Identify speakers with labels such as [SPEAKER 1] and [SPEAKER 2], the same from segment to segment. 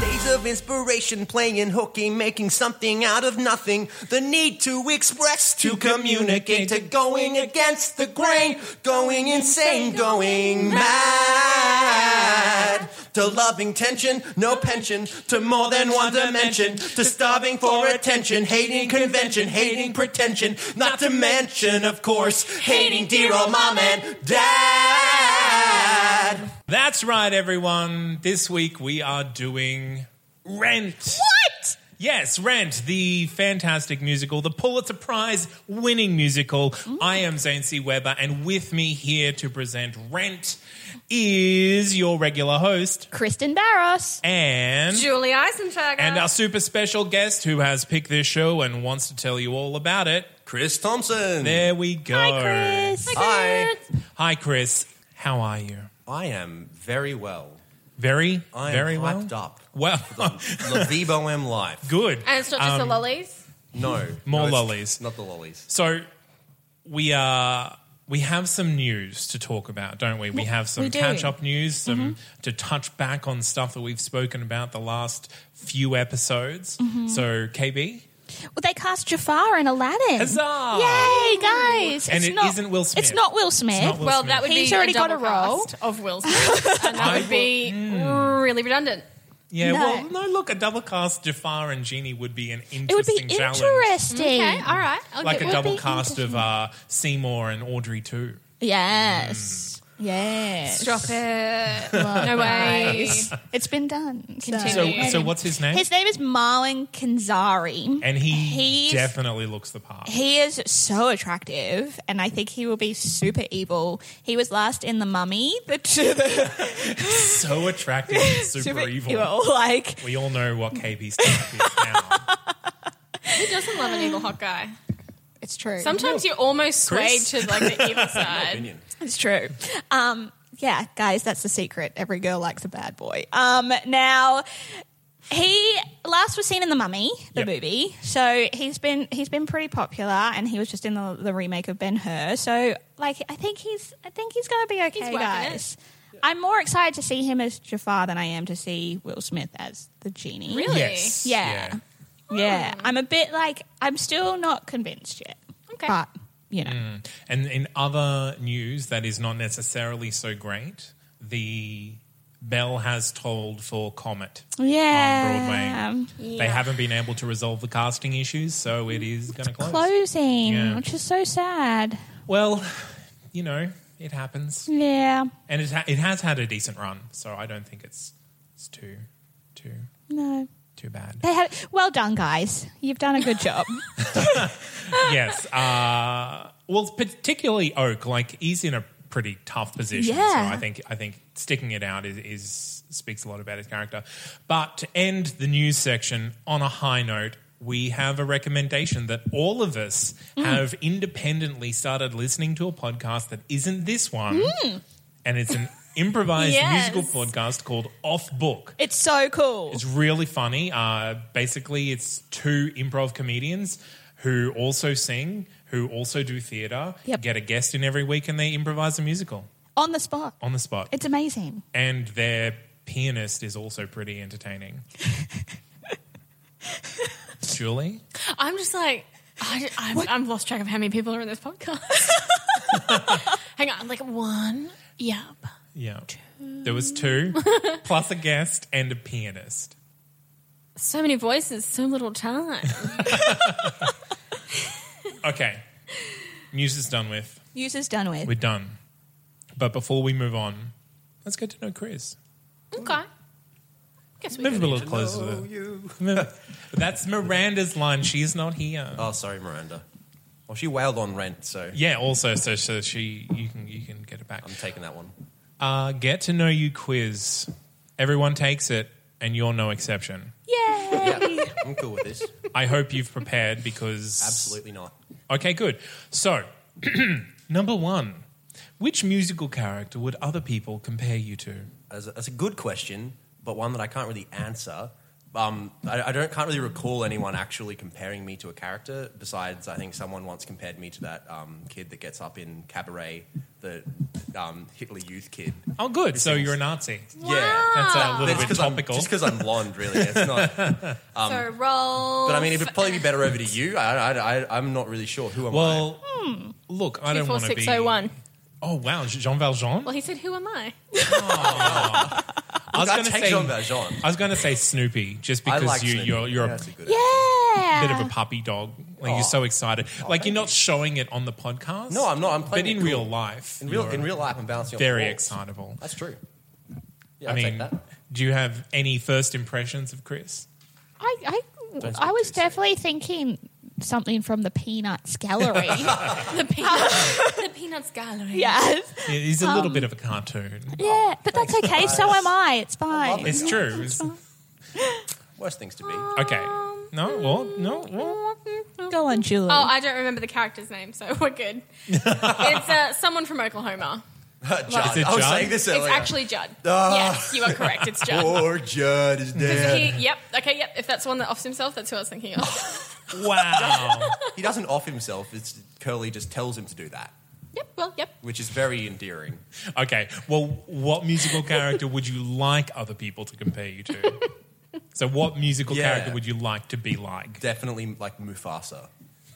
[SPEAKER 1] Days of inspiration, playing hooky, making something out of nothing. The need to express, to communicate, to going against the grain, going insane, going mad. To loving tension, no pension, to more than one dimension, to starving for attention, hating convention, hating pretension, not to mention, of course, hating dear old mom and dad.
[SPEAKER 2] That's right, everyone. This week we are doing Rent.
[SPEAKER 3] What?
[SPEAKER 2] Yes, Rent, the fantastic musical, the Pulitzer Prize winning musical.
[SPEAKER 3] Mm.
[SPEAKER 2] I am Zane C. Weber, and with me here to present Rent is your regular host
[SPEAKER 3] Kristen Barros.
[SPEAKER 2] and.
[SPEAKER 4] Julie Eisenberger.
[SPEAKER 2] And our super special guest who has picked this show and wants to tell you all about it.
[SPEAKER 1] Chris Thompson.
[SPEAKER 2] There we go.
[SPEAKER 3] Hi, Chris.
[SPEAKER 1] Hi.
[SPEAKER 2] Hi, Chris. How are you?
[SPEAKER 1] I am very well.
[SPEAKER 2] Very,
[SPEAKER 1] I am
[SPEAKER 2] very well.
[SPEAKER 1] hyped up.
[SPEAKER 2] Well,
[SPEAKER 1] La Vivo M Life.
[SPEAKER 2] good.
[SPEAKER 4] And it's not
[SPEAKER 2] Um,
[SPEAKER 4] just the lollies.
[SPEAKER 1] No.
[SPEAKER 2] More
[SPEAKER 1] no, it's
[SPEAKER 2] lollies.
[SPEAKER 1] Not the lollies.
[SPEAKER 2] So we are we have some news to talk about, don't we? We have some
[SPEAKER 5] we do.
[SPEAKER 2] catch up news, some
[SPEAKER 3] Mm-hmm.
[SPEAKER 2] to touch back on stuff that we've spoken about the last few episodes.
[SPEAKER 3] Mm-hmm.
[SPEAKER 2] So KB,
[SPEAKER 3] Well, they cast Jafar in Aladdin.
[SPEAKER 2] Huzzah!
[SPEAKER 3] Yay, guys!
[SPEAKER 2] And
[SPEAKER 3] it's
[SPEAKER 2] it
[SPEAKER 3] not,
[SPEAKER 2] isn't Will Smith.
[SPEAKER 3] It's not Will Smith.
[SPEAKER 2] not Will
[SPEAKER 4] Well,
[SPEAKER 2] Smith.
[SPEAKER 4] that would
[SPEAKER 3] He's
[SPEAKER 4] be
[SPEAKER 3] already
[SPEAKER 4] a
[SPEAKER 3] got a
[SPEAKER 4] double
[SPEAKER 3] role.
[SPEAKER 4] cast of Will Smith, and that would be
[SPEAKER 2] Mm.
[SPEAKER 4] really redundant.
[SPEAKER 2] yeah.
[SPEAKER 3] no.
[SPEAKER 2] Well, no. Look, a double cast Jafar and Genie would be an interesting.
[SPEAKER 3] it would be
[SPEAKER 2] challenge.
[SPEAKER 3] interesting.
[SPEAKER 4] Okay, all right. I'll
[SPEAKER 2] Like
[SPEAKER 4] give
[SPEAKER 2] a
[SPEAKER 4] it.
[SPEAKER 2] double
[SPEAKER 3] be
[SPEAKER 2] cast of uh, Seymour and Audrey too.
[SPEAKER 3] Yes.
[SPEAKER 2] Hmm.
[SPEAKER 3] Yes.
[SPEAKER 4] Drop it. no way.
[SPEAKER 3] It's been done. So-
[SPEAKER 2] So,
[SPEAKER 4] Continue.
[SPEAKER 2] so what's his name?
[SPEAKER 3] His name is Marlon Kanzari.
[SPEAKER 2] and he
[SPEAKER 3] He's-
[SPEAKER 2] definitely looks the part.
[SPEAKER 3] He is so attractive, and I think he will be super evil. He was last in The Mummy, the, the
[SPEAKER 2] so attractive, and super,
[SPEAKER 3] super
[SPEAKER 2] evil.
[SPEAKER 3] evil. Like,
[SPEAKER 2] We all know what KP stuff is now.
[SPEAKER 4] Who doesn't love an evil hot guy?
[SPEAKER 3] it's true.
[SPEAKER 4] Sometimes you're almost swayed
[SPEAKER 2] Chris?
[SPEAKER 4] to like the evil side.
[SPEAKER 3] It's true. Um, yeah, guys, that's the secret. Every girl likes a bad boy. Um, now he last was seen in the Mummy, the
[SPEAKER 2] Yep.
[SPEAKER 3] movie. So he's been he's been pretty popular, and he was just in the, the remake of Ben Hur. So like, I think he's I think he's gonna be okay,
[SPEAKER 4] working
[SPEAKER 3] guys. I'm more excited to see him as Jafar than I am to see Will Smith as the genie.
[SPEAKER 4] Really?
[SPEAKER 2] yes.
[SPEAKER 3] Yeah.
[SPEAKER 2] yeah.
[SPEAKER 3] Yeah, I'm a bit like I'm still not convinced yet.
[SPEAKER 4] Okay. Mm.
[SPEAKER 3] but you know,
[SPEAKER 2] And in other news that is not necessarily so great, the bell has tolled for Comet.
[SPEAKER 3] Um, yeah,
[SPEAKER 2] Broadway. They haven't been able to resolve the casting issues, so it is going to close.
[SPEAKER 3] closing,
[SPEAKER 2] Yeah.
[SPEAKER 3] which is so sad.
[SPEAKER 2] Well, you know, it happens,
[SPEAKER 3] Yeah.
[SPEAKER 2] and it ha- it has had a decent run, so I don't think it's it's too too
[SPEAKER 3] No.
[SPEAKER 2] too bad.
[SPEAKER 3] They had well done, guys. You've done a good job.
[SPEAKER 2] yes. Uh, well, particularly Oak, like he's in a pretty tough position.
[SPEAKER 3] Yeah.
[SPEAKER 2] So I think I think sticking it out is, is speaks a lot about his character. But to end the news section on a high note. We have a recommendation that all of us have independently started listening to a podcast that isn't this one, and it's an improvised
[SPEAKER 4] Yes.
[SPEAKER 2] musical podcast called Off Book.
[SPEAKER 3] It's so cool.
[SPEAKER 2] It's really funny. Uh, basically, it's two improv comedians who also sing, who also do theatre,
[SPEAKER 3] Yep.
[SPEAKER 2] get a guest in every week, and they improvise a musical
[SPEAKER 3] on the spot.
[SPEAKER 2] on the spot.
[SPEAKER 3] It's amazing.
[SPEAKER 2] and their pianist is also pretty entertaining. Julie?
[SPEAKER 4] I'm just like, I, I'm, I'm lost track of how many people are in this podcast. Hang on, like one. Yep.
[SPEAKER 2] Yeah. There was two, plus a guest and a pianist.
[SPEAKER 4] So many voices, so little time.
[SPEAKER 2] Okay. News is done with.
[SPEAKER 3] User's done with.
[SPEAKER 2] We're done. But before we move on, let's get to know Chris.
[SPEAKER 4] okay. Guess we
[SPEAKER 2] Move a
[SPEAKER 4] could-
[SPEAKER 2] little closer to the. That's Miranda's line. She's not here.
[SPEAKER 1] Oh, sorry, Miranda. Well, she wailed on rent, so
[SPEAKER 2] Yeah. Also, so, so she you can you can get it back.
[SPEAKER 1] I'm taking that one.
[SPEAKER 2] Uh, get to know you quiz. Everyone takes it, and you're no exception.
[SPEAKER 1] Yeah, I'm cool with this.
[SPEAKER 2] I hope you've prepared because
[SPEAKER 1] Absolutely not.
[SPEAKER 2] Okay, good. So, number one, which musical character would other people compare you to?
[SPEAKER 1] That's a, that's a good question, but one that I can't really answer. Um, I, I don't can't really recall anyone actually comparing me to a character. Besides, I think someone once compared me to that um, kid that gets up in cabaret, the um, Hitler Youth kid.
[SPEAKER 2] Oh, good. So
[SPEAKER 1] Yes.
[SPEAKER 2] you're a Nazi.
[SPEAKER 1] Yeah,
[SPEAKER 2] That's a
[SPEAKER 1] But
[SPEAKER 2] little
[SPEAKER 1] it's
[SPEAKER 2] bit
[SPEAKER 1] Ah. 'cause I'm-
[SPEAKER 2] topical.
[SPEAKER 1] just because I'm blonde, really. It's not.
[SPEAKER 4] so roll.
[SPEAKER 1] Um, But I mean, it'd probably be better over to you. I, I, I, I'm not really sure who am I.
[SPEAKER 2] Well,
[SPEAKER 1] Hmm.
[SPEAKER 2] look, I don't want to be.
[SPEAKER 4] 24601.
[SPEAKER 2] Oh wow, Jean Valjean.
[SPEAKER 4] Well, he said, "Who am I?"
[SPEAKER 2] I was
[SPEAKER 1] I
[SPEAKER 2] going to
[SPEAKER 1] take
[SPEAKER 2] say.
[SPEAKER 1] Jean Valjean.
[SPEAKER 2] I was going to say Snoopy, just
[SPEAKER 1] I
[SPEAKER 2] because
[SPEAKER 1] like
[SPEAKER 2] you,
[SPEAKER 1] Snoopy.
[SPEAKER 2] you're you're
[SPEAKER 1] Yeah,
[SPEAKER 2] a
[SPEAKER 1] that's a good
[SPEAKER 3] Yeah.
[SPEAKER 2] bit of a puppy dog. Like
[SPEAKER 1] Oh.
[SPEAKER 2] you're so excited. like you're not showing it on the podcast.
[SPEAKER 1] No, I'm not. I'm playing
[SPEAKER 2] But in
[SPEAKER 1] it cool.
[SPEAKER 2] real life,
[SPEAKER 1] In real,
[SPEAKER 2] you're
[SPEAKER 1] in real life, I'm bouncing. off
[SPEAKER 2] very
[SPEAKER 1] the walls.
[SPEAKER 2] excitable.
[SPEAKER 1] That's true. Yeah,
[SPEAKER 2] I
[SPEAKER 1] I
[SPEAKER 2] mean,
[SPEAKER 1] take that.
[SPEAKER 2] do you have any first impressions of Chris?
[SPEAKER 3] I, I,
[SPEAKER 1] Don't
[SPEAKER 3] I was
[SPEAKER 1] do so.
[SPEAKER 3] definitely thinking something from the Peanuts Gallery.
[SPEAKER 4] The peanuts. the peanuts gallery.
[SPEAKER 3] yes.
[SPEAKER 2] Yeah, He's a little bit of a cartoon.
[SPEAKER 3] Yeah, but that's okay. So am I. It's fine.
[SPEAKER 2] It's true. It's-
[SPEAKER 1] Worst things to be.
[SPEAKER 2] okay. No, well, no, well.
[SPEAKER 3] Go on, Julie.
[SPEAKER 4] Oh, I don't remember the character's name, so we're good. it's uh, someone from Oklahoma.
[SPEAKER 1] Judd.
[SPEAKER 2] Is it
[SPEAKER 1] I was
[SPEAKER 2] Judd?
[SPEAKER 1] saying this earlier.
[SPEAKER 4] It's actually Judd.
[SPEAKER 1] Ah.
[SPEAKER 4] Yes, you are correct. It's Judd.
[SPEAKER 1] Poor Judd is dead.
[SPEAKER 4] He- yep. Okay. Yep. If that's the one that offs himself, that's who I was thinking of.
[SPEAKER 2] Wow.
[SPEAKER 1] He doesn't off himself. It's Curly just tells him to do that,
[SPEAKER 4] yep. Well. Yep.
[SPEAKER 1] which is very endearing.
[SPEAKER 2] okay. Well, what musical character would you like other people to compare you to? So, what musical
[SPEAKER 1] Yeah.
[SPEAKER 2] character would you like to be like?
[SPEAKER 1] Definitely like Mufasa.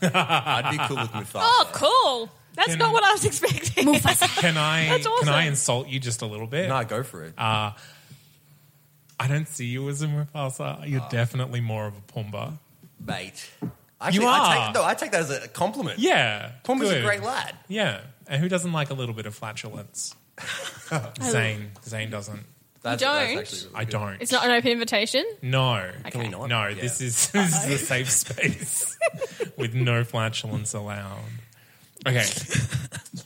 [SPEAKER 1] I'd be cool with Mufasa.
[SPEAKER 3] Oh, cool. That's
[SPEAKER 2] Can-
[SPEAKER 3] not what I was expecting.
[SPEAKER 2] Can I
[SPEAKER 3] That's awesome.
[SPEAKER 2] can I insult you just a little bit?
[SPEAKER 1] Nah, go for it.
[SPEAKER 2] Uh, I don't see you as a Mufasa.
[SPEAKER 1] Ah.
[SPEAKER 2] You're definitely more of a Pumbaa.
[SPEAKER 1] Mate. Actually,
[SPEAKER 2] You
[SPEAKER 1] I
[SPEAKER 2] are.
[SPEAKER 1] take, no, I take that as a compliment.
[SPEAKER 2] Yeah,
[SPEAKER 1] Pumbaa's a
[SPEAKER 2] good.
[SPEAKER 1] great lad.
[SPEAKER 2] Yeah, and who doesn't like a little bit of flatulence? Zane, Zane doesn't.
[SPEAKER 1] That's,
[SPEAKER 4] don't?
[SPEAKER 1] actually really
[SPEAKER 2] I
[SPEAKER 1] good.
[SPEAKER 2] don't.
[SPEAKER 4] It's not an open invitation.
[SPEAKER 2] No.
[SPEAKER 1] Can we not?
[SPEAKER 2] No,
[SPEAKER 1] Yeah.
[SPEAKER 2] this is this is a safe space with no flatulence allowed. Okay.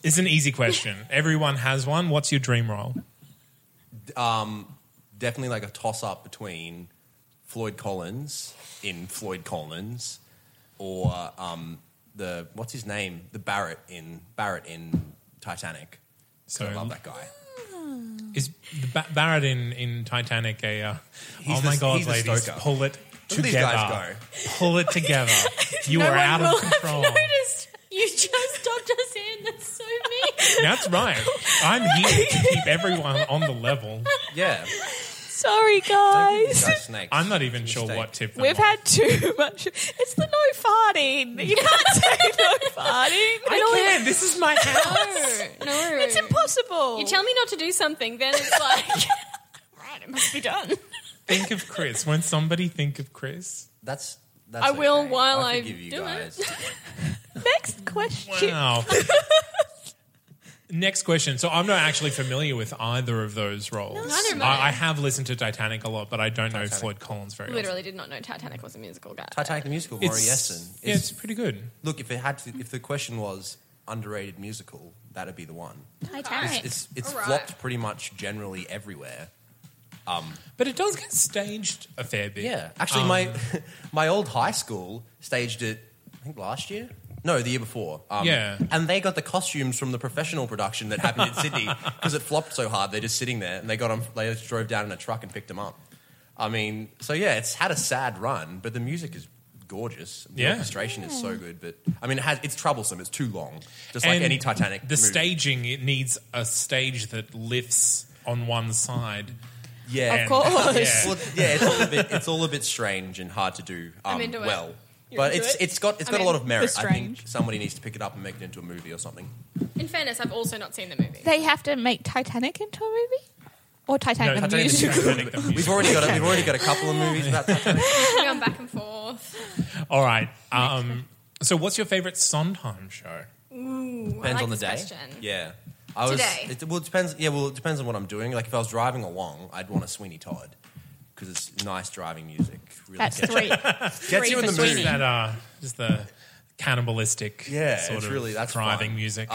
[SPEAKER 2] It's an easy question. Everyone has one. What's your dream role?
[SPEAKER 1] definitely like a toss up between Floyd Collins in Floyd Collins or um, the what's his name, the Barrett in Barrett in Titanic.
[SPEAKER 2] So
[SPEAKER 1] I love that guy.
[SPEAKER 2] is the ba- Barrett in, in Titanic a uh,
[SPEAKER 1] He's
[SPEAKER 2] Oh my
[SPEAKER 1] the-
[SPEAKER 2] god,
[SPEAKER 1] he's the
[SPEAKER 2] ladies,
[SPEAKER 1] stoker.
[SPEAKER 2] pull it
[SPEAKER 1] Look at
[SPEAKER 2] together.
[SPEAKER 1] these guys
[SPEAKER 2] Pull it together. You
[SPEAKER 4] No
[SPEAKER 2] are
[SPEAKER 4] one
[SPEAKER 2] out
[SPEAKER 4] will
[SPEAKER 2] of control.
[SPEAKER 4] have noticed. You just stopped us in. That's so mean.
[SPEAKER 2] That's right. I'm here to keep everyone on the level.
[SPEAKER 1] Yeah,
[SPEAKER 3] Sorry,
[SPEAKER 1] Don't give
[SPEAKER 3] guys.
[SPEAKER 1] these guys snakes.
[SPEAKER 2] I'm not even sure
[SPEAKER 1] Mistake.
[SPEAKER 2] what tip them
[SPEAKER 3] We've
[SPEAKER 2] off.
[SPEAKER 3] had too much. It's the no farting. You can't say no farting.
[SPEAKER 2] I can. This is my house.
[SPEAKER 4] No. No.
[SPEAKER 3] It's impossible.
[SPEAKER 4] You tell me not to do something, then it's like, right, it must be done.
[SPEAKER 2] think of Chris. When somebody think of Chris.
[SPEAKER 1] That's, that's
[SPEAKER 4] I will
[SPEAKER 1] okay.
[SPEAKER 4] while I
[SPEAKER 1] forgive you
[SPEAKER 4] do
[SPEAKER 1] guys.
[SPEAKER 3] Next question.
[SPEAKER 2] Wow. Next question. So I'm not actually familiar with either of those roles.
[SPEAKER 4] Neither am I.
[SPEAKER 2] I, I have listened to Titanic a lot, but I don't know Floyd Collins very well.
[SPEAKER 4] Literally did not know Titanic was a musical guy.
[SPEAKER 1] Titanic the musical, Maury Yesson.
[SPEAKER 2] yeah, it's pretty good.
[SPEAKER 1] Look, if it had to, if the question was underrated musical, that'd be the one.
[SPEAKER 3] Titanic.
[SPEAKER 1] It's it's
[SPEAKER 4] All right.
[SPEAKER 1] flopped pretty much generally everywhere.
[SPEAKER 2] But it does get staged a fair bit.
[SPEAKER 1] Yeah, actually, my my old high school staged it. I think last year No, the year before. Um,
[SPEAKER 2] Yeah.
[SPEAKER 1] And they got the costumes from the professional production that happened in Sydney because it flopped so hard. They're just sitting there and they got 'em- They just drove down in a truck and picked them up. I mean, so yeah, it's had a sad run, but the music is gorgeous. The
[SPEAKER 2] Yeah.
[SPEAKER 1] orchestration is so good, but I mean, it has, it's troublesome. It's too long, just like any Titanic.
[SPEAKER 2] Um, The
[SPEAKER 1] movie.
[SPEAKER 2] staging it needs a stage that lifts on one side.
[SPEAKER 1] yeah,
[SPEAKER 3] Of course.
[SPEAKER 2] Yeah.
[SPEAKER 1] Well, yeah, it's all a bit it's all a bit strange and hard to do um,
[SPEAKER 4] I'm into it.
[SPEAKER 1] well.
[SPEAKER 4] You're
[SPEAKER 1] But
[SPEAKER 4] into
[SPEAKER 1] it's
[SPEAKER 4] it?
[SPEAKER 1] it? has got it's
[SPEAKER 4] I'm
[SPEAKER 1] got a lot
[SPEAKER 4] in.
[SPEAKER 1] of merit.
[SPEAKER 3] It's
[SPEAKER 1] I think
[SPEAKER 3] strange.
[SPEAKER 1] somebody needs to pick it up and make it into a movie or something.
[SPEAKER 4] In fairness, I've also not seen the movie.
[SPEAKER 3] They have to make Titanic into a movie? Or Titanic the
[SPEAKER 2] Titanic the
[SPEAKER 3] musical?
[SPEAKER 2] Titanic the
[SPEAKER 1] We've
[SPEAKER 2] musical.
[SPEAKER 1] already got a, we've already got a couple of movies about Titanic.
[SPEAKER 4] We've gone back and forth.
[SPEAKER 2] All right. Um, so, what's your favorite Sondheim show?
[SPEAKER 4] I
[SPEAKER 1] depends
[SPEAKER 4] like
[SPEAKER 1] on the
[SPEAKER 4] this
[SPEAKER 1] day.
[SPEAKER 4] question.
[SPEAKER 1] Yeah. I was,
[SPEAKER 4] Today.
[SPEAKER 1] It, well, it depends. Yeah, well, it depends on what I'm doing. Like if I was driving along, I'd want a Sweeney Todd because it's nice driving music. Really
[SPEAKER 3] That's
[SPEAKER 1] gets-
[SPEAKER 3] three.
[SPEAKER 1] gets you in
[SPEAKER 3] for
[SPEAKER 1] the
[SPEAKER 2] Is
[SPEAKER 1] mood.
[SPEAKER 2] that uh, just the cannibalistic
[SPEAKER 1] Yeah,
[SPEAKER 2] sort
[SPEAKER 1] it's
[SPEAKER 2] of
[SPEAKER 1] really that's Um,
[SPEAKER 2] driving
[SPEAKER 1] fun.
[SPEAKER 2] music?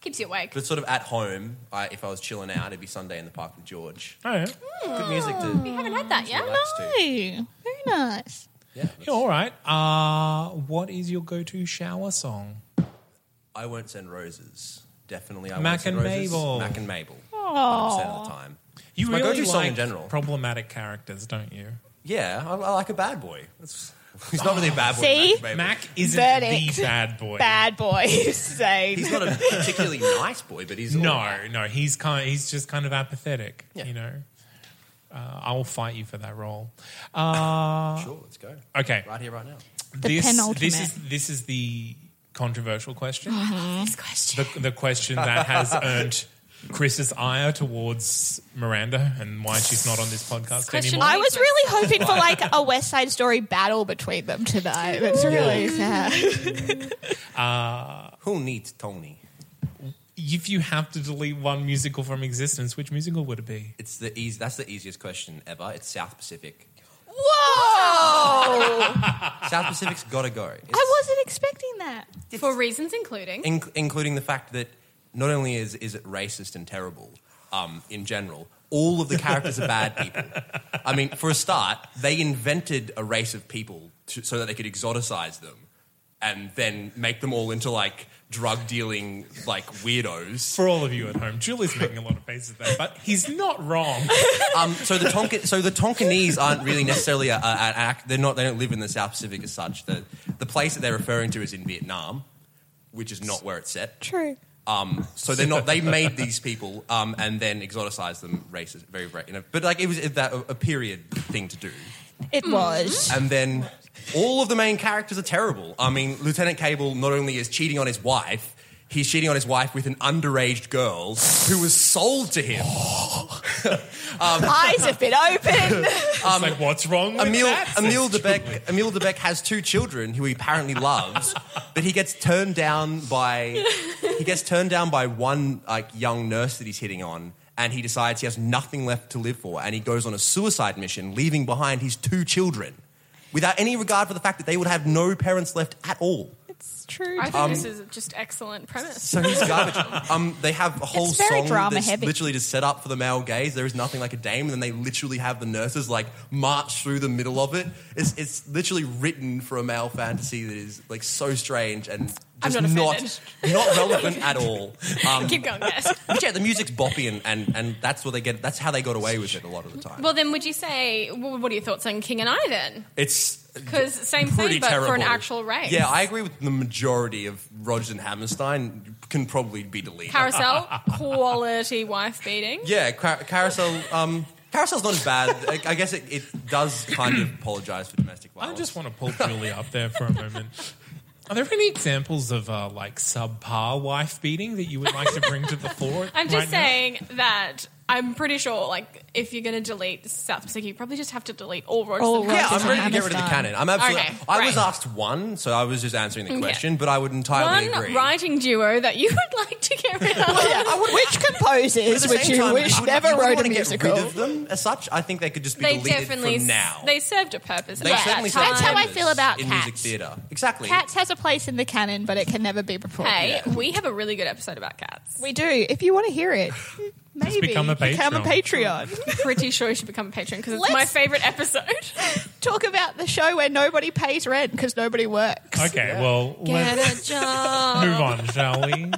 [SPEAKER 4] Keeps you awake.
[SPEAKER 1] But sort of at home, I, if I was chilling out, it'd be Sunday in the Park with George.
[SPEAKER 2] oh, yeah.
[SPEAKER 1] Good music
[SPEAKER 4] We
[SPEAKER 1] to
[SPEAKER 4] haven't had that yet.
[SPEAKER 1] relax to.
[SPEAKER 3] Oh, Very nice.
[SPEAKER 1] Yeah,
[SPEAKER 2] Yeah, all right. Uh, what is your go-to shower song?
[SPEAKER 1] I won't send roses. Definitely, I
[SPEAKER 2] Mac
[SPEAKER 1] won't send
[SPEAKER 2] and
[SPEAKER 1] roses.
[SPEAKER 2] Mabel.
[SPEAKER 1] Mac and Mabel. Hundred percent of the time.
[SPEAKER 2] You
[SPEAKER 1] It's my
[SPEAKER 2] really
[SPEAKER 1] go-to
[SPEAKER 2] like
[SPEAKER 1] song in general.
[SPEAKER 2] problematic characters, don't you?
[SPEAKER 1] Yeah, I, I like a bad boy. That's, he's not really a bad boy.
[SPEAKER 3] See?
[SPEAKER 1] Mac, and Mabel.
[SPEAKER 2] Mac isn't
[SPEAKER 3] Verdict.
[SPEAKER 2] the bad boy.
[SPEAKER 3] Bad boy. Same.
[SPEAKER 1] He's not a particularly nice boy, but he's
[SPEAKER 2] No, no, he's kind. He's just kind of apathetic.
[SPEAKER 1] Yeah.
[SPEAKER 2] You know, uh, I will fight you for that role. Uh,
[SPEAKER 1] Sure, let's go.
[SPEAKER 2] okay,
[SPEAKER 1] Right here, right now.
[SPEAKER 2] this,
[SPEAKER 3] penultimate.
[SPEAKER 2] this is this is the controversial question.
[SPEAKER 4] This question.
[SPEAKER 2] the, the question that has earned Chris's ire towards Miranda and why she's not on this podcast
[SPEAKER 4] Question-
[SPEAKER 2] anymore.
[SPEAKER 3] I was really hoping for like a West Side Story battle between them tonight. That's really sad.
[SPEAKER 1] Who needs Tony?
[SPEAKER 2] If you have to delete one musical from existence, which musical would it be?
[SPEAKER 1] It's the easy. That's the easiest question ever. It's South Pacific.
[SPEAKER 3] Whoa!
[SPEAKER 1] South Pacific's got to go. It's-
[SPEAKER 3] I wasn't expecting that.
[SPEAKER 4] For reasons including.
[SPEAKER 1] in- including the fact that not only is is it racist and terrible um, in general, all of the characters are bad people. I mean, for a start, they invented a race of people to, so that they could exoticize them and then make them all into like drug dealing like weirdos.
[SPEAKER 2] For all of you at home, Julie's making a lot of faces there, but he's not wrong.
[SPEAKER 1] Um, so the Tonka, so the Tonkinese aren't really necessarily a, a, an act. They're not. They don't live in the South Pacific as such. The the place that they're referring to is in Vietnam, which is not where it's set.
[SPEAKER 3] True.
[SPEAKER 1] Um, so they're not. They made these people um, and then exoticized them racist, very, very. You know, but like it was that a period thing to do.
[SPEAKER 3] It was.
[SPEAKER 1] And then all of the main characters are terrible. I mean, Lieutenant Cable not only is cheating on his wife, he's cheating on his wife with an underage girl who was sold to him.
[SPEAKER 3] Eyes have been open.
[SPEAKER 1] Um,
[SPEAKER 2] It's like, what's wrong with
[SPEAKER 1] Emil
[SPEAKER 2] that?
[SPEAKER 1] Emil Debec Emil Debec has two children who he apparently loves, but he gets turned down by he gets turned down by one like young nurse that he's hitting on, and he decides he has nothing left to live for, and he goes on a suicide mission, leaving behind his two children, without any regard for the fact that they would have no parents left at all.
[SPEAKER 3] it's true.
[SPEAKER 4] I think this
[SPEAKER 1] Um,
[SPEAKER 4] is just excellent premise.
[SPEAKER 1] So he's garbage. um, they have a whole
[SPEAKER 3] It's very
[SPEAKER 1] song
[SPEAKER 3] drama
[SPEAKER 1] that's
[SPEAKER 3] heavy.
[SPEAKER 1] literally just set up for the male gaze. There is nothing like a dame, and then they literally have the nurses like march through the middle of it. It's it's literally written for a male fantasy that is like so strange and
[SPEAKER 4] I'm
[SPEAKER 1] just not
[SPEAKER 4] not offended.
[SPEAKER 1] not relevant at all. Um,
[SPEAKER 4] Keep going, guys.
[SPEAKER 1] but yeah, the music's boppy, and, and and that's what they get. That's how they got away with it a lot of the time.
[SPEAKER 4] Well, then, would you say, wh- what are your thoughts on King and I then?
[SPEAKER 1] it's
[SPEAKER 4] 'Cause same thing,
[SPEAKER 1] pretty
[SPEAKER 4] but for an
[SPEAKER 1] terrible.
[SPEAKER 4] actual race.
[SPEAKER 1] Yeah, I agree with the majority of Rodgers and Hammerstein can probably be deleted.
[SPEAKER 4] Carousel, quality wife beating.
[SPEAKER 1] Yeah, car- carousel. Um, carousel's not as bad. I, I guess it, it does kind of apologise for domestic
[SPEAKER 2] I
[SPEAKER 1] violence.
[SPEAKER 2] just want to pull Julie up there for a moment. Are there any examples of uh, like subpar wife beating that you would like to bring to the floor?
[SPEAKER 4] I'm just
[SPEAKER 2] right now?
[SPEAKER 4] saying that I'm pretty sure, like, if you're going to delete South Pacific, you probably just have to delete all roads.
[SPEAKER 3] All
[SPEAKER 4] that
[SPEAKER 3] roads
[SPEAKER 1] Yeah, I'm
[SPEAKER 4] lead
[SPEAKER 3] Rodgers
[SPEAKER 1] ready to
[SPEAKER 3] and
[SPEAKER 1] get rid of the
[SPEAKER 3] Hammerstein.
[SPEAKER 1] canon. I'm absolutely.
[SPEAKER 4] Okay,
[SPEAKER 1] I was
[SPEAKER 4] right.
[SPEAKER 1] asked one, so I was just answering the
[SPEAKER 4] Okay.
[SPEAKER 1] question, but I would entirely
[SPEAKER 4] One
[SPEAKER 1] agree.
[SPEAKER 4] writing duo that you would like to get rid of.
[SPEAKER 3] Which
[SPEAKER 1] But at
[SPEAKER 3] composers
[SPEAKER 1] the
[SPEAKER 3] would
[SPEAKER 1] same
[SPEAKER 3] you
[SPEAKER 1] time,
[SPEAKER 3] wish
[SPEAKER 1] would-
[SPEAKER 3] never
[SPEAKER 1] you wouldn't
[SPEAKER 3] wrote a
[SPEAKER 1] wanna
[SPEAKER 3] musical?
[SPEAKER 1] Get rid of them as such. I think they could just be
[SPEAKER 4] They
[SPEAKER 1] deleted
[SPEAKER 4] definitely
[SPEAKER 1] from now.
[SPEAKER 4] they served a purpose.
[SPEAKER 1] They
[SPEAKER 4] at that
[SPEAKER 1] certainly
[SPEAKER 4] time.
[SPEAKER 1] serve
[SPEAKER 3] That's how I
[SPEAKER 1] purpose
[SPEAKER 3] feel about
[SPEAKER 1] in music
[SPEAKER 3] Cats.
[SPEAKER 1] theater. Exactly.
[SPEAKER 3] Cats has a place in the canon, but it can never be reported.
[SPEAKER 4] Hey, we have a really good episode about cats.
[SPEAKER 3] We do. If you want to hear it, maybe
[SPEAKER 2] become a
[SPEAKER 3] become a Patreon.
[SPEAKER 4] Pretty sure you should become a patron because it's
[SPEAKER 3] Let's-
[SPEAKER 4] my favorite episode.
[SPEAKER 3] talk about the show where nobody pays rent because nobody works.
[SPEAKER 2] Okay, well,
[SPEAKER 4] Get
[SPEAKER 2] let's
[SPEAKER 4] a job.
[SPEAKER 2] move on, shall we?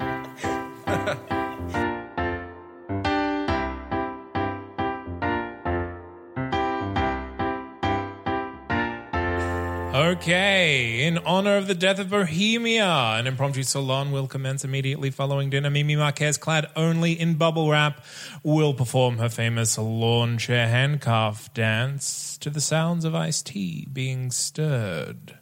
[SPEAKER 2] Okay, in honor of the death of Bohemia, an impromptu salon will commence immediately following dinner. Mimi Marquez, clad only in bubble wrap, will perform her famous lawn chair handcuff dance to the sounds of iced tea being stirred.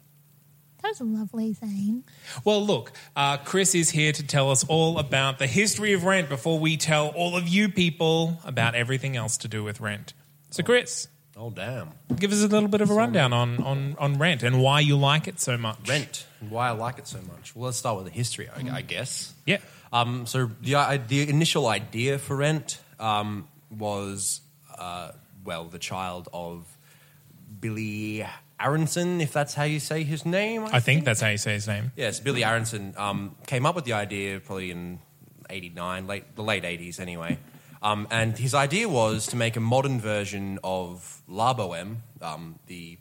[SPEAKER 3] That was a lovely thing.
[SPEAKER 2] Well, look, uh, Chris is here to tell us all about the history of rent before we tell all of you people about everything else to do with rent. So, Chris,
[SPEAKER 1] Oh, damn.
[SPEAKER 2] give us a little bit of a rundown on, on, on rent and why you like it so much.
[SPEAKER 1] Rent and why I like it so much. Well, let's start with the history, I, I guess.
[SPEAKER 2] Yeah.
[SPEAKER 1] Um, so the I- the initial idea for Rent um, was uh, well the child of Billy Aronson, if that's how you say his name.
[SPEAKER 2] I think that's how you say his name.
[SPEAKER 1] Yes, Billy Aronson um, came up with the idea probably in '89, late the late '80s, anyway. Um, and his idea was to make a modern version of La Boheme, um, the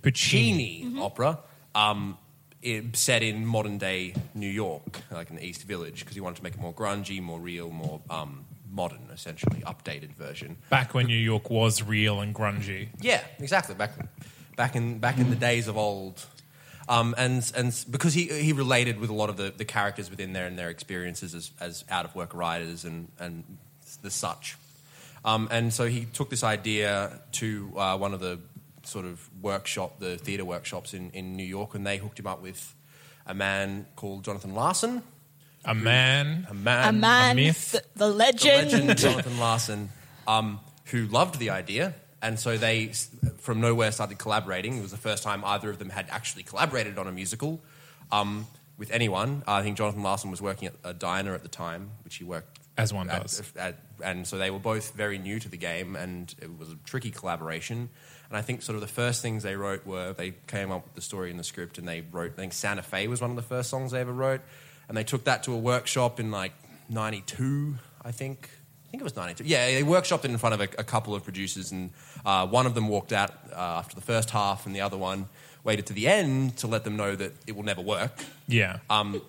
[SPEAKER 1] Puccini, opera, um, it, set in modern day New York, like in the East Village, because he wanted to make it more grungy, more real, more um, modern, essentially updated version.
[SPEAKER 2] Back when New York was real and grungy.
[SPEAKER 1] Yeah, exactly. Back, back in back in the days of old, um, and and because he he related with a lot of the, the characters within there and their experiences as, as out of work writers and and the such, um, and so he took this idea to uh, one of the sort of workshop the theater workshops in, in New York, and they hooked him up with a man called Jonathan Larson,
[SPEAKER 2] A man.
[SPEAKER 1] a man,
[SPEAKER 3] A man,
[SPEAKER 2] myth.
[SPEAKER 3] the, the
[SPEAKER 1] the
[SPEAKER 3] legend.
[SPEAKER 1] legend Jonathan Larson, um, who loved the idea, and so they s- from nowhere started collaborating. It was the first time either of them had actually collaborated on a musical um, with anyone. Uh, I think Jonathan Larson was working at a diner at the time, which he worked
[SPEAKER 2] As one
[SPEAKER 1] at-
[SPEAKER 2] does.
[SPEAKER 1] at- and so they were both very new to the game, and it was a tricky collaboration. And I think sort of the first things they wrote were they came up with the story and the script, and they wrote. I think Santa Fe was one of the first songs they ever wrote, and they took that to a workshop in like '92, I think. I think it was '92. Yeah, they workshopped it in front of a, a couple of producers, and uh, one of them walked out uh, after the first half, and the other one waited to the end to let them know that it will never work.
[SPEAKER 2] Yeah.
[SPEAKER 1] Um,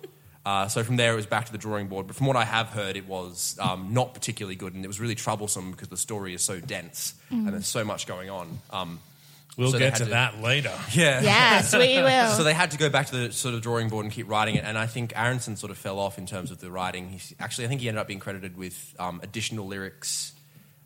[SPEAKER 1] uh, so from there, it was back to the drawing board. But from what I have heard, it was um, not particularly good, and it was really troublesome because the story is so dense and there's so much going on. Um,
[SPEAKER 2] we'll
[SPEAKER 1] so they
[SPEAKER 2] get
[SPEAKER 1] had
[SPEAKER 2] to
[SPEAKER 1] to-
[SPEAKER 2] that later.
[SPEAKER 3] yes, we will.
[SPEAKER 1] so they had to go back to the sort of drawing board and keep writing it. And I think Aronson sort of fell off in terms of the writing. He, actually, I think he ended up being credited with um, additional lyrics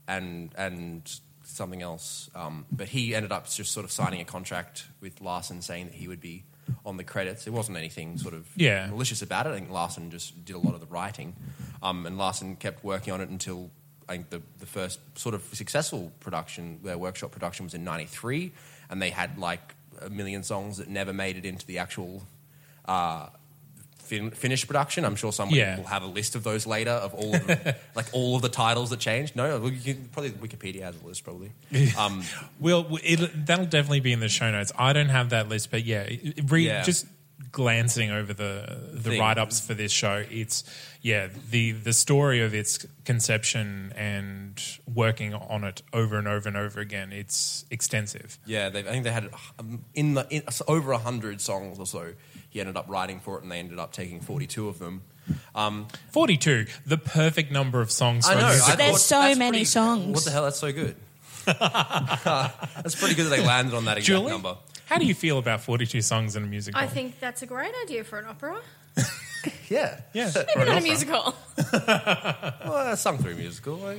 [SPEAKER 1] and and something else. Um, but he ended up just sort of signing a contract with Larson, saying that he would be on the credits. It wasn't anything sort of
[SPEAKER 2] Yeah.
[SPEAKER 1] malicious about it. I think Larson just did a lot of the writing, um, and Larson kept working on it until. I think the, the first sort of successful production, their workshop production was in '93, and they had like a million songs that never made it into the actual uh, fin- finished production. I'm sure somebody
[SPEAKER 2] Yeah.
[SPEAKER 1] will have a list of those later of all of the, like all of the titles that changed. No, well, you can, probably Wikipedia has a list probably. Um,
[SPEAKER 2] We'll, it, that'll definitely be in the show notes. I don't have that list, but yeah, it- it- re,
[SPEAKER 1] Yeah.
[SPEAKER 2] just glancing over the the
[SPEAKER 1] Thing.
[SPEAKER 2] write ups for this show, it's yeah the the story of its conception and working on it over and over and over again. It's extensive.
[SPEAKER 1] Yeah, they, I think they had um, in the in, so over hundred songs or so. He ended up writing for it, and they ended up taking forty-two of them. Um,
[SPEAKER 2] Forty two, the perfect number of songs.
[SPEAKER 1] I
[SPEAKER 2] for a
[SPEAKER 1] know. I
[SPEAKER 2] musical.
[SPEAKER 1] thought,
[SPEAKER 3] There's so
[SPEAKER 1] that's
[SPEAKER 3] many
[SPEAKER 1] pretty-
[SPEAKER 3] songs.
[SPEAKER 1] What the hell? That's so good. that's pretty good that they landed on that exact
[SPEAKER 2] Julie,
[SPEAKER 1] number.
[SPEAKER 2] how do you feel about forty two songs in a musical?
[SPEAKER 4] I think that's a great idea for an opera.
[SPEAKER 1] Yeah,
[SPEAKER 2] yeah,
[SPEAKER 4] Maybe not a musical.
[SPEAKER 1] Well, a sung through musical. I,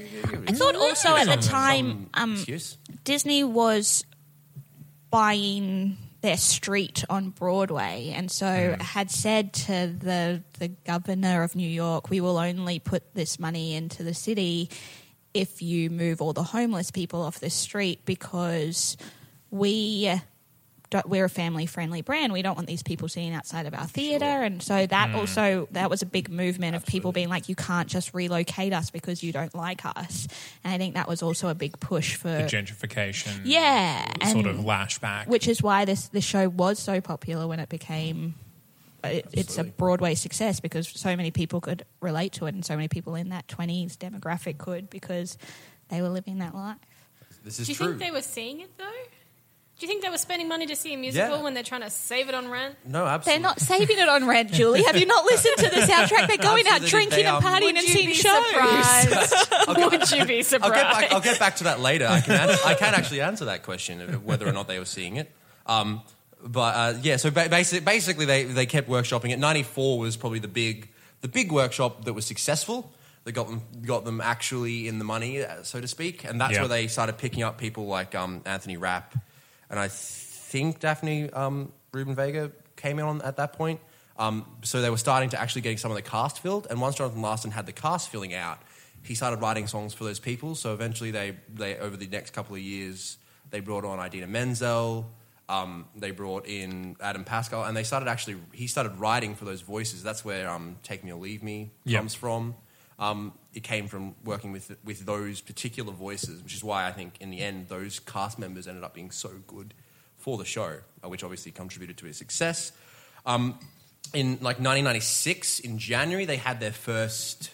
[SPEAKER 3] I thought also at the time um,
[SPEAKER 1] excuse.
[SPEAKER 3] Disney was buying their street on Broadway, and so had said to the the governor of New York, "We will only put this money into the city if you move all the homeless people off the street because we." don't- We're a family-friendly brand. We don't want these people seen outside of our theatre, and so that also that was a big movement of people being like, "You can't just relocate us because you don't like us." And I think that was also a big push for
[SPEAKER 2] gentrification.
[SPEAKER 3] yeah,
[SPEAKER 2] sort
[SPEAKER 3] and
[SPEAKER 2] of lash back.
[SPEAKER 3] which is why this this show was so popular when it became. uh, It, it's a Broadway success because so many people could relate to it, and so many people in that twenties demographic could because they were living that life.
[SPEAKER 1] This is
[SPEAKER 4] Do you
[SPEAKER 1] true.
[SPEAKER 4] think they were seeing it though? Do you think they were spending money to see a musical
[SPEAKER 1] Yeah.
[SPEAKER 4] when they're trying to save it on rent?
[SPEAKER 1] No, absolutely.
[SPEAKER 3] They're not saving it on rent, Julie. Have you not listened to the soundtrack? They're going out
[SPEAKER 1] Absolutely,
[SPEAKER 3] drinking
[SPEAKER 1] they
[SPEAKER 3] and
[SPEAKER 1] are.
[SPEAKER 3] partying
[SPEAKER 4] Would
[SPEAKER 3] and
[SPEAKER 4] you
[SPEAKER 3] seeing
[SPEAKER 4] be
[SPEAKER 3] shows.
[SPEAKER 4] surprised? Would you be
[SPEAKER 1] I'll
[SPEAKER 4] surprised?
[SPEAKER 1] get back. I'll get back to that later. I can. Answer, I can actually answer that question of whether or not they were seeing it. Um, but uh, yeah, so ba- basically, basically they they kept workshopping it. Ninety four was probably the big the big workshop that was successful. That got them got them actually in the money, uh, so to speak, and that's
[SPEAKER 2] Yeah.
[SPEAKER 1] where they started picking up people like um, Anthony Rapp, and I think Daphne um, Ruben Vega came in on at that point. Um, so they were starting to actually getting some of the cast filled, and once Jonathan Larson had the cast filling out, he started writing songs for those people. So eventually, they, they over the next couple of years, they brought on Idina Menzel, um, they brought in Adam Pascal, and they started actually he started writing for those voices. That's where um, "Take Me or Leave Me"
[SPEAKER 2] Yeah.
[SPEAKER 1] comes from. Um, it came from working with with those particular voices, which is why I think in the end those cast members ended up being so good for the show, uh, which obviously contributed to its success. Um, in like 1996, in January, they had their first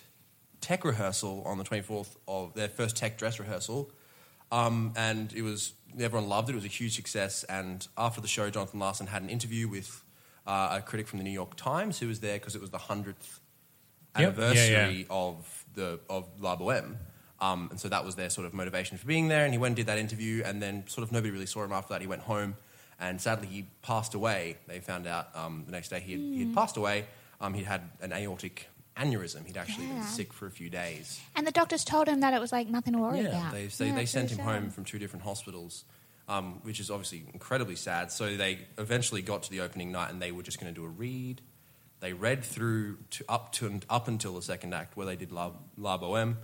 [SPEAKER 1] tech rehearsal on the 24th of their first tech dress rehearsal. Um, and it was everyone loved it. It was a huge success. And after the show, Jonathan Larson had an interview with uh, a critic from the New York Times who was there because it was the hundredth
[SPEAKER 2] Yep. Yeah, yeah.
[SPEAKER 1] anniversary of the of La Boheme. Um, and so that was their sort of motivation for being there. And he went and did that interview, and then sort of nobody really saw him after that. He went home, and sadly he passed away. They found out um, the next day he had, he
[SPEAKER 3] Hmm.
[SPEAKER 1] had passed away. Um, he had an aortic aneurysm. He'd actually been
[SPEAKER 3] Yeah.
[SPEAKER 1] sick for a few days.
[SPEAKER 3] And the doctors told him that it was like nothing to worry
[SPEAKER 1] Yeah,
[SPEAKER 3] about.
[SPEAKER 1] they they,
[SPEAKER 3] Yeah,
[SPEAKER 1] they
[SPEAKER 3] it's
[SPEAKER 1] sent him
[SPEAKER 3] really sad.
[SPEAKER 1] home from two different hospitals, um, which is obviously incredibly sad. So they eventually got to the opening night, and they were just going to do a read. They read through to up to up until the second act, where they did La, La Boheme,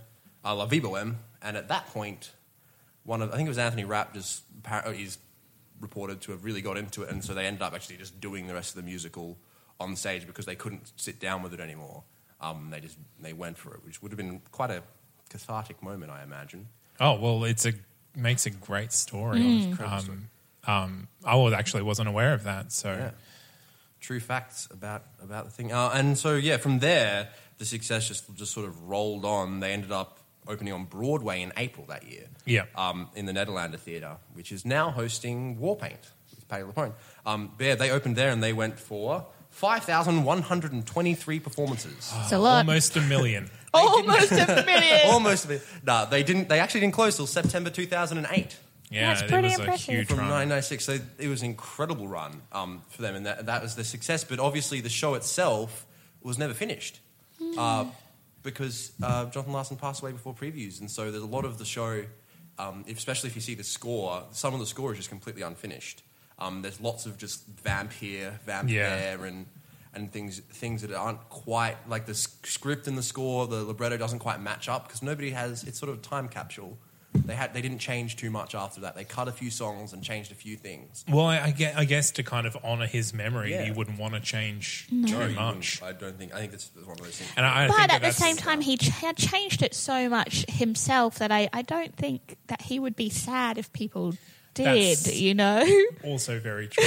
[SPEAKER 1] uh, La Vie Boheme, and at that point, one of I think it was Anthony Rapp just appar- uh, is reported to have really got into it, and so they ended up actually just doing the rest of the musical on stage because they couldn't sit down with it anymore. Um, they just they went for it, which would have been quite a cathartic moment, I imagine.
[SPEAKER 2] Oh well, it's a makes a great story.
[SPEAKER 3] Hmm.
[SPEAKER 2] Um, um, I was actually wasn't aware of that. So
[SPEAKER 1] Yeah. True facts about about the thing. Uh, and so yeah, from there the success just just sort of rolled on. They ended up opening on Broadway in April that year.
[SPEAKER 2] Yeah.
[SPEAKER 1] Um, in the Nederlander Theatre, which is now hosting Warpaint with Patty LaPone. Um, yeah, they opened there and they went for five thousand one hundred and twenty-three performances.
[SPEAKER 3] It's a lot.
[SPEAKER 2] almost a million.
[SPEAKER 3] Oh, Almost a million.
[SPEAKER 1] Almost. No, nah, they didn't. They actually didn't close till September two thousand and eight.
[SPEAKER 2] Yeah,
[SPEAKER 3] That's
[SPEAKER 2] it
[SPEAKER 3] pretty
[SPEAKER 2] was
[SPEAKER 3] impressive.
[SPEAKER 2] a huge
[SPEAKER 1] from
[SPEAKER 2] run.
[SPEAKER 1] 1996. So it was an incredible run um, for them, and that, that was the success. But obviously, the show itself was never finished uh, because uh, Jonathan Larson passed away before previews, and so there's a lot of the show, um, especially if you see the score. Some of the score is just completely unfinished. Um, there's lots of just vamp here, vamp
[SPEAKER 2] Yeah.
[SPEAKER 1] there, and and things things that aren't quite like the s- script and the score, the libretto doesn't quite match up because nobody has. It's sort of a time capsule. They had they didn't change too much after that. They cut a few songs and changed a few things.
[SPEAKER 2] Well, I, I guess, I guess to kind of honor his memory,
[SPEAKER 1] Yeah.
[SPEAKER 2] you wouldn't want to change
[SPEAKER 1] No, you
[SPEAKER 2] too
[SPEAKER 1] wouldn't-
[SPEAKER 2] much.
[SPEAKER 1] I don't think. I think that's one of those things.
[SPEAKER 2] And I, I think
[SPEAKER 3] But
[SPEAKER 2] that
[SPEAKER 3] at
[SPEAKER 2] that's-
[SPEAKER 3] the same time, he ch- had changed it so much himself that I, I don't think that he would be sad if people did,
[SPEAKER 2] That's-
[SPEAKER 3] you know?
[SPEAKER 2] also very true.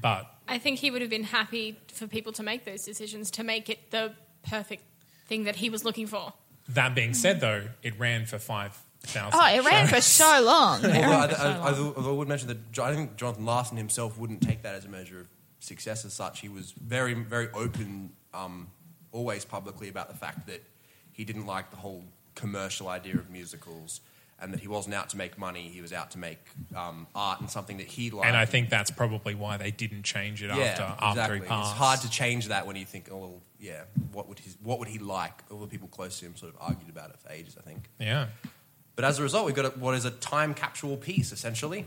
[SPEAKER 2] but
[SPEAKER 4] I think he would have been happy for people to make those decisions to make it the perfect thing that he was looking for.
[SPEAKER 2] that being said, though, it ran for five thousand.
[SPEAKER 3] Oh, it ran for so long. It
[SPEAKER 1] Although
[SPEAKER 3] ran
[SPEAKER 1] I,
[SPEAKER 3] for so long.
[SPEAKER 1] I, I, I would mention that Jo- I think Jonathan Larson himself wouldn't take that as a measure of success as such. He was very, very open, um, always publicly about the fact that he didn't like the whole commercial idea of musicals and that he wasn't out to make money. He was out to make um, art and something that he liked.
[SPEAKER 2] and I think that's probably why they didn't change it
[SPEAKER 1] yeah,
[SPEAKER 2] after after
[SPEAKER 1] exactly.
[SPEAKER 2] he passed.
[SPEAKER 1] It's hard to change that when you think, oh, well, yeah, what would, his, what would he like? All the people close to him sort of argued about it for ages, I think.
[SPEAKER 2] yeah,
[SPEAKER 1] But as a result, we've got a, what is a time capsule piece, essentially.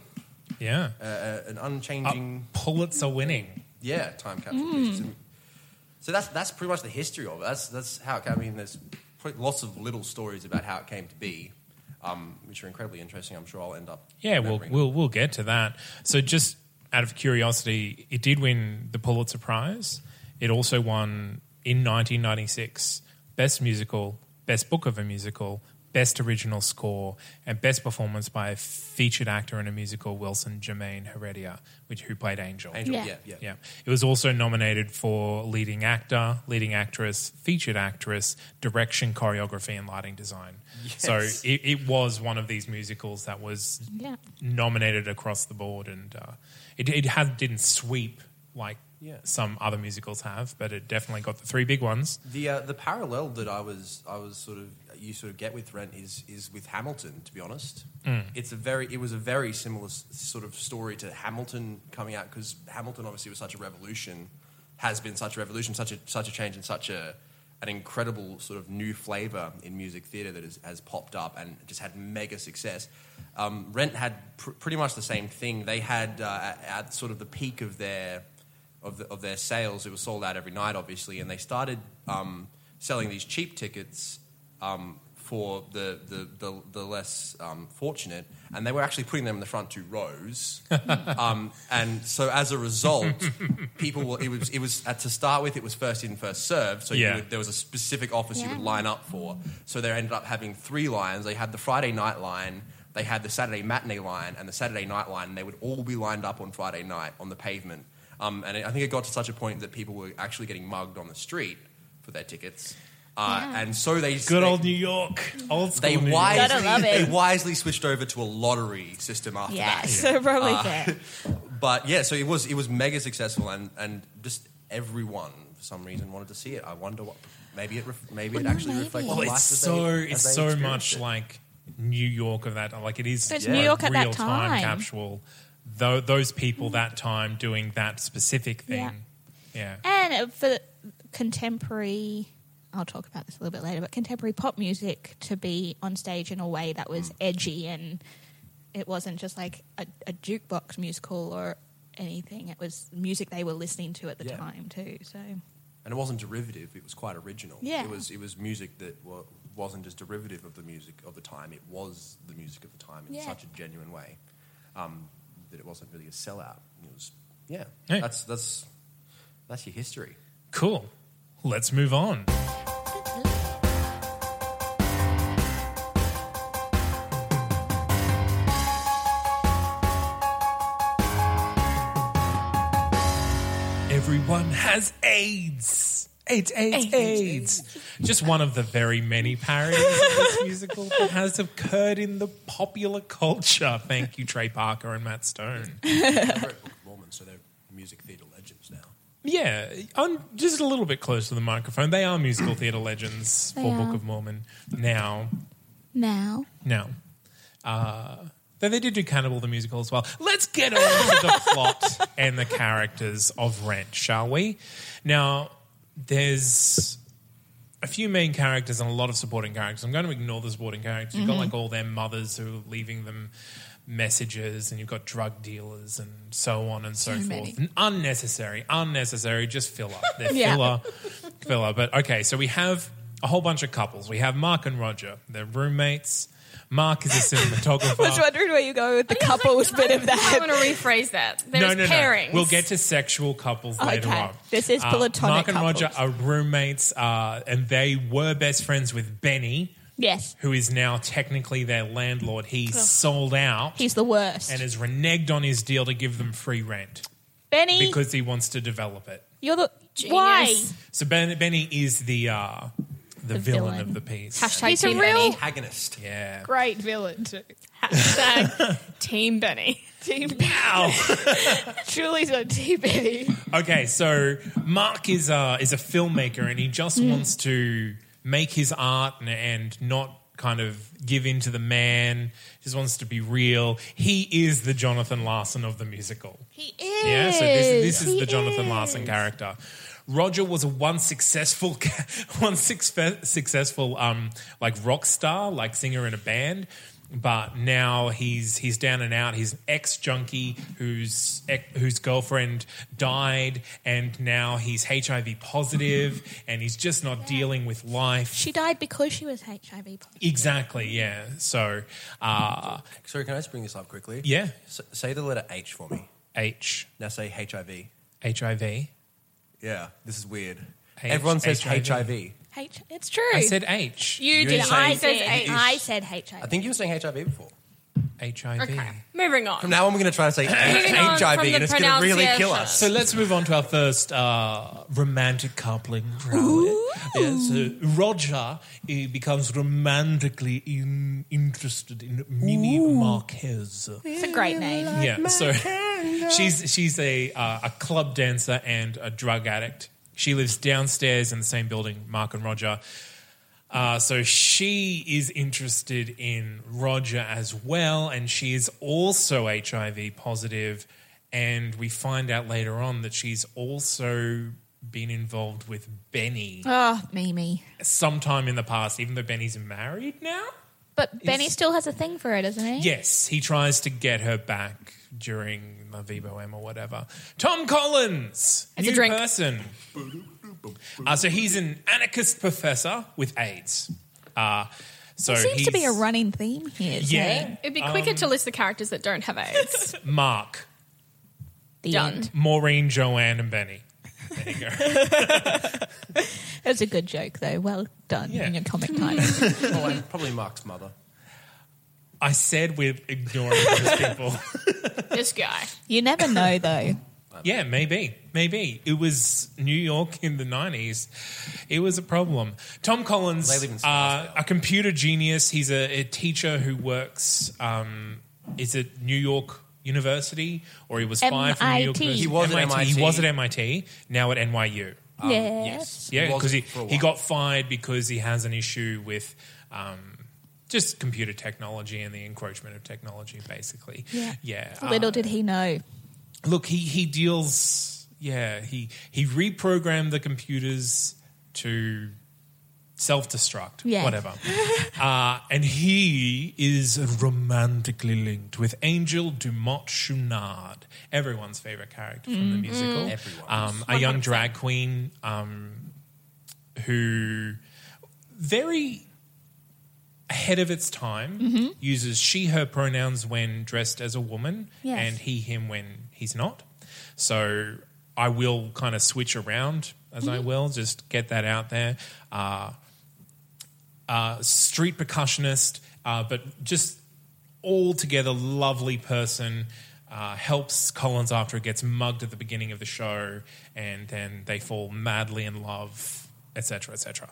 [SPEAKER 2] yeah.
[SPEAKER 1] Uh, uh, an
[SPEAKER 2] Uh,
[SPEAKER 1] unchanging
[SPEAKER 2] Pulitzer winning.
[SPEAKER 1] Yeah, time capsule. pieces. So that's that's pretty much the history of it. That's that's how it came. I mean, there's pretty, lots of little stories about how it came to be, um, which are incredibly interesting. I'm sure I'll end up.
[SPEAKER 2] Yeah, we'll,
[SPEAKER 1] remembering.
[SPEAKER 2] we'll we'll get to that. So, just out of curiosity, it did win the Pulitzer Prize. It also won in 1996 Best Musical, Best Book of a Musical, Best Original Score and Best Performance by a Featured Actor in a Musical, Wilson Jermaine Heredia, which who played Angel.
[SPEAKER 1] Angel,
[SPEAKER 4] Yeah.
[SPEAKER 1] yeah, yeah.
[SPEAKER 2] Yeah. It was also nominated for leading actor, leading actress, featured actress, direction, choreography, and lighting design. So
[SPEAKER 1] Yes.
[SPEAKER 2] it, it was one of these musicals that was
[SPEAKER 4] Yeah.
[SPEAKER 2] nominated across the board, and uh, it, it had, didn't sweep like
[SPEAKER 1] Yeah.
[SPEAKER 2] some other musicals have, but it definitely got the three big ones.
[SPEAKER 1] The uh, the parallel that I was I was sort of you sort of get with Rent is is with Hamilton. To be honest, it's a very it was a very similar s- sort of story to Hamilton coming out because Hamilton obviously was such a revolution, has been such a revolution, such a such a change, and such a an incredible sort of new flavor in music theater that has, has popped up and just had mega success. Um, Rent had pr- pretty much the same thing. They had uh, at, at sort of the peak of their of, the, of their sales. It was sold out every night, obviously, and they started um, selling these cheap tickets um, for the, the, the, the less um, fortunate, and they were actually putting them in the front two rows. um, and so, as a result, people were, it was, it was uh, to start with, it was first in, first served. So, you
[SPEAKER 2] Yeah.
[SPEAKER 1] would, there was a specific office you would line up for. So, they ended up having three lines. They had the Friday night line. They had the Saturday matinee line and the Saturday night line, and they would all be lined up on Friday night on the pavement. Um, and I think it got to such a point that people were actually getting mugged on the street for their tickets. Uh, And so they
[SPEAKER 2] Good
[SPEAKER 1] they,
[SPEAKER 2] old New York, old school.
[SPEAKER 1] They
[SPEAKER 2] New
[SPEAKER 1] wisely,
[SPEAKER 2] York.
[SPEAKER 3] Gotta love it.
[SPEAKER 1] they wisely switched over to a lottery system after
[SPEAKER 3] yeah,
[SPEAKER 1] that.
[SPEAKER 3] so probably
[SPEAKER 2] Ah.
[SPEAKER 3] fair.
[SPEAKER 1] But yeah, so it was it was mega successful, and and just everyone for some reason wanted to see it. I wonder what. Maybe it ref, maybe it actually reflects.
[SPEAKER 2] Well,
[SPEAKER 1] the
[SPEAKER 2] it's
[SPEAKER 1] life that
[SPEAKER 2] so
[SPEAKER 1] they-
[SPEAKER 2] it's
[SPEAKER 1] that they
[SPEAKER 2] so
[SPEAKER 1] experienced
[SPEAKER 2] much
[SPEAKER 1] it.
[SPEAKER 2] like New York of that. Like it is
[SPEAKER 3] But it's
[SPEAKER 2] a
[SPEAKER 3] New York at that
[SPEAKER 2] real time,
[SPEAKER 3] time.
[SPEAKER 2] capsule. Tho- those people that time doing that specific
[SPEAKER 3] Yeah.
[SPEAKER 2] thing. Yeah.
[SPEAKER 3] And uh, for the contemporary, I'll talk about this a little bit later, but contemporary pop music to be on stage in a way that was
[SPEAKER 2] Mm.
[SPEAKER 3] edgy and it wasn't just like a, a jukebox musical or anything. It was music they were listening to at the
[SPEAKER 1] Yeah.
[SPEAKER 3] time too. So
[SPEAKER 1] and it wasn't derivative. It was quite original.
[SPEAKER 3] Yeah.
[SPEAKER 1] it was it was music that wa- wasn't just derivative of the music of the time. It was the music of the time in
[SPEAKER 3] Yeah.
[SPEAKER 1] such a genuine way um, that it wasn't really a sellout. It was yeah.
[SPEAKER 2] Yeah.
[SPEAKER 1] That's that's that's your history.
[SPEAKER 2] Cool. Let's move on. Everyone has AIDS. AIDS, AIDS, AIDS. Just one of the very many parodies of this musical that has occurred in the popular culture. Thank you, Trey Parker and Matt Stone.
[SPEAKER 1] I wrote Book of Mormon, so they're music theater legends now.
[SPEAKER 2] Yeah, on just a little bit closer to the microphone. They are musical theatre legends
[SPEAKER 3] They
[SPEAKER 2] for
[SPEAKER 3] are.
[SPEAKER 2] Book of Mormon now.
[SPEAKER 3] now
[SPEAKER 2] Now, uh, though they did do Cannibal the musical as well. Let's get on to the plot and the characters of Rent, shall we? Now, there's a few main characters and a lot of supporting characters. I'm going to ignore the supporting characters. You've got like all their mothers who are leaving them messages, and you've got drug dealers and so on and so, forth. And unnecessary, unnecessary, just filler. They're
[SPEAKER 3] Yeah.
[SPEAKER 2] filler, filler. But okay, so we have a whole bunch of couples. We have Mark and Roger. They're roommates. Mark is a cinematographer.
[SPEAKER 3] I was wondering where you go with the couples bit of
[SPEAKER 4] I
[SPEAKER 3] that.
[SPEAKER 4] want to rephrase that. There's pairings.
[SPEAKER 2] We'll get to sexual couples later
[SPEAKER 3] Okay.
[SPEAKER 2] on. Uh,
[SPEAKER 3] This is platonic
[SPEAKER 2] Mark and Roger are
[SPEAKER 3] couples.
[SPEAKER 2] roommates, uh, and they were best friends with Benny,
[SPEAKER 3] Yes,
[SPEAKER 2] who is now technically their landlord. He sold out
[SPEAKER 3] he's the worst.
[SPEAKER 2] and has reneged on his deal to give them free rent
[SPEAKER 3] Benny,
[SPEAKER 2] because he wants to develop it.
[SPEAKER 3] you're the why.
[SPEAKER 4] Genius.
[SPEAKER 2] So ben, Benny is the uh, the, villain,
[SPEAKER 3] villain.
[SPEAKER 2] of the piece.
[SPEAKER 3] Hashtag
[SPEAKER 4] He's a
[SPEAKER 3] Team
[SPEAKER 4] real-
[SPEAKER 3] Benny.
[SPEAKER 1] Antagonist.
[SPEAKER 2] Yeah.
[SPEAKER 4] Great villain too. Hashtag Team Benny. Team
[SPEAKER 2] Ow.
[SPEAKER 4] Julie's on Team Benny.
[SPEAKER 2] okay, so Mark is a, is a filmmaker and he just wants to make his art and, and not kind of give in to the man. Just wants to be real. He is the Jonathan Larson of the musical.
[SPEAKER 3] He is.
[SPEAKER 2] Yeah, so this, this is
[SPEAKER 3] He
[SPEAKER 2] the Jonathan
[SPEAKER 3] is.
[SPEAKER 2] Larson character. Roger was a one successful, one success, successful um, like rock star, like singer in a band, but now he's he's down and out. He's an ex junkie whose ex- whose girlfriend died, and now he's HIV positive, and he's just not dealing with life.
[SPEAKER 3] She died because she was HIV positive.
[SPEAKER 2] Exactly, yeah. So, uh,
[SPEAKER 1] Sorry, can I just bring this up quickly?
[SPEAKER 2] yeah,
[SPEAKER 1] S- say the letter H for me.
[SPEAKER 2] H
[SPEAKER 1] Now say HIV.
[SPEAKER 2] HIV.
[SPEAKER 1] Yeah, this is weird.
[SPEAKER 2] H-
[SPEAKER 1] Everyone says
[SPEAKER 2] HIV.
[SPEAKER 1] HIV.
[SPEAKER 3] H. It's true.
[SPEAKER 2] I said H.
[SPEAKER 4] You
[SPEAKER 2] You're
[SPEAKER 4] did.
[SPEAKER 2] saying
[SPEAKER 4] I said H.
[SPEAKER 3] I said HIV.
[SPEAKER 1] I think you were saying HIV before.
[SPEAKER 2] HIV.
[SPEAKER 4] Okay, moving on.
[SPEAKER 1] From now on, we're going to try to say
[SPEAKER 4] Moving on
[SPEAKER 1] HIV,
[SPEAKER 4] from the
[SPEAKER 1] and it's going to really kill
[SPEAKER 4] pronunciation.
[SPEAKER 1] us.
[SPEAKER 2] So let's move on to our first uh, romantic coupling. Yeah, so Roger he becomes romantically in, interested in Mimi Marquez.
[SPEAKER 3] it's a great name.
[SPEAKER 2] Yeah, so she's she's a uh, a club dancer and a drug addict. She lives downstairs in the same building, Mark and Roger. Uh, so she is interested in Roger as well, and she is also HIV positive, And we find out later on that she's also been involved with Benny
[SPEAKER 3] Oh, Mimi.
[SPEAKER 2] sometime in the past, even though Benny's married now.
[SPEAKER 3] But Benny still has a thing for her, doesn't he?
[SPEAKER 2] Yes, he tries to get her back during the Vivo M or whatever. Tom Collins,
[SPEAKER 4] It's a
[SPEAKER 2] new
[SPEAKER 4] drink.
[SPEAKER 2] person. Uh, so he's an anarchist professor with AIDS. Uh, so
[SPEAKER 3] It seems to be a eh?
[SPEAKER 2] he's-
[SPEAKER 3] running theme here. isn't it?
[SPEAKER 2] Yeah,
[SPEAKER 4] It'd be quicker to list the characters that don't have AIDS.
[SPEAKER 2] Mark,
[SPEAKER 3] The
[SPEAKER 4] Done.
[SPEAKER 3] end.
[SPEAKER 2] Maureen, Joanne, and Benny. There you go.
[SPEAKER 3] That was a good joke, though. Well done
[SPEAKER 2] Yeah.
[SPEAKER 3] in your comic time.
[SPEAKER 1] Oh, and probably Mark's mother.
[SPEAKER 2] I said we're ignoring those people.
[SPEAKER 4] this guy.
[SPEAKER 3] you never know, though.
[SPEAKER 2] Yeah, maybe. Maybe. It was New York in the 90s. It was a problem. Tom Collins,
[SPEAKER 1] They live in
[SPEAKER 2] uh,
[SPEAKER 1] Scottsdale.
[SPEAKER 2] a computer genius. He's a, a teacher who works, um, is it New York University? Or he was fired from New York
[SPEAKER 3] MIT.
[SPEAKER 2] University.
[SPEAKER 3] He
[SPEAKER 1] was at
[SPEAKER 2] He
[SPEAKER 1] MIT.
[SPEAKER 2] was at MIT, now at NYU.
[SPEAKER 4] Um,
[SPEAKER 3] yes.
[SPEAKER 2] Yeah,
[SPEAKER 1] was
[SPEAKER 2] because he,
[SPEAKER 1] for a
[SPEAKER 2] he
[SPEAKER 1] while.
[SPEAKER 2] got fired because he has an issue with um, just computer technology and the encroachment of technology, basically.
[SPEAKER 3] Yeah.
[SPEAKER 2] yeah
[SPEAKER 3] Little did he know.
[SPEAKER 2] look he he deals yeah he he reprogrammed the computers to self-destruct
[SPEAKER 3] Yeah.
[SPEAKER 2] whatever uh, and he is romantically linked with angel dumont chouinard everyone's favorite character from the musical
[SPEAKER 1] Everyone's.
[SPEAKER 2] um, a young drag queen um, who very ahead of its time uses she her pronouns when dressed as a woman
[SPEAKER 3] Yes.
[SPEAKER 2] and he him when he's not so i will kind of switch around as i will just get that out there uh, uh, street percussionist uh, but just altogether lovely person uh, helps collins after he gets mugged at the beginning of the show and then they fall madly in love etc etc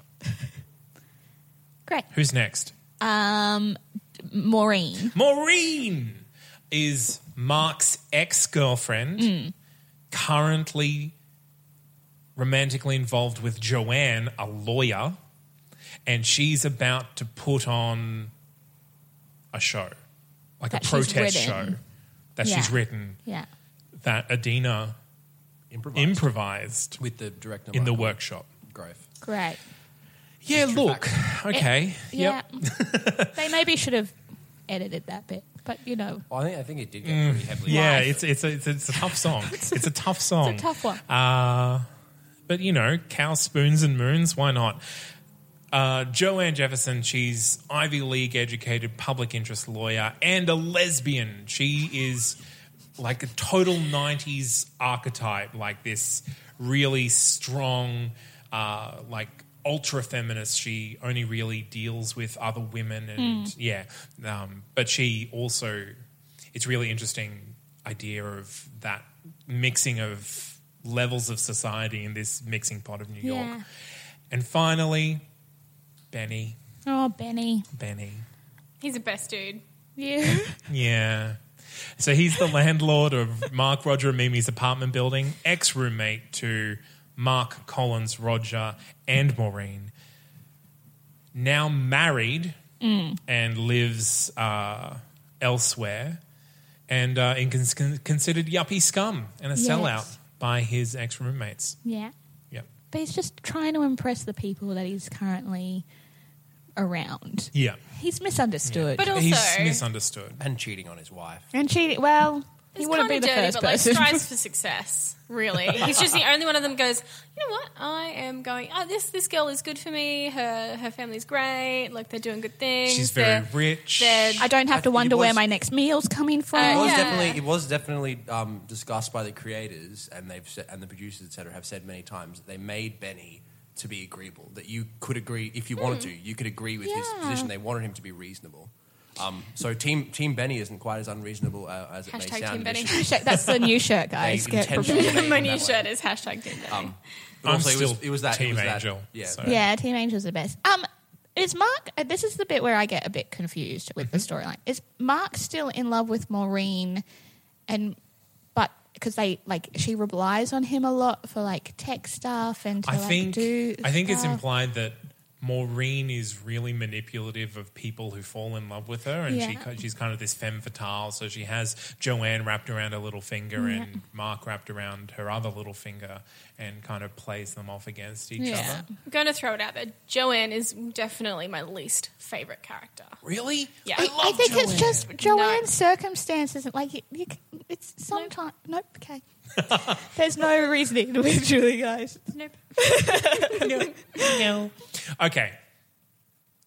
[SPEAKER 3] Great.
[SPEAKER 2] who's next
[SPEAKER 3] Maureen.
[SPEAKER 2] Maureen is Mark's ex girlfriend,
[SPEAKER 3] Hmm.
[SPEAKER 2] currently romantically involved with Joanne, a lawyer, and she's about to put on a show, like
[SPEAKER 3] That
[SPEAKER 2] a
[SPEAKER 3] she's
[SPEAKER 2] protest show
[SPEAKER 3] written.
[SPEAKER 2] that she's
[SPEAKER 3] Yeah.
[SPEAKER 2] written
[SPEAKER 3] Yeah.
[SPEAKER 2] that Adina
[SPEAKER 1] Improvise.
[SPEAKER 2] improvised
[SPEAKER 1] With the director.
[SPEAKER 2] in the
[SPEAKER 1] Mark
[SPEAKER 2] workshop.
[SPEAKER 1] Grove.
[SPEAKER 3] Great.
[SPEAKER 2] Yeah,
[SPEAKER 1] true
[SPEAKER 2] look, okay,
[SPEAKER 3] Eh, Yeah.
[SPEAKER 2] yep.
[SPEAKER 3] they maybe should have edited that bit, but you know,
[SPEAKER 1] Well, I think, I think it did get pretty heavily.
[SPEAKER 2] Yeah,
[SPEAKER 3] Life.
[SPEAKER 2] it's it's a, it's a, it's a tough song. it's a tough song.
[SPEAKER 3] it's a tough one.
[SPEAKER 2] But you know, cow spoons and moons, why not? Uh, Joanne Jefferson, she's Ivy League educated public interest lawyer and a lesbian. She is like a total 90s archetype, like this really strong, uh, like ultra feminist. She only really deals with other women and yeah. Um, but she also, it's really interesting idea of that mixing of levels of society in this mixing pot of New York.
[SPEAKER 3] Yeah.
[SPEAKER 2] And finally, Benny.
[SPEAKER 3] oh, Benny.
[SPEAKER 2] Benny.
[SPEAKER 4] He's the best dude.
[SPEAKER 3] Yeah.
[SPEAKER 2] Yeah. So he's the landlord of Mark, Roger, and Mimi's apartment building, ex roommate to Mark, Collins, Roger, and Maureen. Now married
[SPEAKER 4] Mm.
[SPEAKER 2] and lives uh, elsewhere and uh, in cons- con- considered yuppie scum and a
[SPEAKER 3] Yes.
[SPEAKER 2] sellout by his ex roommates.
[SPEAKER 3] Yeah.
[SPEAKER 2] Yep.
[SPEAKER 3] But he's just trying to impress the people that he's currently around.
[SPEAKER 2] Yeah.
[SPEAKER 3] He's misunderstood.
[SPEAKER 4] But also,
[SPEAKER 2] he's
[SPEAKER 4] he's,
[SPEAKER 2] misunderstood.
[SPEAKER 1] And cheating on his wife.
[SPEAKER 3] and she, well, he
[SPEAKER 4] kind
[SPEAKER 3] wouldn't
[SPEAKER 4] of
[SPEAKER 3] be the
[SPEAKER 4] dirty,
[SPEAKER 3] first
[SPEAKER 4] but like
[SPEAKER 3] person.
[SPEAKER 4] strives for success. Really, he's just the only one of them goes. You know what? I am going. Oh, this this girl is good for me. Her her family's great. Like they're doing good things.
[SPEAKER 2] She's very
[SPEAKER 4] They're-
[SPEAKER 2] rich.
[SPEAKER 4] They're
[SPEAKER 3] I don't have to
[SPEAKER 1] I- it
[SPEAKER 3] wonder where
[SPEAKER 1] was-
[SPEAKER 3] my next meal's coming from.
[SPEAKER 4] Uh,
[SPEAKER 1] It was
[SPEAKER 4] yeah.
[SPEAKER 1] definitely it was definitely um, discussed by the creators and they've said, and the producers etc have said many times that they made Benny to be agreeable. That you could agree if you wanted to. You could agree with his
[SPEAKER 4] Hmm. Yeah.
[SPEAKER 1] position. They wanted him to be reasonable. Um, so team team Benny isn't quite as unreasonable uh, as it may
[SPEAKER 4] Hashtag
[SPEAKER 1] sound.
[SPEAKER 4] Team
[SPEAKER 1] initially.
[SPEAKER 4] Benny.
[SPEAKER 3] Shirt- That's the new shirt, guys.
[SPEAKER 1] They
[SPEAKER 3] Get
[SPEAKER 1] intentionally-
[SPEAKER 3] prepared.
[SPEAKER 1] Yeah.
[SPEAKER 4] My new shirt is hashtag Team Benny.
[SPEAKER 1] Um, But
[SPEAKER 2] I'm
[SPEAKER 1] also it was-
[SPEAKER 2] still
[SPEAKER 1] it was that- it
[SPEAKER 2] Team
[SPEAKER 1] was that-
[SPEAKER 2] Angel.
[SPEAKER 1] yeah.
[SPEAKER 2] so-
[SPEAKER 3] Yeah, Team Angel's the best. Um, is Mark? uh, This is the bit where I get a bit confused with the storyline. Is Mark still in love with Maureen? And but because they like she relies on him a lot for like tech stuff and to,
[SPEAKER 2] I
[SPEAKER 3] like,
[SPEAKER 2] think
[SPEAKER 3] do
[SPEAKER 2] I think it's
[SPEAKER 3] stuff.
[SPEAKER 2] implied that Maureen is really manipulative of people who fall in love with her, and she
[SPEAKER 3] Yeah.
[SPEAKER 2] she she's kind of this femme fatale. So she has Joanne wrapped around her little finger and Mark wrapped around her other little finger, and kind of plays them off against each
[SPEAKER 3] Yeah.
[SPEAKER 2] other.
[SPEAKER 4] I'm going to throw it out there. Joanne is definitely my least favorite character.
[SPEAKER 2] Really?
[SPEAKER 4] Yeah.
[SPEAKER 2] I
[SPEAKER 4] I-
[SPEAKER 2] love
[SPEAKER 3] I think it's just Joanne's circumstances. Like you, you, c- it's
[SPEAKER 4] Nope.
[SPEAKER 3] sometimes nope. Okay, there's no reasoning with Julie, guys.
[SPEAKER 4] Nope.
[SPEAKER 2] no. Okay.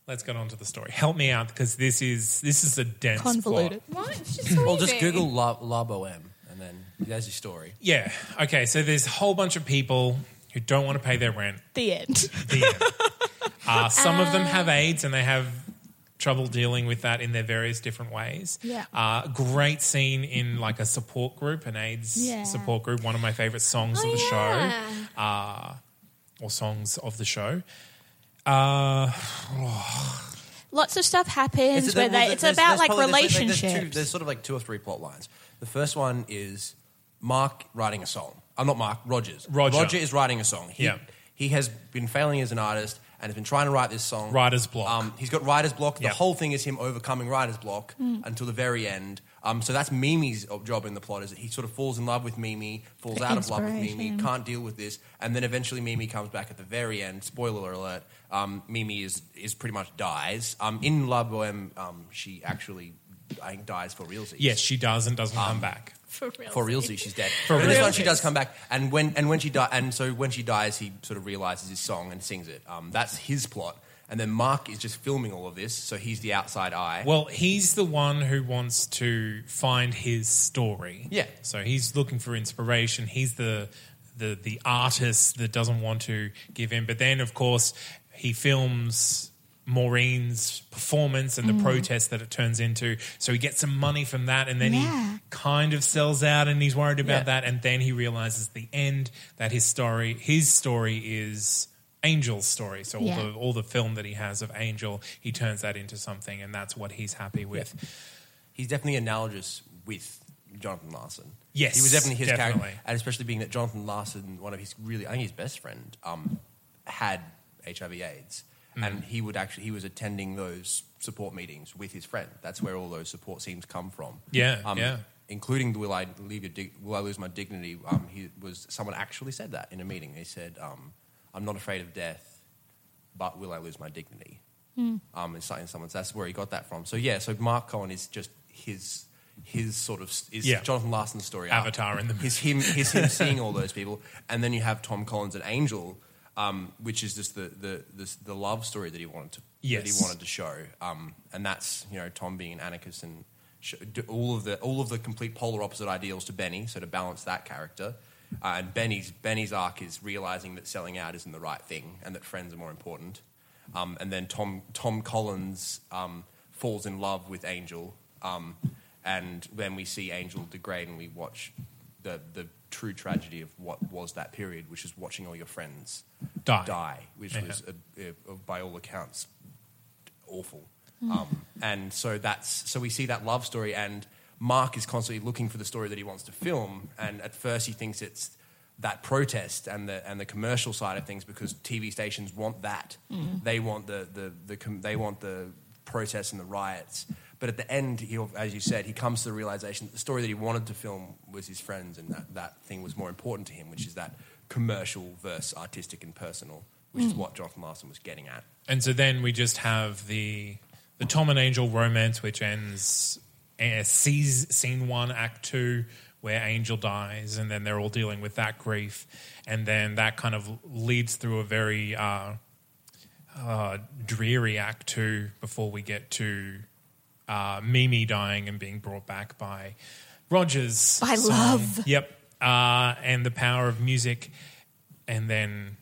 [SPEAKER 2] Let's get on to the story. Help me out because this is this is a dense plot.
[SPEAKER 3] Convoluted.
[SPEAKER 4] What? It's just so
[SPEAKER 1] Well, just
[SPEAKER 4] easy.
[SPEAKER 1] Google La, La Boheme and then there's your story.
[SPEAKER 2] Yeah. Okay. So there's a whole bunch of people who don't want to pay their rent.
[SPEAKER 3] The end.
[SPEAKER 2] The end. uh, some of them have AIDS and they have trouble dealing with that in their various different ways.
[SPEAKER 3] Yeah.
[SPEAKER 2] Uh, great scene in like a support group, an AIDS
[SPEAKER 3] Yeah.
[SPEAKER 2] support group. One of my favorite songs
[SPEAKER 4] Oh,
[SPEAKER 2] of the
[SPEAKER 4] yeah.
[SPEAKER 2] show, uh, or songs of the show. Uh,
[SPEAKER 3] Lots of stuff happens
[SPEAKER 1] there- well,
[SPEAKER 3] where they.
[SPEAKER 1] there-
[SPEAKER 3] It's
[SPEAKER 1] there's-
[SPEAKER 3] about
[SPEAKER 1] there's
[SPEAKER 3] like
[SPEAKER 1] probably- there's- there's-
[SPEAKER 3] relationships.
[SPEAKER 1] There's, two, there's sort of like two or three plot lines. The first one is Mark writing a song. I'm not Mark. Rogers.
[SPEAKER 2] Roger.
[SPEAKER 1] Roger is writing a song. He,
[SPEAKER 2] Yeah.
[SPEAKER 1] He has been failing as an artist and has been trying to write this song.
[SPEAKER 2] Writer's block.
[SPEAKER 1] Um, he's got writer's block. The
[SPEAKER 2] Yeah.
[SPEAKER 1] whole thing is him overcoming writer's block
[SPEAKER 3] Mm.
[SPEAKER 1] until the very end. Um, so that's Mimi's job in the plot is that he sort of falls in love with Mimi, falls out of love with Mimi,
[SPEAKER 3] Inspiration.
[SPEAKER 1] can't deal with this, and then eventually Mimi comes back at the very end. Spoiler alert: um, Mimi is is pretty much dies. Um, in La Boheme, um, she actually I think dies for realsies.
[SPEAKER 2] yes, she does and doesn't come back.
[SPEAKER 4] For real.
[SPEAKER 1] For realsies, she's dead.
[SPEAKER 2] For
[SPEAKER 1] For this one,
[SPEAKER 2] realsies.
[SPEAKER 1] she does come back, and when and when she di- and so when she dies, he sort of realizes his song and sings it. Um, that's his plot, and then Mark is just filming all of this, so he's the outside eye.
[SPEAKER 2] Well, he's the one who wants to find his story.
[SPEAKER 1] Yeah.
[SPEAKER 2] So he's looking for inspiration. He's the the the artist that doesn't want to give in. But then, of course, he films Maureen's performance and the protest that it turns into. So he gets some money from that, and then
[SPEAKER 3] Yeah.
[SPEAKER 2] he kind of sells out, and he's worried about
[SPEAKER 1] Yeah.
[SPEAKER 2] that. And then he realizes the end that his story his story is. Angel's story, so all
[SPEAKER 3] Yeah.
[SPEAKER 2] the all the film that he has of Angel, he turns that into something, and that's what he's happy with.
[SPEAKER 1] he's definitely analogous with Jonathan Larson.
[SPEAKER 2] Yes,
[SPEAKER 1] he was definitely his
[SPEAKER 2] definitely.
[SPEAKER 1] character, and especially being that Jonathan Larson, one of his really, I think his best friend, um, had HIV/AIDS,
[SPEAKER 2] Hmm.
[SPEAKER 1] and he would actually he was attending those support meetings with his friend. That's where all those support teams come from. Um,
[SPEAKER 2] Yeah, yeah.
[SPEAKER 1] Including the "Will I leave your dig- Will I lose my dignity?" Um, he was someone actually said that in a meeting. They said, um, "I'm not afraid of death, but will I lose my dignity?" um, and something someone's. That's where he got that from. So yeah, so Mark Cohen is just his his sort of is
[SPEAKER 2] Yeah.
[SPEAKER 1] Jonathan Larson's story arc.
[SPEAKER 2] Avatar in the
[SPEAKER 1] His him his him seeing all those people, and then you have Tom Collins and Angel, um, which is just the the, the the love story that he wanted to that
[SPEAKER 2] Yes.
[SPEAKER 1] he wanted to show, um, and that's you know Tom being an anarchist and sh- do- all of the all of the complete polar opposite ideals to Benny. So to balance that character. Uh, and Benny's Benny's arc is realizing that selling out isn't the right thing, and that friends are more important. Um, and then Tom Tom Collins um, falls in love with Angel, um, and then we see Angel degrade, and we watch the the true tragedy of what was that period, which is watching all your friends
[SPEAKER 2] Die.
[SPEAKER 1] which
[SPEAKER 2] Yeah.
[SPEAKER 1] was a, a, by all accounts awful. Um, and so that's so we see that love story, and Mark is constantly looking for the story that he wants to film. And at first, he thinks it's that protest and the and the commercial side of things because TV stations want that. They want the the the com- they want the protests and the riots. But at the end, he, as you said, he comes to the realization that the story that he wanted to film was his friends, and that that thing was more important to him, which is that commercial versus artistic and personal, which is what Jonathan Larson was getting at.
[SPEAKER 2] And so then we just have the the Tom and Angel romance, which ends uh, sees scene one, act two, where Angel dies, and then they're all dealing with that grief, and then that kind of leads through a very uh, uh, dreary act two before we get to uh, Mimi dying and being brought back by Rogers
[SPEAKER 3] By love.
[SPEAKER 2] Yep, uh, and the power of music, and then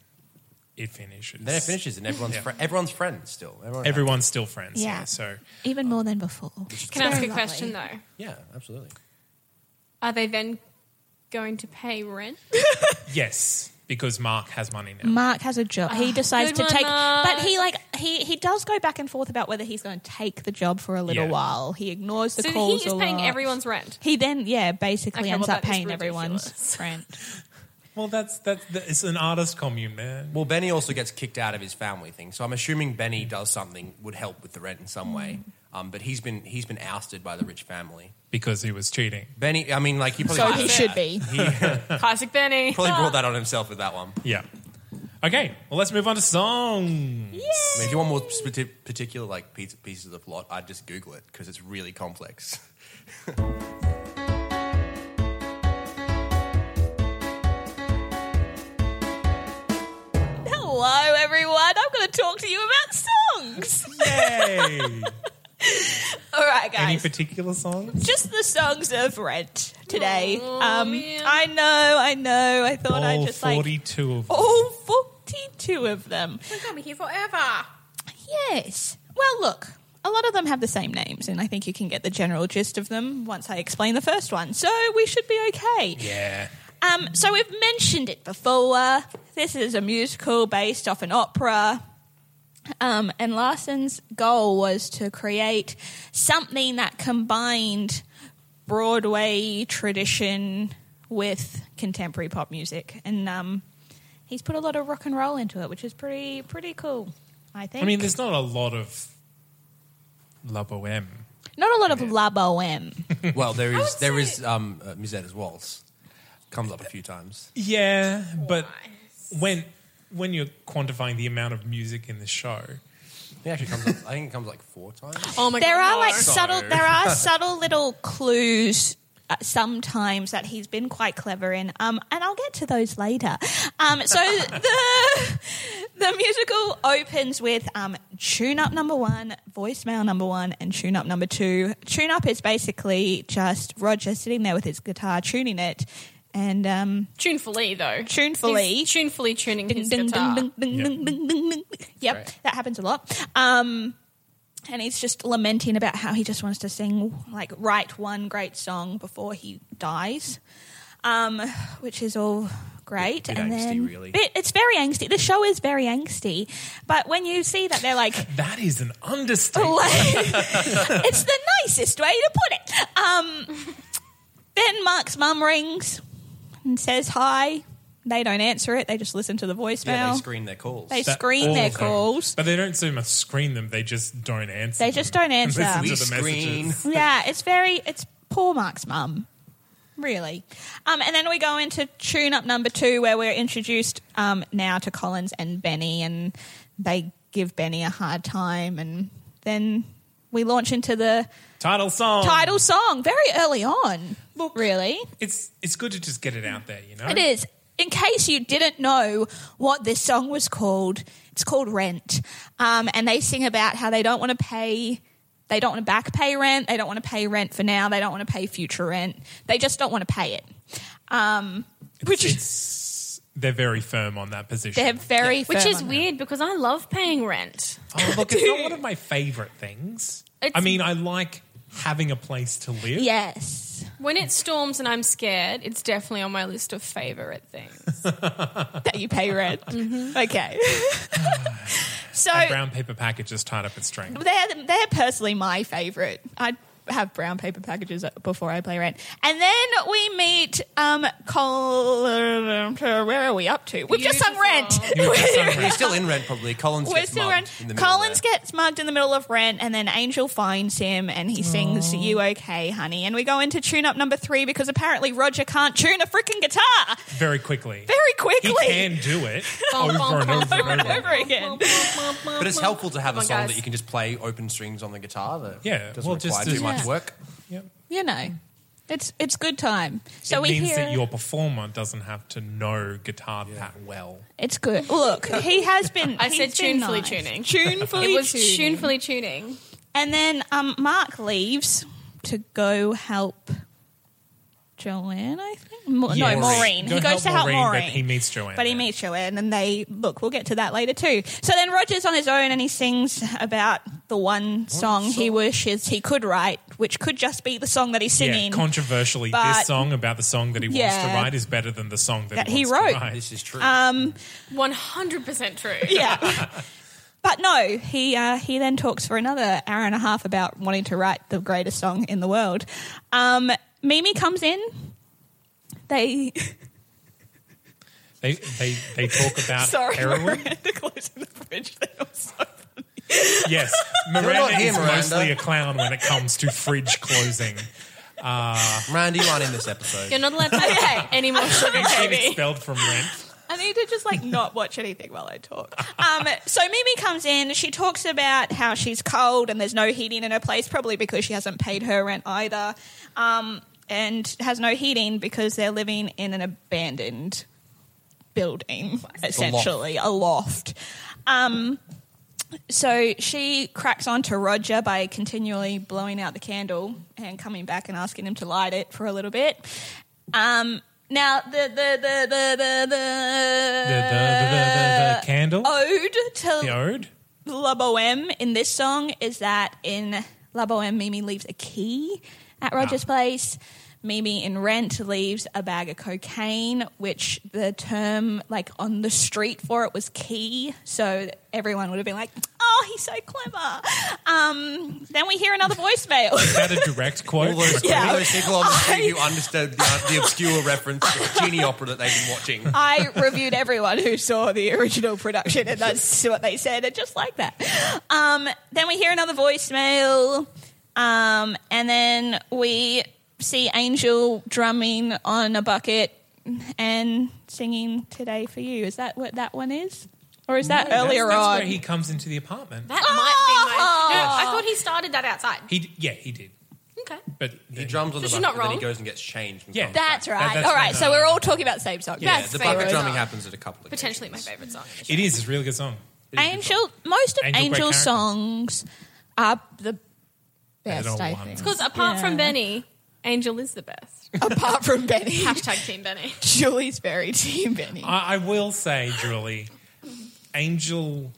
[SPEAKER 2] it finishes.
[SPEAKER 1] Then it finishes, and everyone's fri- everyone's friends still. Everyone,
[SPEAKER 2] Everyone's still friends. Yeah. so oh,
[SPEAKER 3] even more than before.
[SPEAKER 4] Can I ask a question though?
[SPEAKER 1] yeah, absolutely.
[SPEAKER 4] Are they then going to pay rent?
[SPEAKER 2] yes, because Mark has money now.
[SPEAKER 3] Mark has a job. He decides
[SPEAKER 4] Ah, good
[SPEAKER 3] to
[SPEAKER 4] one,
[SPEAKER 3] take,
[SPEAKER 4] Mark.
[SPEAKER 3] but he like he he does go back and forth about whether he's going to take the job for a little
[SPEAKER 2] Yeah.
[SPEAKER 3] while. He ignores the
[SPEAKER 4] so
[SPEAKER 3] calls.
[SPEAKER 4] he is
[SPEAKER 3] a
[SPEAKER 4] paying
[SPEAKER 3] lot.
[SPEAKER 4] everyone's rent.
[SPEAKER 3] He then yeah basically
[SPEAKER 4] Okay,
[SPEAKER 3] ends
[SPEAKER 4] well,
[SPEAKER 3] up
[SPEAKER 4] that is
[SPEAKER 3] paying everyone's
[SPEAKER 4] ridiculous.
[SPEAKER 3] rent.
[SPEAKER 2] Well, that's that's that, it's an artist commune, man.
[SPEAKER 1] Well, Benny also gets kicked out of his family thing, so I'm assuming Benny does something would help with the rent in some way.
[SPEAKER 3] Mm.
[SPEAKER 1] Um, but he's been he's been ousted by the rich family.
[SPEAKER 2] Because he was cheating.
[SPEAKER 1] Benny, I mean, like he probably
[SPEAKER 3] So
[SPEAKER 1] did
[SPEAKER 3] he
[SPEAKER 1] that.
[SPEAKER 3] should be. Ah.
[SPEAKER 1] He probably
[SPEAKER 4] Classic Benny.
[SPEAKER 1] brought that on himself with that one.
[SPEAKER 2] Yeah. Okay. Well, let's move on to song.
[SPEAKER 1] I mean, if you want more spati- particular like piece- pieces of the plot, I'd just Google it because it's really complex.
[SPEAKER 3] Hello everyone. I'm going to talk to you about songs.
[SPEAKER 2] Yay!
[SPEAKER 3] All right,
[SPEAKER 2] Any
[SPEAKER 3] guys.
[SPEAKER 2] particular songs?
[SPEAKER 3] just the songs of Rent today.
[SPEAKER 4] Oh,
[SPEAKER 3] um, I know, I know. I thought I
[SPEAKER 2] All
[SPEAKER 3] just like Oh.
[SPEAKER 2] forty-two of them.
[SPEAKER 3] all forty-two of them.
[SPEAKER 4] I'll be here forever.
[SPEAKER 3] Yes. Well, look, a lot of them have the same names, and I think you can get the general gist of them once I explain the first one. So we should be okay.
[SPEAKER 2] Yeah.
[SPEAKER 3] Um, so we've mentioned it before. This is a musical based off an opera. Um, and Larson's goal was to create something that combined Broadway tradition with contemporary pop music. And um, he's put a lot of rock and roll into it, which is pretty pretty cool, I think.
[SPEAKER 2] I mean, there's not a lot of La Boheme.
[SPEAKER 3] Not a lot of La Boheme.
[SPEAKER 1] well, there is there is um, uh, Musette's waltz comes up a few times.
[SPEAKER 2] Yeah, but when when you're quantifying the amount of music in the show,
[SPEAKER 1] It actually comes up. I think it comes like four times.
[SPEAKER 4] Oh my
[SPEAKER 3] There
[SPEAKER 4] god.
[SPEAKER 3] are like
[SPEAKER 4] no.
[SPEAKER 3] subtle. There are subtle little clues uh, sometimes that he's been quite clever in. Um, and I'll get to those later. Um, so the the musical opens with um, tune up number one, voicemail number one, and tune up number two. Tune up is basically just Roger sitting there with his guitar tuning it, and um,
[SPEAKER 4] tunefully though.
[SPEAKER 3] Tunefully.
[SPEAKER 4] He's tunefully tuning
[SPEAKER 3] ding,
[SPEAKER 4] his
[SPEAKER 3] ding,
[SPEAKER 4] guitar.
[SPEAKER 3] ding, ding,
[SPEAKER 2] Yep.
[SPEAKER 3] ding, ding, ding, ding. Yep,
[SPEAKER 1] Right.
[SPEAKER 3] that happens a lot. Um, and he's just lamenting about how he just wants to sing, like, write one great song before he dies, um, which is all great.
[SPEAKER 1] Bit
[SPEAKER 3] and
[SPEAKER 1] angsty,
[SPEAKER 3] then,
[SPEAKER 1] really.
[SPEAKER 3] Bit- it's very angsty. The show is very angsty. But when you see that they're like,
[SPEAKER 2] that is an understatement.
[SPEAKER 3] it's the nicest way to put it. Um, then Mark's mum rings and says hi. They don't answer it. They just listen to the voicemail.
[SPEAKER 1] Yeah, they screen their calls.
[SPEAKER 3] They
[SPEAKER 2] That-
[SPEAKER 3] screen
[SPEAKER 2] all
[SPEAKER 3] their
[SPEAKER 2] of them.
[SPEAKER 3] calls.
[SPEAKER 2] but they don't so much screen them; they just don't answer.
[SPEAKER 3] They just
[SPEAKER 2] them
[SPEAKER 3] don't
[SPEAKER 2] and
[SPEAKER 3] answer.
[SPEAKER 2] listen
[SPEAKER 3] We
[SPEAKER 2] to the
[SPEAKER 1] screen.
[SPEAKER 2] messages.
[SPEAKER 3] yeah, it's very it's poor Mark's mum. Really. Um, and then we go into tune up number two where we're introduced um, now to Collins and Benny and they give Benny a hard time and then we launch into the
[SPEAKER 2] Title song.
[SPEAKER 3] title song very early on. Oh. Look, really?
[SPEAKER 2] It's it's good to just get it out there, you know.
[SPEAKER 3] It is. In case you didn't know what this song was called, it's called Rent. Um, and they sing about how they don't want to pay, they don't want to back pay rent, they don't want to pay rent for now, they don't want to pay future rent, they just don't want to pay it. Um, which is
[SPEAKER 2] It's, they're very firm on that position.
[SPEAKER 3] they're very,
[SPEAKER 4] Which
[SPEAKER 3] firm
[SPEAKER 4] is
[SPEAKER 3] on
[SPEAKER 4] weird because I love paying rent.
[SPEAKER 2] Oh, look, it's not one of my favorite things. I
[SPEAKER 4] It's-
[SPEAKER 2] mean, I like having a place to live.
[SPEAKER 3] that. Yes,
[SPEAKER 4] When it storms and I'm scared, it's definitely on my list of favorite things.
[SPEAKER 3] that you pay rent.
[SPEAKER 4] Mm-hmm.
[SPEAKER 3] Okay. so
[SPEAKER 2] A Ah, brown paper package is tied up in string.
[SPEAKER 3] they're they're personally my favorite. I have brown paper packages before I play rent, and then we meet um Col. Where are we up to? We've just sung rent.
[SPEAKER 4] Beautiful.
[SPEAKER 2] You just sung
[SPEAKER 1] He's
[SPEAKER 2] rent.
[SPEAKER 1] still in rent, probably. Collins
[SPEAKER 3] We're
[SPEAKER 1] gets
[SPEAKER 3] still
[SPEAKER 1] mugged
[SPEAKER 3] rent.
[SPEAKER 1] in the middle
[SPEAKER 3] Collins
[SPEAKER 1] there.
[SPEAKER 3] gets mugged in the middle of rent, and then Angel finds him, and he sings "You Okay, Honey." And we go into tune up number three because apparently Roger can't tune a freaking guitar
[SPEAKER 2] very quickly.
[SPEAKER 3] very
[SPEAKER 2] he
[SPEAKER 3] quickly.
[SPEAKER 2] can do it over and over
[SPEAKER 3] Over
[SPEAKER 2] and
[SPEAKER 3] and
[SPEAKER 2] over.
[SPEAKER 3] over again.
[SPEAKER 1] But it's helpful to have
[SPEAKER 4] Come
[SPEAKER 1] a
[SPEAKER 4] on,
[SPEAKER 1] song
[SPEAKER 4] guys.
[SPEAKER 1] that you can just play open strings on the guitar that
[SPEAKER 2] Yeah,
[SPEAKER 1] doesn't
[SPEAKER 2] well, just
[SPEAKER 1] require
[SPEAKER 2] to-
[SPEAKER 1] too much
[SPEAKER 3] Yeah.
[SPEAKER 1] work.
[SPEAKER 3] You know, it's it's good time. So
[SPEAKER 2] it
[SPEAKER 3] we
[SPEAKER 2] means
[SPEAKER 3] hear
[SPEAKER 2] that your performer doesn't have to know guitar that well.
[SPEAKER 3] It's good. Look, he has been.
[SPEAKER 4] I
[SPEAKER 3] he's
[SPEAKER 4] said
[SPEAKER 3] been
[SPEAKER 4] tunefully
[SPEAKER 3] nice.
[SPEAKER 4] tuning.
[SPEAKER 3] Tunefully
[SPEAKER 4] It was
[SPEAKER 3] tuning.
[SPEAKER 4] tunefully tuning.
[SPEAKER 3] And then um, Mark leaves to go help Joanne, I think. Mo-
[SPEAKER 2] Yes.
[SPEAKER 3] No, Maureen.
[SPEAKER 2] Go
[SPEAKER 3] he goes to help Maureen,
[SPEAKER 2] But he meets Joanne.
[SPEAKER 3] but he
[SPEAKER 2] there.
[SPEAKER 3] meets Joanne, and they look. We'll get to that later too. So then Roger's on his own, and he sings about the one song he wishes he could write, which could just be the song that he's
[SPEAKER 2] Yeah,
[SPEAKER 3] singing
[SPEAKER 2] controversially,
[SPEAKER 3] but-
[SPEAKER 2] this song about the song that he wants to
[SPEAKER 3] Yeah.
[SPEAKER 2] write is better than the song that,
[SPEAKER 3] That
[SPEAKER 2] he,
[SPEAKER 3] he
[SPEAKER 2] wants to
[SPEAKER 3] wrote.
[SPEAKER 2] write.
[SPEAKER 1] This is true.
[SPEAKER 4] Uh, One hundred percent true.
[SPEAKER 3] yeah. But no, he uh, he then talks for another hour and a half about wanting to write the greatest song in the world. Um, Mimi comes in. They
[SPEAKER 2] They, they, they talk about
[SPEAKER 3] sorry,
[SPEAKER 2] heroin.
[SPEAKER 3] Miranda closing the fridge. They were so funny.
[SPEAKER 2] Yes,
[SPEAKER 1] not
[SPEAKER 2] Miranda
[SPEAKER 1] here,
[SPEAKER 2] is
[SPEAKER 1] Miranda.
[SPEAKER 2] mostly a clown when it comes to fridge closing.
[SPEAKER 1] Miranda, you aren't in this episode.
[SPEAKER 4] You're not allowed to have any more sugar,
[SPEAKER 2] Get
[SPEAKER 4] baby.
[SPEAKER 2] expelled from rent.
[SPEAKER 3] I need to just like not watch anything while I talk. Um, so Mimi comes in. She talks about how she's cold and there's no heating in her place, probably because she hasn't paid her rent either, um, and has no heating because they're living in an abandoned building, essentially a loft. Um, so she cracks on to Roger by continually blowing out the candle and coming back and asking him to light it for a little bit. Um, now the the the the
[SPEAKER 2] The,
[SPEAKER 3] the,
[SPEAKER 2] the, the, the, the, the
[SPEAKER 3] the,
[SPEAKER 2] candle.
[SPEAKER 3] ode to
[SPEAKER 2] The ode.
[SPEAKER 3] La Boheme in this song is that in La Boheme, Mimi leaves a key at Roger's
[SPEAKER 2] Ah.
[SPEAKER 3] place. Mimi in Rent leaves a bag of cocaine, which the term like on the street for it was key. So everyone would have been like, "Oh, he's so clever." Um, then we hear another voicemail.
[SPEAKER 2] Is that a direct quote?
[SPEAKER 1] all those,
[SPEAKER 3] Yeah.
[SPEAKER 1] all those people on the
[SPEAKER 3] I-
[SPEAKER 1] street who understood the, the obscure reference to the genie opera that they've been watching.
[SPEAKER 4] Uh,
[SPEAKER 3] I reviewed everyone who saw the original production, and that's what they said, and just like that. Um, then we hear another voicemail, um, and then we see Angel drumming on a bucket and singing "Today for You." Is that what that one is, or is that
[SPEAKER 2] That's-
[SPEAKER 3] earlier
[SPEAKER 2] that's
[SPEAKER 3] on?
[SPEAKER 2] where he comes into the apartment.
[SPEAKER 4] That
[SPEAKER 3] Oh.
[SPEAKER 4] might be my. No, I thought he started that outside.
[SPEAKER 2] He yeah he did,
[SPEAKER 4] Okay.
[SPEAKER 2] but
[SPEAKER 1] He drums on the
[SPEAKER 4] So
[SPEAKER 1] bucket,
[SPEAKER 4] she's not
[SPEAKER 1] and then he
[SPEAKER 4] wrong.
[SPEAKER 1] goes and gets changed. And
[SPEAKER 2] Yeah.
[SPEAKER 1] comes
[SPEAKER 3] that's
[SPEAKER 2] That-
[SPEAKER 3] right.
[SPEAKER 2] that's
[SPEAKER 3] all right,
[SPEAKER 2] when,
[SPEAKER 3] so
[SPEAKER 2] uh,
[SPEAKER 3] we're all talking about the same song.
[SPEAKER 1] Yeah,
[SPEAKER 4] That's
[SPEAKER 1] the bucket
[SPEAKER 4] favourite
[SPEAKER 1] drumming
[SPEAKER 4] song.
[SPEAKER 1] happens at a couple of
[SPEAKER 4] Potentially my favorite song.
[SPEAKER 2] It is. It's a really good song.
[SPEAKER 3] Angel. Most of
[SPEAKER 2] Angel great
[SPEAKER 3] Angel's
[SPEAKER 2] character.
[SPEAKER 3] songs are the best.
[SPEAKER 2] all
[SPEAKER 3] I
[SPEAKER 2] one.
[SPEAKER 3] think,
[SPEAKER 4] Because apart from
[SPEAKER 3] Yeah.
[SPEAKER 4] Benny, Angel is the best.
[SPEAKER 3] apart from Benny.
[SPEAKER 4] Hashtag Team Benny.
[SPEAKER 3] Julie's very team Benny.
[SPEAKER 2] I, I will say, Julie, Angel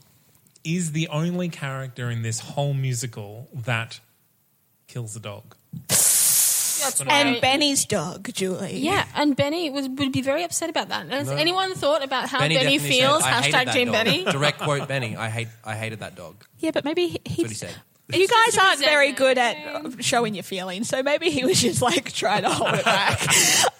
[SPEAKER 2] is the only character in this whole musical that kills a dog.
[SPEAKER 3] and Benny's dog, Julie.
[SPEAKER 4] Yeah, and Benny was, would be very upset about that. And Has anyone thought about how Benny,
[SPEAKER 1] definitely
[SPEAKER 4] feels?
[SPEAKER 1] said, "I hated
[SPEAKER 4] Hashtag
[SPEAKER 1] that
[SPEAKER 4] Team
[SPEAKER 1] dog."
[SPEAKER 4] Benny.
[SPEAKER 1] Direct quote Benny. I hate. I hated that dog.
[SPEAKER 3] Yeah, but maybe he,
[SPEAKER 1] what he said.
[SPEAKER 3] You guys
[SPEAKER 4] just a
[SPEAKER 3] aren't very good at
[SPEAKER 4] resentment
[SPEAKER 3] uh, showing your feelings, so maybe he was just like trying to hold it back.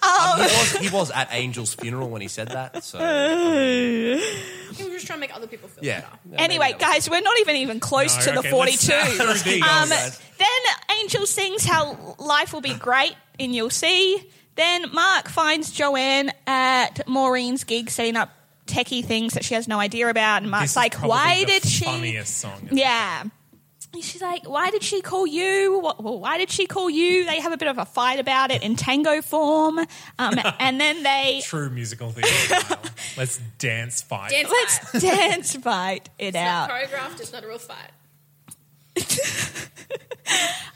[SPEAKER 4] Oh.
[SPEAKER 1] He was, he was at Angel's funeral when he said that. So
[SPEAKER 4] He was just trying to make other people feel
[SPEAKER 1] yeah.
[SPEAKER 4] better.
[SPEAKER 3] anyway, guys, we're not even even close
[SPEAKER 2] No,
[SPEAKER 3] to the
[SPEAKER 2] okay, let's- uh,
[SPEAKER 3] 42.
[SPEAKER 2] let's keep going,
[SPEAKER 3] um,
[SPEAKER 2] guys.
[SPEAKER 3] then Angel sings how life will be great and you'll see. Then Mark finds Joanne at Maureen's gig setting up techie things that she has no idea about. And Mark's
[SPEAKER 2] This is
[SPEAKER 3] like,
[SPEAKER 2] probably
[SPEAKER 3] why
[SPEAKER 2] the
[SPEAKER 3] did she...
[SPEAKER 2] Funniest song.
[SPEAKER 3] Yeah. And She's like, why did she call you? Wh- Well, why did she call you? They have a bit of a fight about it in tango form. Um, and then they,
[SPEAKER 2] True musical theater. style. Let's dance fight.
[SPEAKER 4] Dance fight.
[SPEAKER 3] let's dance fight it
[SPEAKER 4] It's not
[SPEAKER 3] out.
[SPEAKER 4] choreographed. It's not a real fight.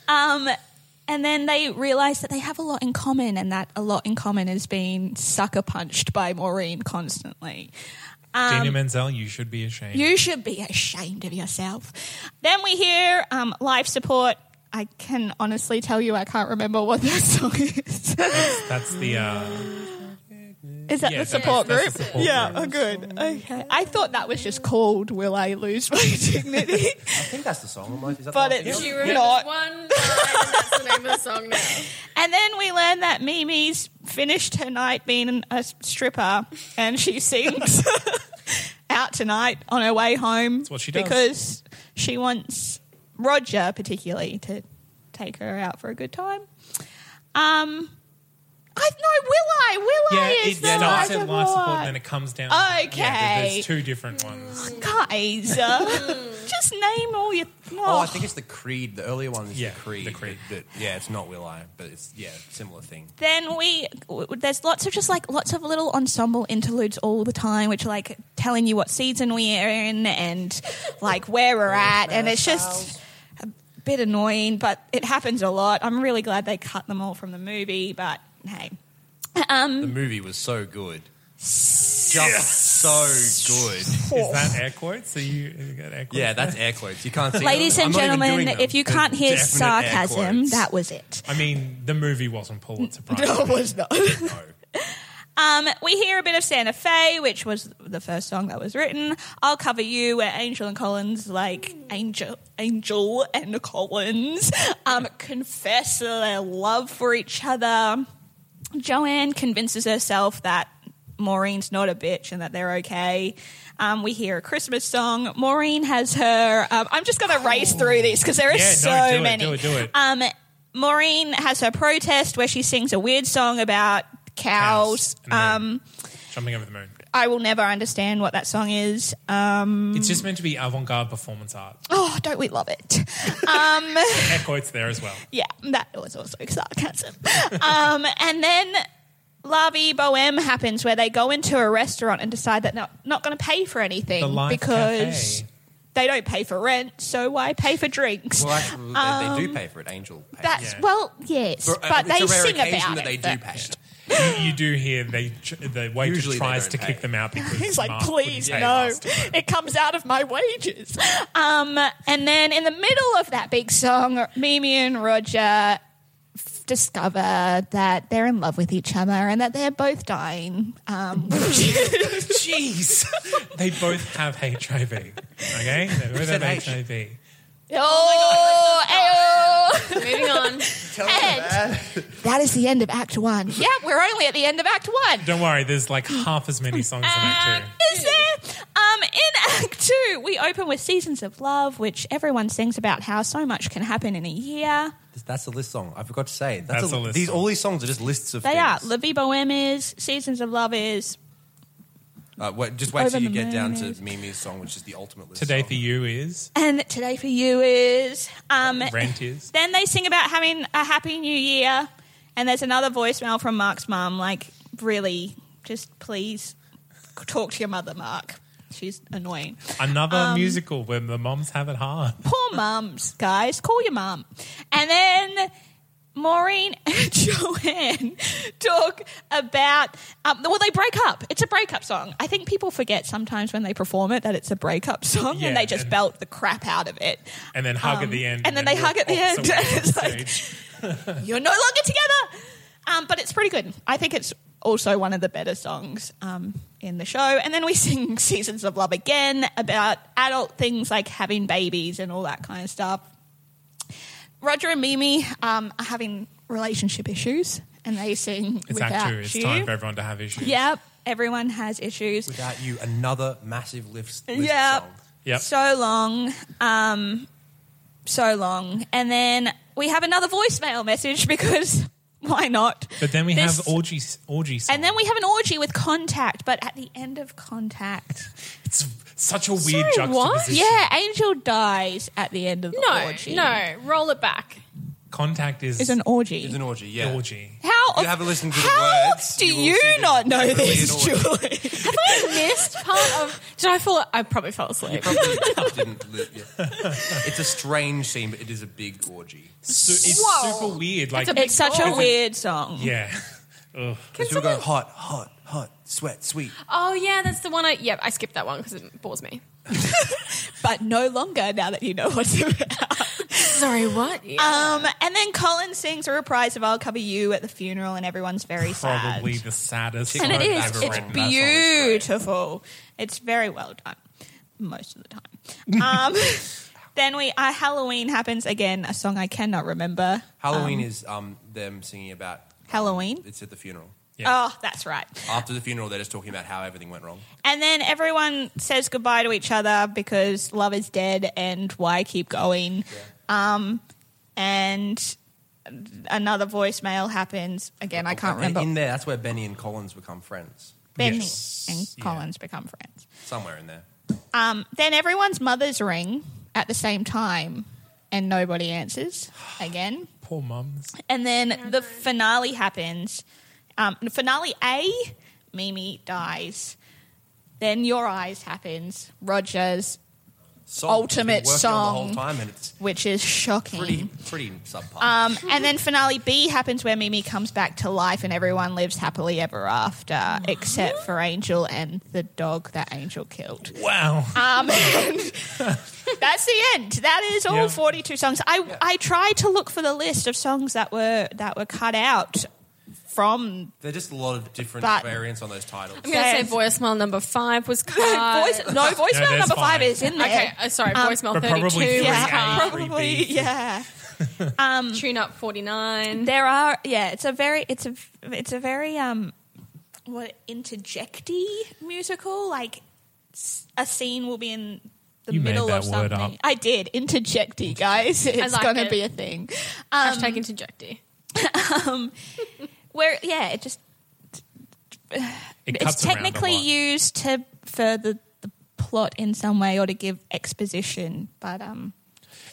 [SPEAKER 3] And then they realize that they have a lot in common, and that a lot in common is being sucker punched by Maureen constantly.
[SPEAKER 2] Gina Menzel, you should be ashamed.
[SPEAKER 3] Um, You should be ashamed of yourself. Then we hear um, life support. I can honestly tell you, I can't remember what that song is.
[SPEAKER 2] That's the. Uh,
[SPEAKER 3] Is that
[SPEAKER 2] Yeah,
[SPEAKER 3] the
[SPEAKER 2] that's-
[SPEAKER 3] support
[SPEAKER 2] that's the
[SPEAKER 3] group?
[SPEAKER 2] support
[SPEAKER 3] yeah, oh, good. Okay. I thought that was just called Will I Lose My Dignity?
[SPEAKER 1] I think that's the song. am I- Is that the
[SPEAKER 3] But
[SPEAKER 1] one?
[SPEAKER 3] it's-
[SPEAKER 4] She
[SPEAKER 3] Yeah.
[SPEAKER 4] remembers
[SPEAKER 3] Not.
[SPEAKER 4] one line, and that's the name of the song now.
[SPEAKER 3] and then we learn that Mimi's finished her night being a stripper and she sings out tonight on her way home. That's
[SPEAKER 2] what she does.
[SPEAKER 3] Because she wants Roger, particularly, to take her out for a good time. Um, I no, Will I? Will
[SPEAKER 2] yeah,
[SPEAKER 3] I is
[SPEAKER 2] it
[SPEAKER 3] the
[SPEAKER 2] starts
[SPEAKER 3] life
[SPEAKER 2] at life support,
[SPEAKER 3] support.
[SPEAKER 2] and then it comes down.
[SPEAKER 3] Okay.
[SPEAKER 2] Yeah, there's two different ones.
[SPEAKER 3] guys. uh, just name all your.
[SPEAKER 1] Oh, I think it's the Creed. The earlier one is
[SPEAKER 2] Yeah,
[SPEAKER 1] the Creed.
[SPEAKER 2] the Creed.
[SPEAKER 1] That- that- yeah, it's not Will I, but it's yeah, similar thing.
[SPEAKER 3] then we w- there's lots of just like lots of little ensemble interludes all the time, which are like telling you what season we are in and like where we're at, and it's just a bit annoying, but it happens a lot. I'm really glad they cut them all from the movie, but hey.
[SPEAKER 6] The
[SPEAKER 3] Mm.
[SPEAKER 6] movie was so good. Just so good.
[SPEAKER 2] Is that air quotes? Are you, you got air quotes?
[SPEAKER 6] Yeah, that's air quotes. You can't see
[SPEAKER 3] Ladies
[SPEAKER 6] them.
[SPEAKER 3] and
[SPEAKER 6] I'm not even
[SPEAKER 3] gentlemen,
[SPEAKER 6] doing them.
[SPEAKER 3] if you
[SPEAKER 6] They're
[SPEAKER 3] can't hear
[SPEAKER 6] definite air
[SPEAKER 3] sarcasm,
[SPEAKER 6] quotes.
[SPEAKER 3] that was it.
[SPEAKER 2] I mean, the movie wasn't Pulitzer Prize.
[SPEAKER 3] was not. Um, we hear a bit of Santa Fe, which was the first song that was written. I'll cover you, where Angel and Collins, like Angel, Angel and Collins, um, confess their love for each other. Joanne convinces herself that Maureen's not a bitch and that they're okay. Um, we hear a Christmas song. Maureen has her. Um, I'm just going to race through these because there
[SPEAKER 2] Yeah,
[SPEAKER 3] are
[SPEAKER 2] no,
[SPEAKER 3] so
[SPEAKER 2] do it,
[SPEAKER 3] many.
[SPEAKER 2] do it, do it.
[SPEAKER 3] Um, Maureen has her protest where she sings a weird song about
[SPEAKER 2] Cows
[SPEAKER 3] cows.
[SPEAKER 6] Mm.
[SPEAKER 2] and the
[SPEAKER 3] Um,
[SPEAKER 2] moon. Jumping over the moon.
[SPEAKER 3] I will never understand what that song is. Um,
[SPEAKER 2] It's just meant to be avant-garde performance art.
[SPEAKER 3] oh, don't we love it?
[SPEAKER 2] Air quotes there as well.
[SPEAKER 3] yeah, that was also sarcasm. um, and then Lavi Bohem happens where they go into a restaurant and decide that they're not, not going to pay for anything
[SPEAKER 2] The Life
[SPEAKER 3] because
[SPEAKER 2] Cafe.
[SPEAKER 3] they don't pay for rent, so why pay for drinks?
[SPEAKER 6] Well, actually, they, they do pay for it. Angel. Pays.
[SPEAKER 3] um, That's
[SPEAKER 2] yeah.
[SPEAKER 3] well, yes,
[SPEAKER 6] For- uh,
[SPEAKER 3] but
[SPEAKER 6] it's
[SPEAKER 3] they
[SPEAKER 6] a rare
[SPEAKER 3] sing
[SPEAKER 6] occasion
[SPEAKER 3] about
[SPEAKER 6] that they
[SPEAKER 3] it.
[SPEAKER 6] do
[SPEAKER 3] but-
[SPEAKER 6] pay.
[SPEAKER 2] You, you do hear they the waitress
[SPEAKER 6] Usually they
[SPEAKER 2] tries to
[SPEAKER 6] don't pay.
[SPEAKER 2] kick them out because
[SPEAKER 3] He's like,
[SPEAKER 2] Mark wouldn't
[SPEAKER 3] please,
[SPEAKER 2] pay
[SPEAKER 3] no.
[SPEAKER 2] last time."
[SPEAKER 3] It comes out of my wages. Um, and then in the middle of that big song, Mimi and Roger f- discover that they're in love with each other and that they're both dying. Um,
[SPEAKER 2] Jeez, they both have HIV. Okay, they both have
[SPEAKER 6] said H.
[SPEAKER 2] HIV.
[SPEAKER 3] oh, ayo.
[SPEAKER 4] Moving on.
[SPEAKER 3] And that is the end of Act One. Yeah, we're only at the end of Act One.
[SPEAKER 2] Don't worry, there's like half as many songs in it too.
[SPEAKER 3] is there? Um, in Act Two, we open with Seasons of Love, which everyone sings about how so much can happen in a year.
[SPEAKER 6] That's a list song. I forgot to say. That's,
[SPEAKER 2] That's
[SPEAKER 6] a,
[SPEAKER 2] a list
[SPEAKER 6] These
[SPEAKER 2] song.
[SPEAKER 6] all these songs are just lists of
[SPEAKER 3] They
[SPEAKER 6] things.
[SPEAKER 3] are. La Vie Boheme is, Seasons of Love is.
[SPEAKER 6] Uh, wait, just wait
[SPEAKER 3] Over
[SPEAKER 6] till you
[SPEAKER 3] the
[SPEAKER 6] get down to
[SPEAKER 3] Mayonnaise.
[SPEAKER 6] Mimi's song, which is the ultimate list.
[SPEAKER 2] Today
[SPEAKER 6] song.
[SPEAKER 2] for you is
[SPEAKER 3] And Today for You is. Um,
[SPEAKER 2] rent is.
[SPEAKER 3] then they sing about having a happy new year. And there's another voicemail from Mark's mum, like, really, just please talk to your mother, Mark. She's annoying.
[SPEAKER 2] Another
[SPEAKER 3] um,
[SPEAKER 2] musical where the moms have it hard.
[SPEAKER 3] Poor mums, guys. Call your mum. And then Maureen and Joanne talk about. Um, well, they break up. It's a breakup song. I think people forget sometimes when they perform it that it's a breakup song
[SPEAKER 2] Yeah,
[SPEAKER 3] and they just
[SPEAKER 2] and-
[SPEAKER 3] belt the crap out of it.
[SPEAKER 2] And then hug at the end.
[SPEAKER 3] um, and then they hug at the
[SPEAKER 2] walk away
[SPEAKER 3] end. It's
[SPEAKER 2] on
[SPEAKER 3] like-
[SPEAKER 2] stage.
[SPEAKER 3] You're no longer together. Um, but it's pretty good. I think it's also one of the better songs um, in the show. And then we sing Seasons of Love again about adult things like having babies and all that kind of stuff. Roger and Mimi um, are having relationship issues, and they sing
[SPEAKER 2] it's
[SPEAKER 3] without
[SPEAKER 2] act two. It's
[SPEAKER 3] you.
[SPEAKER 2] time for everyone to have issues.
[SPEAKER 3] Yep, everyone has issues.
[SPEAKER 6] Without you, another massive list. list
[SPEAKER 3] Yep.
[SPEAKER 6] song.
[SPEAKER 2] Yep.
[SPEAKER 3] So long. Um, so long. And then we have another voicemail message because why not?
[SPEAKER 2] But then we
[SPEAKER 3] This-
[SPEAKER 2] have orgy s- orgy songs.
[SPEAKER 3] And then we have an orgy with contact, but at the end of contact.
[SPEAKER 2] it's such a weird
[SPEAKER 4] Sorry, what?
[SPEAKER 2] juxtaposition.
[SPEAKER 3] Yeah, Angel dies at the end of the
[SPEAKER 4] No,
[SPEAKER 3] orgy.
[SPEAKER 4] no, roll it back.
[SPEAKER 2] Contact is
[SPEAKER 3] It's an orgy.
[SPEAKER 6] It's an orgy. Yeah.
[SPEAKER 2] orgy.
[SPEAKER 3] how
[SPEAKER 6] you have a listen to the
[SPEAKER 3] how
[SPEAKER 6] words,
[SPEAKER 3] do
[SPEAKER 6] you will
[SPEAKER 3] you,
[SPEAKER 6] see that
[SPEAKER 3] not know
[SPEAKER 6] it's really an
[SPEAKER 3] this,
[SPEAKER 6] orgy.
[SPEAKER 3] Julie?
[SPEAKER 4] Have I missed part of? Did I fall? I probably fell asleep.
[SPEAKER 6] Probably didn't li- yeah. It's a strange scene, but it is a big orgy.
[SPEAKER 2] So it's
[SPEAKER 4] Whoa.
[SPEAKER 2] super weird. Like
[SPEAKER 3] It's such a
[SPEAKER 4] Because-
[SPEAKER 3] weird song.
[SPEAKER 2] yeah. Ugh.
[SPEAKER 6] Because people go hot, hot, hot, sweat, sweet.
[SPEAKER 4] Oh yeah, that's the one. I yeah, I skipped that one because it bores me.
[SPEAKER 3] But no longer now that you know what's about.
[SPEAKER 4] Sorry, what?
[SPEAKER 3] Um, and then Colin sings a reprise of I'll Cover You at the funeral, and everyone's very sad.
[SPEAKER 2] Probably the saddest.
[SPEAKER 6] And
[SPEAKER 3] and it
[SPEAKER 2] song
[SPEAKER 3] is.
[SPEAKER 2] I've ever
[SPEAKER 3] It's
[SPEAKER 2] written.
[SPEAKER 6] song is great.
[SPEAKER 3] beautiful. It's very well done most of the time. Um, then we uh, Halloween happens again. A song I cannot remember.
[SPEAKER 6] Halloween is um, them singing about
[SPEAKER 3] Halloween.
[SPEAKER 6] It's at the funeral.
[SPEAKER 2] Yeah.
[SPEAKER 3] Oh, that's right.
[SPEAKER 6] After the funeral, they're just talking about how everything went wrong.
[SPEAKER 3] And then everyone says goodbye to each other because love is dead, and why keep going? Um, and another voicemail happens again. I can't
[SPEAKER 6] And
[SPEAKER 3] remember.
[SPEAKER 6] In there, that's where Benny and Collins become friends.
[SPEAKER 3] Benny
[SPEAKER 2] Yes.
[SPEAKER 3] and Collins become friends.
[SPEAKER 6] Somewhere in there.
[SPEAKER 3] Then everyone's mothers ring at the same time and nobody answers again.
[SPEAKER 2] Poor mums.
[SPEAKER 3] And then the finale happens. Um, finale A, Mimi dies. Then Your Eyes happens. Rogers
[SPEAKER 6] song.
[SPEAKER 3] ultimate
[SPEAKER 6] It's been working on
[SPEAKER 3] song.
[SPEAKER 6] the whole time, and it's
[SPEAKER 3] which is shocking.
[SPEAKER 6] pretty pretty subpar.
[SPEAKER 3] Um, and then finale B happens where Mimi comes back to life and everyone lives happily ever after, except for Angel and the dog that Angel killed.
[SPEAKER 2] Wow.
[SPEAKER 3] Um, and that's the end. That is all
[SPEAKER 2] Yeah.
[SPEAKER 3] 42 songs. I, I tried to look for the list of songs that were that were cut out from
[SPEAKER 6] There's just a lot of different
[SPEAKER 3] but-
[SPEAKER 6] variants on those titles.
[SPEAKER 4] I'm going to say
[SPEAKER 3] Yes.
[SPEAKER 4] voicemail number five was cut.
[SPEAKER 3] voice. No, voicemail
[SPEAKER 2] there's
[SPEAKER 3] number
[SPEAKER 2] five.
[SPEAKER 3] five is in there.
[SPEAKER 4] Uh, Okay, uh, sorry, voicemail
[SPEAKER 2] But
[SPEAKER 4] 32
[SPEAKER 2] probably
[SPEAKER 4] was
[SPEAKER 2] three
[SPEAKER 3] Yeah,
[SPEAKER 4] cut.
[SPEAKER 2] three
[SPEAKER 3] probably.
[SPEAKER 2] Bs.
[SPEAKER 3] Yeah.
[SPEAKER 4] Tune up 49.
[SPEAKER 3] There are yeah, it's a very it's a it's a very um what interjecty musical like s- a scene will be in the
[SPEAKER 2] You made
[SPEAKER 3] middle of
[SPEAKER 2] that word
[SPEAKER 3] something.
[SPEAKER 2] up.
[SPEAKER 3] I did interjecty, guys. It's
[SPEAKER 4] like
[SPEAKER 3] gonna
[SPEAKER 4] it.
[SPEAKER 3] be a thing.
[SPEAKER 4] Hashtag interjecty.
[SPEAKER 3] Where yeah, it just
[SPEAKER 2] It
[SPEAKER 3] it's
[SPEAKER 2] cuts around a
[SPEAKER 3] technically
[SPEAKER 2] lot.
[SPEAKER 3] used to further the plot in some way or to give exposition, but um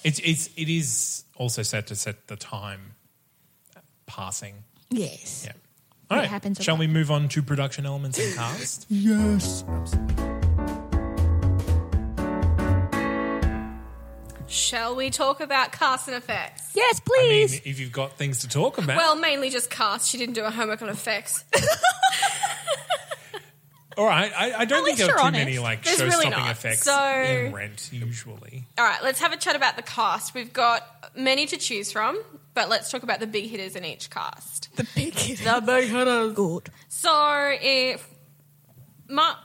[SPEAKER 2] It's it's it is also set to set the time passing.
[SPEAKER 3] yes.
[SPEAKER 2] Yeah. All right.
[SPEAKER 3] happens a
[SPEAKER 2] Shall
[SPEAKER 3] lot.
[SPEAKER 2] we move on to production elements and cast?
[SPEAKER 4] Shall we talk about cast and effects?
[SPEAKER 3] Yes,
[SPEAKER 2] I mean,
[SPEAKER 3] please.
[SPEAKER 2] if you've got things to talk about.
[SPEAKER 4] Well, mainly just cast. She didn't do her homework on effects.
[SPEAKER 2] all right. I, I don't
[SPEAKER 3] At
[SPEAKER 2] think
[SPEAKER 3] least
[SPEAKER 2] there are too
[SPEAKER 3] you're
[SPEAKER 2] many
[SPEAKER 3] honest.
[SPEAKER 2] like
[SPEAKER 4] There's
[SPEAKER 2] show
[SPEAKER 4] really
[SPEAKER 2] stopping
[SPEAKER 4] not.
[SPEAKER 2] effects
[SPEAKER 4] So-
[SPEAKER 2] in Rent usually.
[SPEAKER 4] All right, let's have a chat about the cast. We've got many to choose from, but let's talk about the big hitters in each cast.
[SPEAKER 3] the big the big good.
[SPEAKER 4] So, if Mark,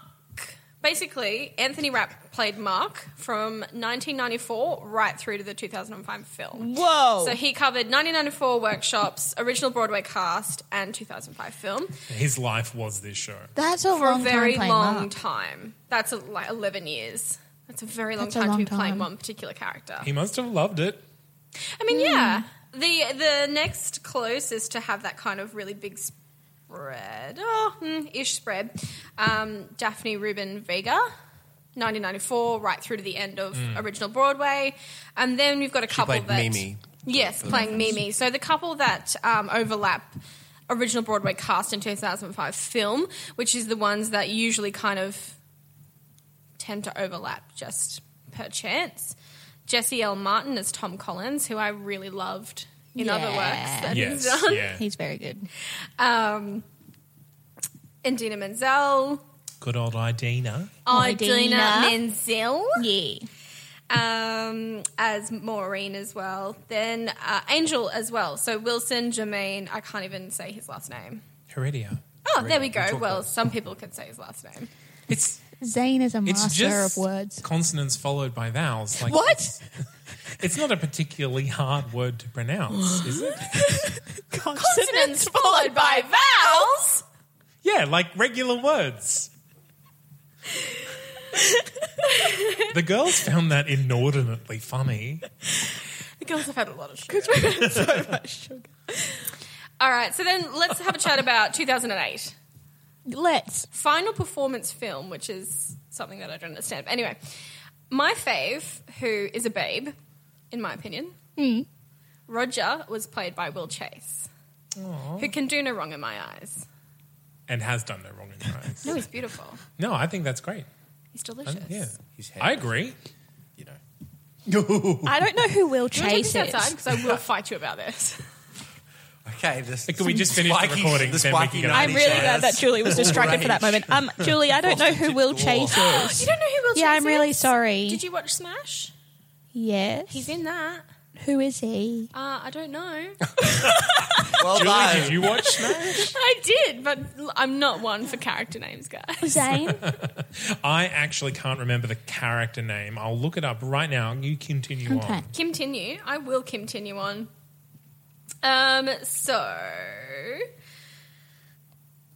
[SPEAKER 4] basically, Anthony Rapp played Mark from 1994 right through to the 2005 film.
[SPEAKER 3] Whoa.
[SPEAKER 4] So he covered 1994 workshops, original Broadway cast, and 2005 film
[SPEAKER 2] His life was this show.
[SPEAKER 3] that's a
[SPEAKER 4] for a
[SPEAKER 3] long
[SPEAKER 4] very
[SPEAKER 3] time playing
[SPEAKER 4] long
[SPEAKER 3] Mark.
[SPEAKER 4] time. That's a, like 11 years. That's a very long
[SPEAKER 3] That's a
[SPEAKER 4] time
[SPEAKER 3] long
[SPEAKER 4] to be playing
[SPEAKER 3] time.
[SPEAKER 4] one particular character.
[SPEAKER 2] He must have loved it.
[SPEAKER 4] I mean, yeah. The the next closest to have that kind of really big spread, oh, mm, ish spread, um, Daphne Rubin Vega, 1994, right through to the end of original Broadway. And then we've got a couple
[SPEAKER 6] Mm. played
[SPEAKER 4] that.
[SPEAKER 6] Mimi.
[SPEAKER 4] Yes, playing Mimi. So the couple that um, overlap original Broadway cast in 2005 film, which is the ones that usually kind of tend to overlap just per chance. Jesse L. Martin as Tom Collins, who I really loved in other works that
[SPEAKER 2] Yes.
[SPEAKER 4] he's done.
[SPEAKER 2] Yeah.
[SPEAKER 3] He's very good.
[SPEAKER 4] Um, and Dina Menzel,
[SPEAKER 2] Good old Idina.
[SPEAKER 4] Idina
[SPEAKER 3] Idina.
[SPEAKER 4] Menzel
[SPEAKER 3] Yeah.
[SPEAKER 4] um, as Maureen as well. Then uh, Angel as well. So Wilson, Jermaine, I can't even say his last name.
[SPEAKER 2] Heredia.
[SPEAKER 4] Oh, there we
[SPEAKER 6] We
[SPEAKER 4] go.
[SPEAKER 6] talked
[SPEAKER 4] Well,
[SPEAKER 6] about-
[SPEAKER 4] some people can say his last name.
[SPEAKER 2] It's
[SPEAKER 3] Zane is a
[SPEAKER 2] it's
[SPEAKER 3] master
[SPEAKER 2] just
[SPEAKER 3] of words.
[SPEAKER 2] consonants followed by vowels. Like
[SPEAKER 3] What?
[SPEAKER 2] It's not a particularly hard word to pronounce, is it?
[SPEAKER 3] Consonants followed by vowels?
[SPEAKER 2] Yeah, like regular words. the girls found that inordinately funny.
[SPEAKER 4] The girls have had a lot of sugar. All right, so then let's have a chat about 2008.
[SPEAKER 3] Let's.
[SPEAKER 4] Final performance film, which is something that I don't understand. But anyway, my fave, who is a babe, in my opinion, Roger was played by Will Chase, who can do no wrong in my eyes.
[SPEAKER 2] And has done no wrong in her eyes.
[SPEAKER 4] No, he's beautiful.
[SPEAKER 2] No, I think that's great.
[SPEAKER 4] He's
[SPEAKER 2] I-
[SPEAKER 4] delicious.
[SPEAKER 2] yeah.
[SPEAKER 6] His hair,
[SPEAKER 2] I agree.
[SPEAKER 6] you know.
[SPEAKER 3] I don't know who Will
[SPEAKER 4] Can we take
[SPEAKER 3] Chase
[SPEAKER 4] this
[SPEAKER 3] is.
[SPEAKER 4] outside? Because I will fight you about this.
[SPEAKER 6] Okay, this.
[SPEAKER 2] Can we just finish the
[SPEAKER 6] spiky-
[SPEAKER 2] recording,
[SPEAKER 6] The
[SPEAKER 2] then we
[SPEAKER 6] spiky
[SPEAKER 2] can get out
[SPEAKER 3] I'm
[SPEAKER 2] of
[SPEAKER 6] nighty
[SPEAKER 2] here?
[SPEAKER 3] really glad that
[SPEAKER 6] jazz.
[SPEAKER 3] Julie was distracted for that moment. Um, Julie, I don't know who Will Chase
[SPEAKER 4] you
[SPEAKER 3] is.
[SPEAKER 4] don't know who Will Chase is?
[SPEAKER 3] Yeah, I'm really sorry.
[SPEAKER 4] Did you watch Smash?
[SPEAKER 3] Yes.
[SPEAKER 4] He's in that.
[SPEAKER 3] Who is he?
[SPEAKER 4] Uh, I don't know.
[SPEAKER 6] Well
[SPEAKER 2] Julie,
[SPEAKER 6] done.
[SPEAKER 2] did you watch Smash?
[SPEAKER 4] I did, but l- I'm not one for character names, guys.
[SPEAKER 3] Zane?
[SPEAKER 2] I actually can't remember the character name. I'll look it up right now. You continue
[SPEAKER 3] Okay.
[SPEAKER 2] on.
[SPEAKER 4] Continue. I will continue on. Um. So,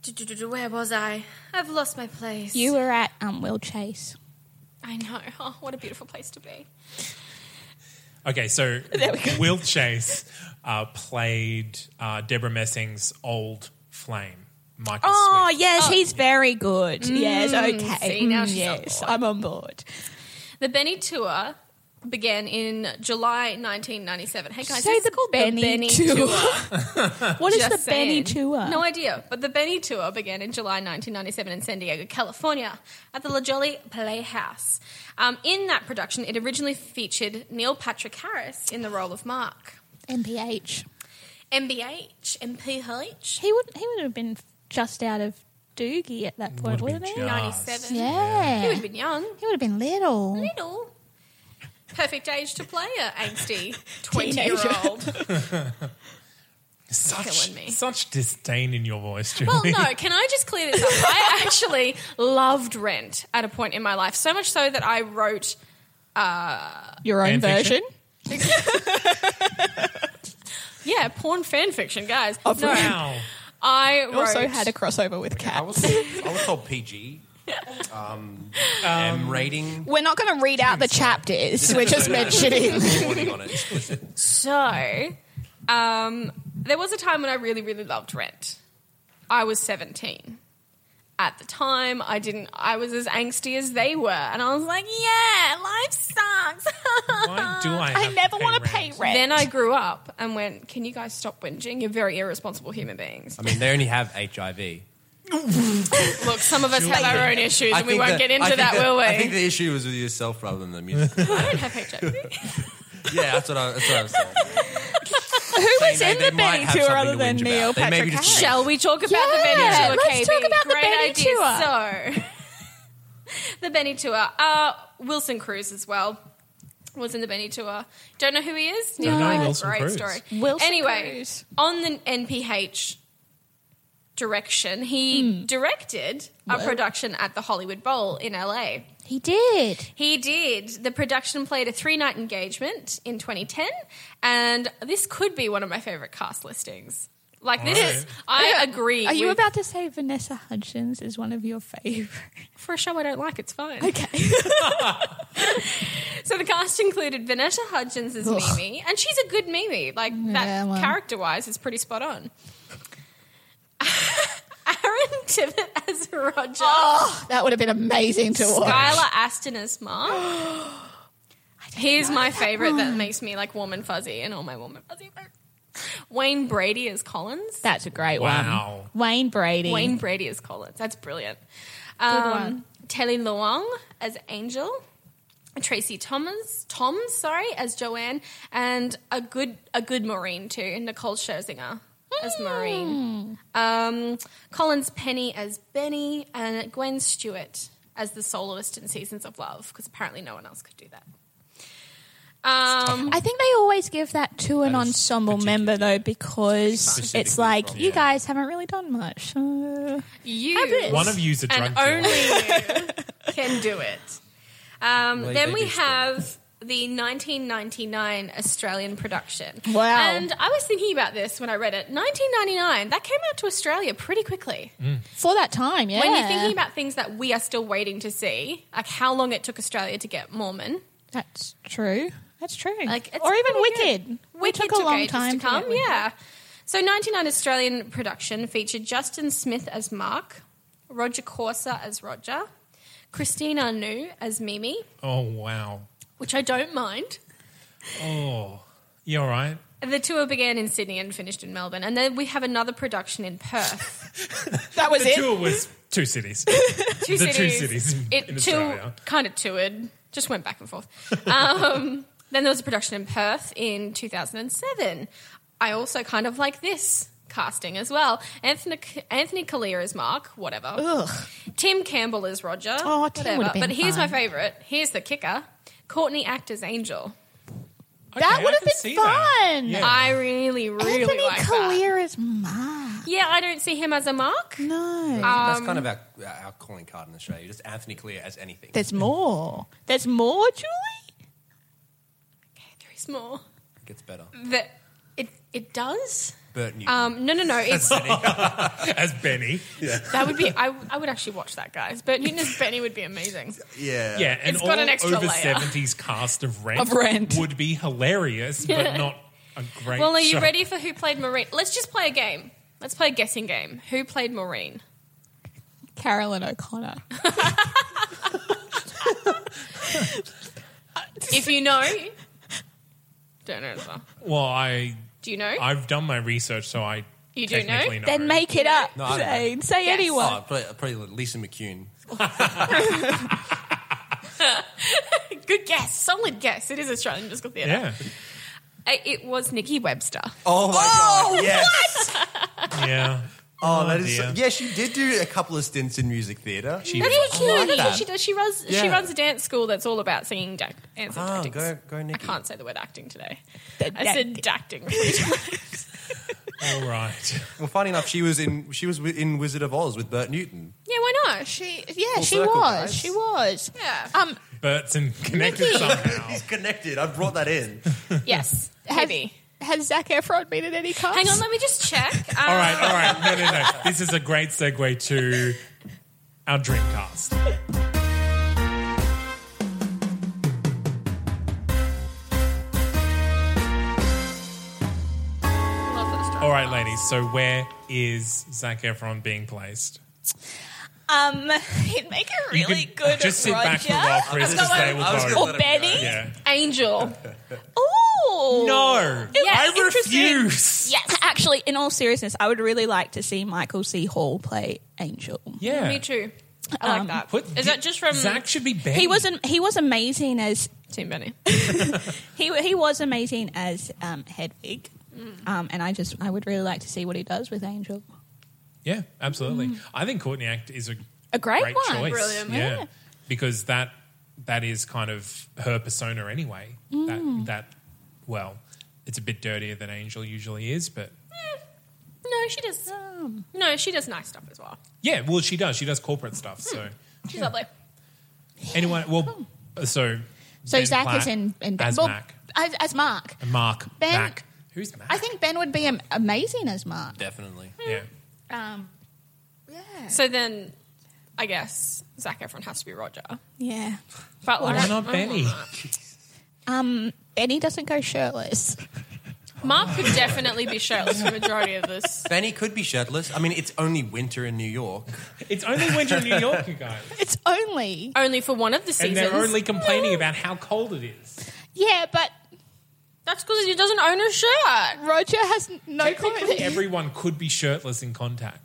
[SPEAKER 4] Du-du-du-du, where was I? I've lost my place.
[SPEAKER 3] You were at um, Will Chase.
[SPEAKER 4] I know. Oh, what a beautiful place to be.
[SPEAKER 2] Okay, so Will Chase uh, played uh, Deborah Messing's old flame, Michael
[SPEAKER 3] Oh, Mm.
[SPEAKER 2] Sweet.
[SPEAKER 3] yes, he's very good. yes, okay.
[SPEAKER 4] see, now
[SPEAKER 3] Mm,
[SPEAKER 4] she's on
[SPEAKER 3] yes,
[SPEAKER 4] board.
[SPEAKER 3] I'm on board.
[SPEAKER 4] The Benny Tour began in July 1997. Hey guys,
[SPEAKER 3] Say
[SPEAKER 4] this is
[SPEAKER 3] the
[SPEAKER 4] called
[SPEAKER 3] Benny
[SPEAKER 4] the Benny
[SPEAKER 3] tour.
[SPEAKER 4] Tour.
[SPEAKER 3] What is
[SPEAKER 4] Just
[SPEAKER 3] the Benny
[SPEAKER 4] saying.
[SPEAKER 3] tour?
[SPEAKER 4] No idea. But the Benny Tour began in July 1997 in San Diego, California, at the La Jolla Playhouse. Um, in that production, it originally featured Neil Patrick Harris in the role of Mark.
[SPEAKER 3] MPH.
[SPEAKER 4] MBH, MPH,
[SPEAKER 3] He would he would have been just out of Doogie at that point,
[SPEAKER 2] Would have
[SPEAKER 3] wouldn't
[SPEAKER 2] been
[SPEAKER 3] he?
[SPEAKER 2] just-
[SPEAKER 4] ninety-seven.
[SPEAKER 3] Yeah.
[SPEAKER 4] He would have been young,
[SPEAKER 3] He would have been little.
[SPEAKER 4] little, perfect age to play a angsty twenty-year-old.
[SPEAKER 2] Such,
[SPEAKER 4] Killing me.
[SPEAKER 2] such disdain in your voice, Julie.
[SPEAKER 4] Well, no. Can I just clear this up? I actually loved Rent at a point in my life, so much so that I wrote
[SPEAKER 3] Your own
[SPEAKER 2] Fan fiction?
[SPEAKER 3] version?
[SPEAKER 4] Yeah, porn fan fiction, guys.
[SPEAKER 3] Of
[SPEAKER 4] no,
[SPEAKER 3] Rent.
[SPEAKER 2] Wow.
[SPEAKER 4] I
[SPEAKER 3] He also
[SPEAKER 4] wrote-
[SPEAKER 3] had a crossover with Cat.
[SPEAKER 6] I was I was told PG. Um, M rating.
[SPEAKER 3] We're not going to read out the chapters. We're just mentioning.
[SPEAKER 6] Warning on it. explicit.
[SPEAKER 4] so. Um, there was a time when I really, really loved Rent. I was seventeen. At the time, I didn't. I was as angsty as they were, and I was like, "Yeah, life sucks."
[SPEAKER 2] Why do I?
[SPEAKER 3] I never want to pay rent.
[SPEAKER 4] then I grew up and went, "Can you guys stop whinging? You're very irresponsible human beings."
[SPEAKER 6] I mean, they only have HIV.
[SPEAKER 4] Look, some of us have
[SPEAKER 2] Sure.
[SPEAKER 4] our own issues,
[SPEAKER 6] I
[SPEAKER 4] and we
[SPEAKER 6] think
[SPEAKER 4] won't
[SPEAKER 6] that-
[SPEAKER 4] get
[SPEAKER 6] I
[SPEAKER 4] into
[SPEAKER 6] think
[SPEAKER 4] that, will we?
[SPEAKER 6] I think the issue was with yourself rather than the music.
[SPEAKER 4] I don't have HIV.
[SPEAKER 6] yeah, that's what I, that's what I was saying.
[SPEAKER 3] Who was
[SPEAKER 6] they-
[SPEAKER 3] in
[SPEAKER 6] they
[SPEAKER 3] the
[SPEAKER 6] might
[SPEAKER 3] Benny
[SPEAKER 6] have
[SPEAKER 3] tour
[SPEAKER 6] something
[SPEAKER 3] other
[SPEAKER 6] to
[SPEAKER 3] than
[SPEAKER 6] whinge
[SPEAKER 3] Neil
[SPEAKER 6] about. They maybe
[SPEAKER 3] Patrick
[SPEAKER 6] just-
[SPEAKER 3] Harris?
[SPEAKER 4] Shall we talk about
[SPEAKER 3] Yeah,
[SPEAKER 4] the Benny Tour?
[SPEAKER 3] let's
[SPEAKER 4] KB?
[SPEAKER 3] talk about the
[SPEAKER 4] Great
[SPEAKER 3] Benny
[SPEAKER 4] idea.
[SPEAKER 3] Tour.
[SPEAKER 4] So, the Benny Tour. Uh, Wilson Cruz as well was in the Benny Tour. Don't know who he is. Neil
[SPEAKER 2] know
[SPEAKER 4] Diamond,
[SPEAKER 2] Wilson
[SPEAKER 4] Great
[SPEAKER 2] Cruz.
[SPEAKER 4] story.
[SPEAKER 3] Wilson
[SPEAKER 4] anyway,
[SPEAKER 3] Cruz.
[SPEAKER 4] on the NPH direction, he
[SPEAKER 3] Hmm.
[SPEAKER 4] directed a production at the Hollywood Bowl in LA.
[SPEAKER 3] He did.
[SPEAKER 4] He did. The production played a three night engagement in 2010, and this could be one of my favorite cast listings. Like, this
[SPEAKER 2] Alright.
[SPEAKER 4] is, I agree.
[SPEAKER 3] Are you
[SPEAKER 4] with-
[SPEAKER 3] about to say Vanessa Hudgens is one of your favourites?
[SPEAKER 4] For a show I don't like, it's fine.
[SPEAKER 3] Okay.
[SPEAKER 4] So the cast included Vanessa Hudgens as Mimi, and she's a good Mimi. Like,
[SPEAKER 3] Yeah,
[SPEAKER 4] that
[SPEAKER 3] well.
[SPEAKER 4] character wise is pretty spot on. Aaron Tippett as Roger.
[SPEAKER 3] that would have been amazing to watch.
[SPEAKER 4] Skylar Aston as Mark. Here's my favorite that makes me like warm and fuzzy and all my warm and fuzzy. Wayne Brady as Collins.
[SPEAKER 3] That's a great
[SPEAKER 2] Wow.
[SPEAKER 3] one. Wayne Brady.
[SPEAKER 4] Wayne Brady as Collins. That's brilliant. Um,
[SPEAKER 3] one.
[SPEAKER 4] Telly Luong as Angel. Tracy Thomas, Tom, sorry, as Joanne, and a good a good Maureen too, Nicole Scherzinger as Maureen, um, Collins Penny as Benny, and Gwen Stewart as the soloist in Seasons of Love, because apparently no one else could do that. Um,
[SPEAKER 3] I think they always give that to an
[SPEAKER 6] is
[SPEAKER 3] ensemble member though because
[SPEAKER 6] Specifically
[SPEAKER 3] it's like
[SPEAKER 6] from-
[SPEAKER 3] you
[SPEAKER 6] yeah.
[SPEAKER 3] guys haven't really done much. Uh,
[SPEAKER 4] you,
[SPEAKER 2] One of you's a drug
[SPEAKER 4] and
[SPEAKER 2] dealer.
[SPEAKER 4] only you can do it. Um,
[SPEAKER 6] Well,
[SPEAKER 4] then
[SPEAKER 6] they
[SPEAKER 4] we
[SPEAKER 6] do stuff.
[SPEAKER 4] have the 1999 Australian production.
[SPEAKER 3] Wow.
[SPEAKER 4] And I was thinking about this when I read it. 1999, that came out to Australia pretty quickly.
[SPEAKER 3] for that time, yeah.
[SPEAKER 4] When you're thinking about things that we are still waiting to see, like how long it took Australia to get Mormon,
[SPEAKER 3] That's true. That's true.
[SPEAKER 4] Like, it's
[SPEAKER 3] or even
[SPEAKER 4] pretty
[SPEAKER 3] Wicked.
[SPEAKER 4] good.
[SPEAKER 3] We
[SPEAKER 4] Wicked
[SPEAKER 3] took a long
[SPEAKER 4] ages
[SPEAKER 3] time
[SPEAKER 4] to come.
[SPEAKER 3] get Wicked.
[SPEAKER 4] yeah. So 99 Australian production featured Justin Smith as Mark, Roger Corsa as Roger, Christine Arnoux as Mimi,
[SPEAKER 2] Oh wow.
[SPEAKER 4] which I don't mind.
[SPEAKER 2] Oh, you all right?
[SPEAKER 4] The tour began in Sydney and finished in Melbourne, and then we have another production in Perth.
[SPEAKER 3] That was
[SPEAKER 2] The
[SPEAKER 3] it.
[SPEAKER 2] tour was two cities.
[SPEAKER 4] Two
[SPEAKER 2] The two
[SPEAKER 4] cities.
[SPEAKER 2] cities in
[SPEAKER 4] It
[SPEAKER 2] Australia.
[SPEAKER 4] kind of toured, just went back and forth. Um, then there was a production in Perth in 2007. I also kind of like this casting as well. Anthony Anthony Collier is Mark, whatever.
[SPEAKER 3] Ugh.
[SPEAKER 4] Tim Campbell is Roger.
[SPEAKER 3] Oh, Tim
[SPEAKER 4] whatever.
[SPEAKER 3] would've been
[SPEAKER 4] But here's my
[SPEAKER 3] fun.
[SPEAKER 4] favorite. Here's the kicker. Courtney Act as Angel.
[SPEAKER 2] Okay, I
[SPEAKER 3] that would have
[SPEAKER 2] can
[SPEAKER 3] been
[SPEAKER 2] see that.
[SPEAKER 3] fun.
[SPEAKER 2] Yeah.
[SPEAKER 4] I really, really
[SPEAKER 3] Anthony
[SPEAKER 4] like that.
[SPEAKER 3] Collier is mad.
[SPEAKER 4] Yeah, I don't see him as a Mark.
[SPEAKER 3] No.
[SPEAKER 6] That's kind of our, our calling card in Australia. Just Anthony Clear as anything.
[SPEAKER 3] There's more. There's more, Julie?
[SPEAKER 4] Okay, there is more.
[SPEAKER 6] It gets better.
[SPEAKER 4] that it it does.
[SPEAKER 6] Bert Newton.
[SPEAKER 4] Um, no, no, no. It's
[SPEAKER 2] as Benny.
[SPEAKER 4] that would be. I, I would actually watch that, guys. But Newton's Benny would be amazing.
[SPEAKER 6] yeah.
[SPEAKER 2] Yeah, and
[SPEAKER 4] It's got
[SPEAKER 2] all
[SPEAKER 4] an extra
[SPEAKER 2] over
[SPEAKER 4] layer.
[SPEAKER 2] seventies cast of Rent,
[SPEAKER 3] Of Rent.
[SPEAKER 2] would be hilarious, but not a great.
[SPEAKER 4] Well, are you
[SPEAKER 2] show.
[SPEAKER 4] ready for who played Maureen? Let's just play a game. Let's play a guessing game. Who played Maureen?
[SPEAKER 3] Carolyn O'Connor.
[SPEAKER 4] If you know, don't answer.
[SPEAKER 2] Well, I
[SPEAKER 4] Do you know?
[SPEAKER 2] I've done my research, so I
[SPEAKER 4] You do know?
[SPEAKER 2] technically
[SPEAKER 3] Then make it up,
[SPEAKER 6] No, I don't know.
[SPEAKER 3] Shane. Say
[SPEAKER 4] Yes.
[SPEAKER 3] anyone.
[SPEAKER 6] Oh, probably, probably Lisa McCune.
[SPEAKER 4] Good guess. Solid guess. It is Australian musical theatre.
[SPEAKER 2] Yeah,
[SPEAKER 4] I- It was Nikki Webster.
[SPEAKER 6] Oh my god! Yes.
[SPEAKER 2] yeah.
[SPEAKER 6] Oh, that is.
[SPEAKER 2] dear.
[SPEAKER 6] yeah, she did do a couple of stints in music theatre. She
[SPEAKER 4] That's what she,
[SPEAKER 6] I
[SPEAKER 4] no,
[SPEAKER 6] like
[SPEAKER 4] that's what
[SPEAKER 6] that.
[SPEAKER 4] she does. She runs she
[SPEAKER 6] Yeah.
[SPEAKER 4] runs a dance school that's all about singing da- dance and
[SPEAKER 6] Oh,
[SPEAKER 4] tactics.
[SPEAKER 6] go- go Nikki.
[SPEAKER 4] I can't say the word acting today.
[SPEAKER 3] Da-
[SPEAKER 4] I said dacting.
[SPEAKER 2] All right.
[SPEAKER 6] Well, funny enough, she was in she was wi- in Wizard of Oz with Bert Newton.
[SPEAKER 4] yeah, why not? She
[SPEAKER 3] Yeah,
[SPEAKER 6] Full
[SPEAKER 3] she
[SPEAKER 6] circle,
[SPEAKER 3] was.
[SPEAKER 6] guys.
[SPEAKER 3] She was.
[SPEAKER 4] yeah.
[SPEAKER 3] Um,
[SPEAKER 2] Bert's in connected somehow.
[SPEAKER 6] He's connected. I brought that in.
[SPEAKER 4] yes.
[SPEAKER 3] has,
[SPEAKER 4] Maybe.
[SPEAKER 3] has Zac Efron been in any cast?
[SPEAKER 4] Hang on, let me just check. Um,
[SPEAKER 2] All right, all right. No, no, no. This is a great segue to our Dreamcast.
[SPEAKER 4] Love that story.
[SPEAKER 2] All right, ladies. So where is Zac Efron being placed?
[SPEAKER 3] Um, he'd make a
[SPEAKER 2] You
[SPEAKER 3] really
[SPEAKER 2] can
[SPEAKER 3] good
[SPEAKER 2] just sit
[SPEAKER 3] Roger
[SPEAKER 2] back for a while, Chris, because they will
[SPEAKER 6] I was
[SPEAKER 2] vote.
[SPEAKER 6] gonna
[SPEAKER 3] or Benny.
[SPEAKER 2] Yeah.
[SPEAKER 4] Um, Angel.
[SPEAKER 3] Ooh,
[SPEAKER 2] No.
[SPEAKER 3] Yes,
[SPEAKER 2] I
[SPEAKER 3] interesting.
[SPEAKER 2] refuse.
[SPEAKER 3] Yes, actually, in all seriousness, I would really like to see Michael C. Hall play Angel.
[SPEAKER 2] Yeah.
[SPEAKER 4] Me too. I like
[SPEAKER 3] Um,
[SPEAKER 4] that. Is
[SPEAKER 2] What-
[SPEAKER 4] that just from
[SPEAKER 2] Zach should be Benny.
[SPEAKER 3] He was an, he was amazing as
[SPEAKER 4] Team Benny?
[SPEAKER 3] he he was amazing as um, Hedwig, um, and I just I would really like to see what he does with Angel.
[SPEAKER 2] Yeah, absolutely. I think Courtney Act is a,
[SPEAKER 3] Mm. A great one.
[SPEAKER 2] choice.
[SPEAKER 4] Brilliant.
[SPEAKER 2] Yeah.
[SPEAKER 3] Yeah.
[SPEAKER 2] Because that that is kind of her persona anyway. That
[SPEAKER 3] Mm.
[SPEAKER 2] that well, it's a bit dirtier than Angel usually is, but
[SPEAKER 4] No, she does.
[SPEAKER 3] Um,
[SPEAKER 4] No, she does nice stuff as well.
[SPEAKER 2] yeah, well she does. She does corporate stuff, so
[SPEAKER 4] She's lovely.
[SPEAKER 2] anyone well uh, so
[SPEAKER 3] Hmm. So
[SPEAKER 2] Ben
[SPEAKER 3] Zach
[SPEAKER 2] Platt
[SPEAKER 3] is in, in Ben.
[SPEAKER 2] as
[SPEAKER 3] well,
[SPEAKER 2] Mac.
[SPEAKER 3] As, as Mark.
[SPEAKER 2] And Mark
[SPEAKER 3] Ben-
[SPEAKER 2] Mac. Who's Mac?
[SPEAKER 3] I think Ben would be am- amazing as Mark.
[SPEAKER 6] Definitely.
[SPEAKER 2] yeah.
[SPEAKER 3] Um,
[SPEAKER 4] So then, I guess Zach Efron has to be Roger.
[SPEAKER 3] yeah.
[SPEAKER 4] But like, mm,
[SPEAKER 2] Why not Benny?
[SPEAKER 3] Um, Benny doesn't go shirtless.
[SPEAKER 4] Mark could definitely be shirtless for majority of this.
[SPEAKER 6] Benny could be shirtless. I mean, it's only winter in New York.
[SPEAKER 2] It's only winter in New York, you guys.
[SPEAKER 3] It's only
[SPEAKER 4] Only for one of the
[SPEAKER 2] And
[SPEAKER 4] seasons.
[SPEAKER 2] they're only
[SPEAKER 3] Hmm.
[SPEAKER 2] complaining about how cold it is.
[SPEAKER 3] yeah, but
[SPEAKER 4] That's because he doesn't own a shirt.
[SPEAKER 3] Roger has n- no clothing.
[SPEAKER 2] Everyone could be shirtless in contact.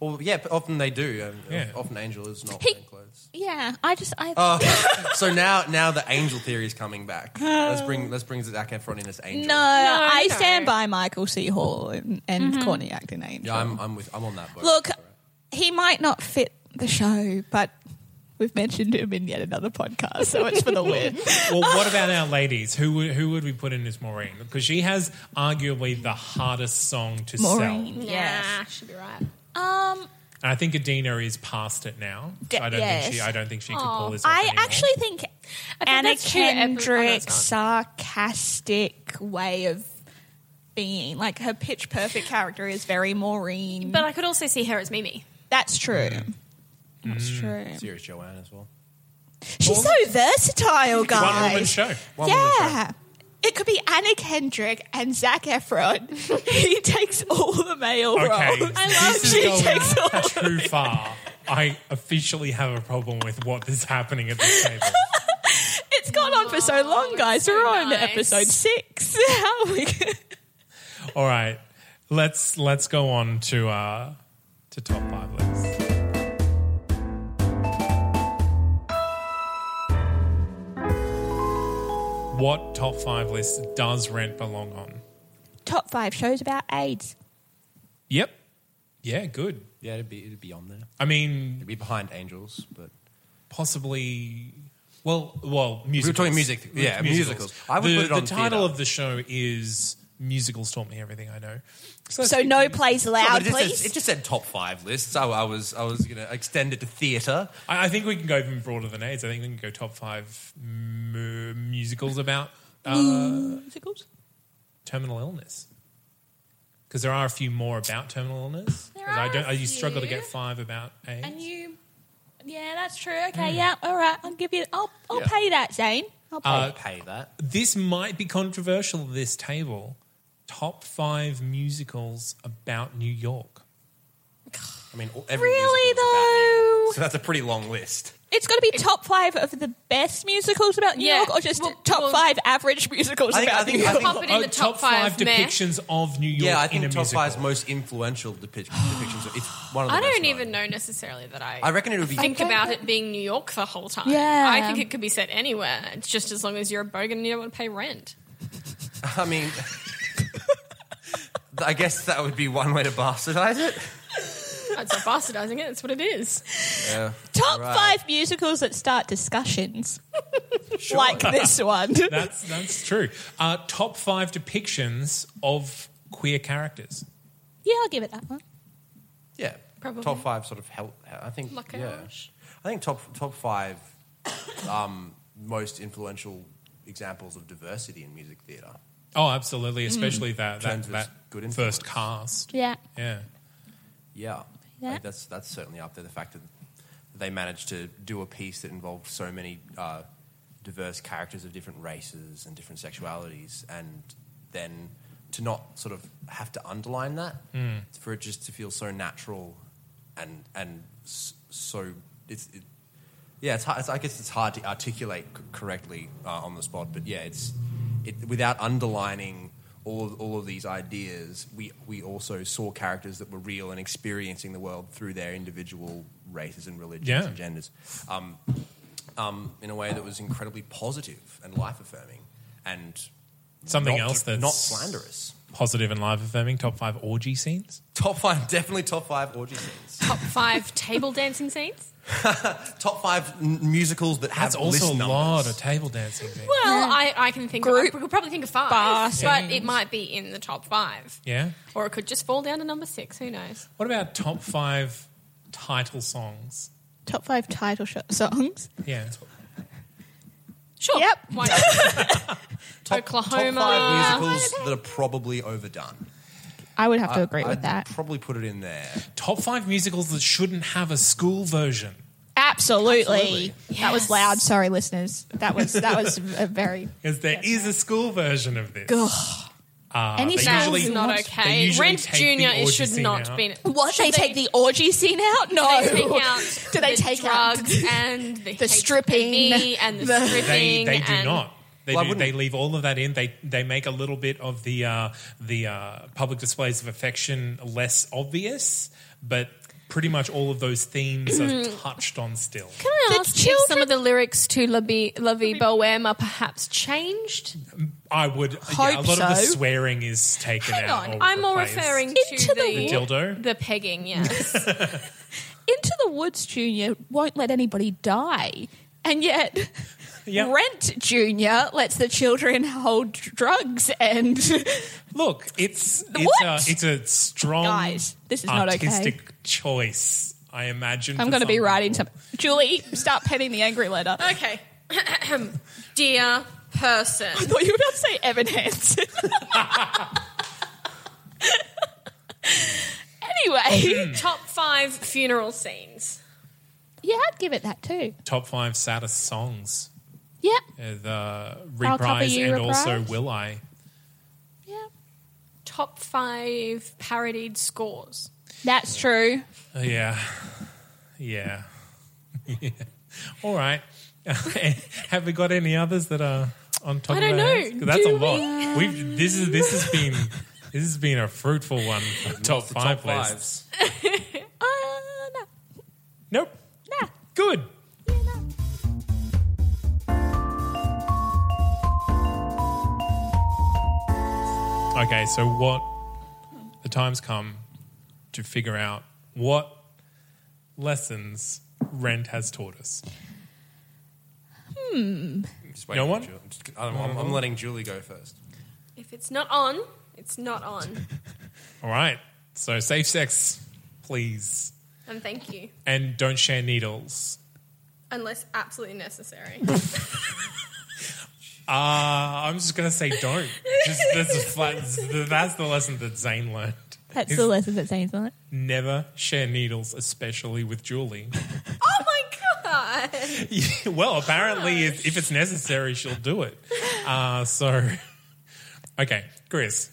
[SPEAKER 6] Well, yeah, but often they do. Um,
[SPEAKER 2] Yeah.
[SPEAKER 6] Often Angel is not
[SPEAKER 3] He-
[SPEAKER 6] wearing clothes.
[SPEAKER 3] yeah, I just I
[SPEAKER 6] so now, now the Angel theory is coming back. Let's bring let's bring Zac Efron in as
[SPEAKER 3] no,
[SPEAKER 6] Angel.
[SPEAKER 3] I Mm-hmm.
[SPEAKER 4] no.
[SPEAKER 3] stand by Michael C. Hall and, and Courtney Acton Angel.
[SPEAKER 6] Yeah, I'm, I'm with I'm on that boat.
[SPEAKER 3] Look, he might not fit the show, but we've mentioned him in yet another podcast, so it's for the win.
[SPEAKER 2] Well, what about our ladies? Who would, who would we put in as Maureen? Because she has arguably the hardest song to sell.
[SPEAKER 3] Maureen,
[SPEAKER 2] And
[SPEAKER 3] yes.
[SPEAKER 4] Nah, should be right.
[SPEAKER 3] Um,
[SPEAKER 2] I think Adina is past it now. So
[SPEAKER 3] D-
[SPEAKER 2] I don't
[SPEAKER 3] yes.
[SPEAKER 2] think she I don't think she could pull this off
[SPEAKER 3] I
[SPEAKER 2] anymore.
[SPEAKER 3] actually think, Anna
[SPEAKER 4] that's true, every- oh, no, it's
[SPEAKER 3] Kendrick's
[SPEAKER 4] not.
[SPEAKER 3] sarcastic way of being, like her pitch perfect character, is very Maureen.
[SPEAKER 4] But I could also see her as Mimi.
[SPEAKER 3] That's true. That's
[SPEAKER 2] Mm.
[SPEAKER 3] true.
[SPEAKER 6] serious Joanne as well.
[SPEAKER 3] She's so versatile,
[SPEAKER 2] one woman
[SPEAKER 3] guys.
[SPEAKER 2] show.
[SPEAKER 6] One woman
[SPEAKER 3] yeah. It could be Anna Kendrick and Zach Efron. he takes all the male
[SPEAKER 2] Okay,
[SPEAKER 3] roles.
[SPEAKER 2] this is
[SPEAKER 3] she
[SPEAKER 2] going
[SPEAKER 3] takes all.
[SPEAKER 2] too far. I officially have a problem with what is happening at this table.
[SPEAKER 3] It's gone on for so long, guys.
[SPEAKER 4] so
[SPEAKER 3] We're on
[SPEAKER 4] nice.
[SPEAKER 3] episode six. How are we?
[SPEAKER 2] All right, let's let's go on to uh, to top five list. What top five list does Rent belong on?
[SPEAKER 3] Top five shows about AIDS.
[SPEAKER 2] Yep. Yeah, good.
[SPEAKER 6] Yeah, it'd be it'd be on there.
[SPEAKER 2] I mean,
[SPEAKER 6] It'd be behind Angels, but
[SPEAKER 2] possibly. Well, well, musicals.
[SPEAKER 6] talking music- yeah, musicals. I would
[SPEAKER 2] the,
[SPEAKER 6] put it
[SPEAKER 2] the
[SPEAKER 6] on
[SPEAKER 2] title
[SPEAKER 6] theatre.
[SPEAKER 2] of the show is "Musicals Taught Me Everything I Know."
[SPEAKER 3] So no plays loud,
[SPEAKER 6] it, just
[SPEAKER 3] please.
[SPEAKER 6] says, it just said top five lists. I, I was I was gonna extend it to theatre.
[SPEAKER 2] I, I think we can go even broader than AIDS. I think we can go top five mu- musicals about
[SPEAKER 4] Mm.
[SPEAKER 2] uh,
[SPEAKER 3] Musicals?
[SPEAKER 2] terminal illness. Because there are a few more about terminal illness. 'Cause
[SPEAKER 4] There
[SPEAKER 2] I
[SPEAKER 4] are
[SPEAKER 2] don't.
[SPEAKER 4] a
[SPEAKER 2] I- you struggle to
[SPEAKER 4] few.
[SPEAKER 2] get five about AIDS.
[SPEAKER 3] And you, yeah, that's true.
[SPEAKER 2] Mm.
[SPEAKER 3] Okay, yeah, all right. I'll give you. I'll, I'll
[SPEAKER 6] Yeah.
[SPEAKER 3] pay that, Zane. I'll
[SPEAKER 1] Uh,
[SPEAKER 2] Uh,
[SPEAKER 3] pay.
[SPEAKER 6] I'll pay that.
[SPEAKER 2] this might be controversial. at This table, top five musicals about New York.
[SPEAKER 6] I mean, all- every
[SPEAKER 3] really
[SPEAKER 6] musical is about
[SPEAKER 1] So that's a pretty long list.
[SPEAKER 3] It's got to be top five of the best musicals about New
[SPEAKER 4] Yeah.
[SPEAKER 3] York, or just
[SPEAKER 4] Well,
[SPEAKER 3] top
[SPEAKER 4] well-
[SPEAKER 3] five average musicals
[SPEAKER 1] I think-
[SPEAKER 3] about
[SPEAKER 1] I think-
[SPEAKER 3] New
[SPEAKER 1] I
[SPEAKER 3] York.
[SPEAKER 1] think-
[SPEAKER 4] Pop it in the top,
[SPEAKER 2] Oh, five,
[SPEAKER 4] meh.
[SPEAKER 2] depictions of New York.
[SPEAKER 1] Yeah, I think
[SPEAKER 2] in a
[SPEAKER 1] top
[SPEAKER 2] musical.
[SPEAKER 1] five's most influential depic- depictions. of- It's one
[SPEAKER 2] Oh,
[SPEAKER 1] of the
[SPEAKER 4] I
[SPEAKER 1] best
[SPEAKER 4] don't
[SPEAKER 1] known.
[SPEAKER 4] even know necessarily that I.
[SPEAKER 1] I reckon it would be.
[SPEAKER 4] Think about it being New York the whole time.
[SPEAKER 3] Yeah.
[SPEAKER 4] I think it could be set anywhere. It's just as long as you're a bogan and you don't want to pay rent.
[SPEAKER 1] I mean, I guess that would be one way to bastardize it.
[SPEAKER 4] That's not bastardizing it. That's what it is.
[SPEAKER 3] top
[SPEAKER 1] Right.
[SPEAKER 3] five musicals that start discussions, like this one.
[SPEAKER 2] That's that's true. Uh, top five depictions of queer characters.
[SPEAKER 3] yeah, I'll give it that one.
[SPEAKER 1] Yeah,
[SPEAKER 4] Probably.
[SPEAKER 1] top five sort of help. I think.
[SPEAKER 4] Luckily.
[SPEAKER 1] Yeah, I think top top five um, most influential examples of diversity in music theatre.
[SPEAKER 2] Oh, absolutely, especially that that,
[SPEAKER 1] Trans was
[SPEAKER 2] that
[SPEAKER 1] Mm. good influence.
[SPEAKER 2] first cast.
[SPEAKER 3] Yeah.
[SPEAKER 2] Yeah.
[SPEAKER 1] Yeah,
[SPEAKER 3] Yeah.
[SPEAKER 1] Like, that's that's certainly up there. The fact that they managed to do a piece that involved so many uh, diverse characters of different races and different sexualities, and then to not sort of have to underline that, for it just to feel so natural and and s- so it's. It, yeah, it's hard, it's, I guess it's hard to articulate c- correctly uh, on the spot, but yeah, it's it, without underlining all of, all of these ideas, we we also saw characters that were real and experiencing the world through their individual races and religions
[SPEAKER 2] Yeah.
[SPEAKER 1] and genders, um, um, in a way that was incredibly positive and life affirming, and
[SPEAKER 2] Something
[SPEAKER 1] not-
[SPEAKER 2] else that's
[SPEAKER 1] not slanderous.
[SPEAKER 2] Positive and live affirming. Top five orgy scenes.
[SPEAKER 1] Top five, definitely top five orgy scenes.
[SPEAKER 4] Top five table dancing scenes.
[SPEAKER 1] top five n- musicals that have
[SPEAKER 2] That's also a
[SPEAKER 1] list
[SPEAKER 2] lot
[SPEAKER 1] numbers.
[SPEAKER 2] of table dancing. Things.
[SPEAKER 4] Well, I, I can think.
[SPEAKER 3] Group
[SPEAKER 4] I could probably think of five,
[SPEAKER 3] bar
[SPEAKER 4] but
[SPEAKER 2] scenes.
[SPEAKER 4] it might be in the top five,
[SPEAKER 2] Yeah.
[SPEAKER 4] or it could just fall down to number six. Who knows?
[SPEAKER 2] What about top five title songs?
[SPEAKER 3] Top five title sh- songs.
[SPEAKER 2] Yeah.
[SPEAKER 4] Sure.
[SPEAKER 3] Yep.
[SPEAKER 4] Why not?
[SPEAKER 1] top,
[SPEAKER 4] Oklahoma.
[SPEAKER 1] Top five musicals that are probably overdone.
[SPEAKER 3] I would have to
[SPEAKER 1] I-
[SPEAKER 3] agree with
[SPEAKER 1] I'd
[SPEAKER 3] that.
[SPEAKER 1] Probably put it in there.
[SPEAKER 2] Top five musicals that shouldn't have a school version.
[SPEAKER 3] Absolutely.
[SPEAKER 1] Absolutely.
[SPEAKER 3] That was
[SPEAKER 4] Yes.
[SPEAKER 3] loud. Sorry, listeners. That was that was a very
[SPEAKER 2] Because there is a school version of this. Uh,
[SPEAKER 3] Any
[SPEAKER 2] they
[SPEAKER 3] sounds
[SPEAKER 2] usually-
[SPEAKER 3] not
[SPEAKER 2] they
[SPEAKER 4] okay.
[SPEAKER 2] usually
[SPEAKER 4] Rent
[SPEAKER 2] take the
[SPEAKER 4] Junior. It
[SPEAKER 2] orgy
[SPEAKER 4] should
[SPEAKER 2] scene
[SPEAKER 4] not
[SPEAKER 2] out.
[SPEAKER 4] be.
[SPEAKER 3] What
[SPEAKER 4] should
[SPEAKER 3] they, take the orgy scene out? No.
[SPEAKER 4] They take out
[SPEAKER 3] Do they
[SPEAKER 4] the
[SPEAKER 3] take out
[SPEAKER 4] drugs and the,
[SPEAKER 3] the stripping,
[SPEAKER 4] HIV and the,
[SPEAKER 3] the-
[SPEAKER 2] They
[SPEAKER 4] stripping?
[SPEAKER 2] they do
[SPEAKER 4] and
[SPEAKER 2] not. They,
[SPEAKER 1] Well, I
[SPEAKER 2] do,
[SPEAKER 1] wouldn't-
[SPEAKER 2] they leave all of that in. They they make a little bit of the uh, the uh, public displays of affection less obvious, but pretty much all of those themes are
[SPEAKER 3] Mm.
[SPEAKER 2] touched on still.
[SPEAKER 4] Can I
[SPEAKER 3] The
[SPEAKER 4] ask
[SPEAKER 3] children-
[SPEAKER 4] if some of the lyrics to La Vie, La Vie Bohème are perhaps changed?
[SPEAKER 2] I would. yeah, a
[SPEAKER 3] Hope
[SPEAKER 2] lot of the
[SPEAKER 3] so.
[SPEAKER 2] swearing is taken
[SPEAKER 4] Hang
[SPEAKER 1] Oh,
[SPEAKER 2] out.
[SPEAKER 4] on,
[SPEAKER 2] or
[SPEAKER 4] I'm more
[SPEAKER 2] replaced.
[SPEAKER 4] referring
[SPEAKER 3] Into
[SPEAKER 4] to the,
[SPEAKER 3] the
[SPEAKER 2] the dildo.
[SPEAKER 4] the pegging. Yes,
[SPEAKER 3] Into the Woods Junior won't let anybody die, and yet
[SPEAKER 2] Yeah.
[SPEAKER 3] Rent Junior lets the children hold drugs and
[SPEAKER 2] Look, it's it's
[SPEAKER 3] What?
[SPEAKER 2] a, it's a strong
[SPEAKER 3] Guys, this is not okay.
[SPEAKER 2] artistic choice. I imagine.
[SPEAKER 3] I'm
[SPEAKER 2] for
[SPEAKER 3] going to be
[SPEAKER 2] some
[SPEAKER 3] writing
[SPEAKER 2] people.
[SPEAKER 3] some. Julie, start penning the angry letter. I
[SPEAKER 4] Okay. Dear person.
[SPEAKER 3] thought you were about to say Evan Hansen.
[SPEAKER 1] Hmm.
[SPEAKER 3] anyway,
[SPEAKER 4] Top five funeral scenes.
[SPEAKER 3] yeah, I'd give it that too.
[SPEAKER 2] top five saddest songs.
[SPEAKER 3] Yeah,
[SPEAKER 2] Uh, the
[SPEAKER 3] I'll Cover
[SPEAKER 2] reprise
[SPEAKER 3] You,
[SPEAKER 2] and
[SPEAKER 3] Reprise.
[SPEAKER 2] also will I.
[SPEAKER 3] yeah,
[SPEAKER 4] Top five parodied scores.
[SPEAKER 3] that's true.
[SPEAKER 2] Uh, yeah. Yeah. yeah. All right. Have we got any others that are on top
[SPEAKER 4] I
[SPEAKER 2] of
[SPEAKER 4] don't
[SPEAKER 2] our
[SPEAKER 4] know.
[SPEAKER 2] heads? 'Cause That's
[SPEAKER 4] Do
[SPEAKER 2] a lot. We? have this is this has been this has been a fruitful one for top
[SPEAKER 1] It's the
[SPEAKER 2] five
[SPEAKER 1] top
[SPEAKER 2] lists.
[SPEAKER 1] fives.
[SPEAKER 3] Uh, no,
[SPEAKER 2] Nope.
[SPEAKER 3] no.
[SPEAKER 2] Good. Okay, so what the time's come to figure out what lessons Rent has taught us.
[SPEAKER 1] Just
[SPEAKER 2] know
[SPEAKER 1] for
[SPEAKER 2] what?
[SPEAKER 1] Ju- I'm, just- I'm- I'm-
[SPEAKER 2] Mm-hmm.
[SPEAKER 1] I'm letting Julie go first.
[SPEAKER 4] If it's not on, it's not on.
[SPEAKER 2] All right. So safe sex, please.
[SPEAKER 4] And thank you.
[SPEAKER 2] And don't share needles.
[SPEAKER 4] Unless absolutely necessary.
[SPEAKER 2] Uh, I'm just going to say don't. Just, that's, a flat, that's the lesson that Zane learned.
[SPEAKER 3] That's
[SPEAKER 2] Is
[SPEAKER 3] the lesson that Zane's on it.
[SPEAKER 2] Never share needles, especially with Julie.
[SPEAKER 4] oh my god.
[SPEAKER 2] well, apparently, if, if it's necessary, she'll do it. Uh, so, okay, Chris.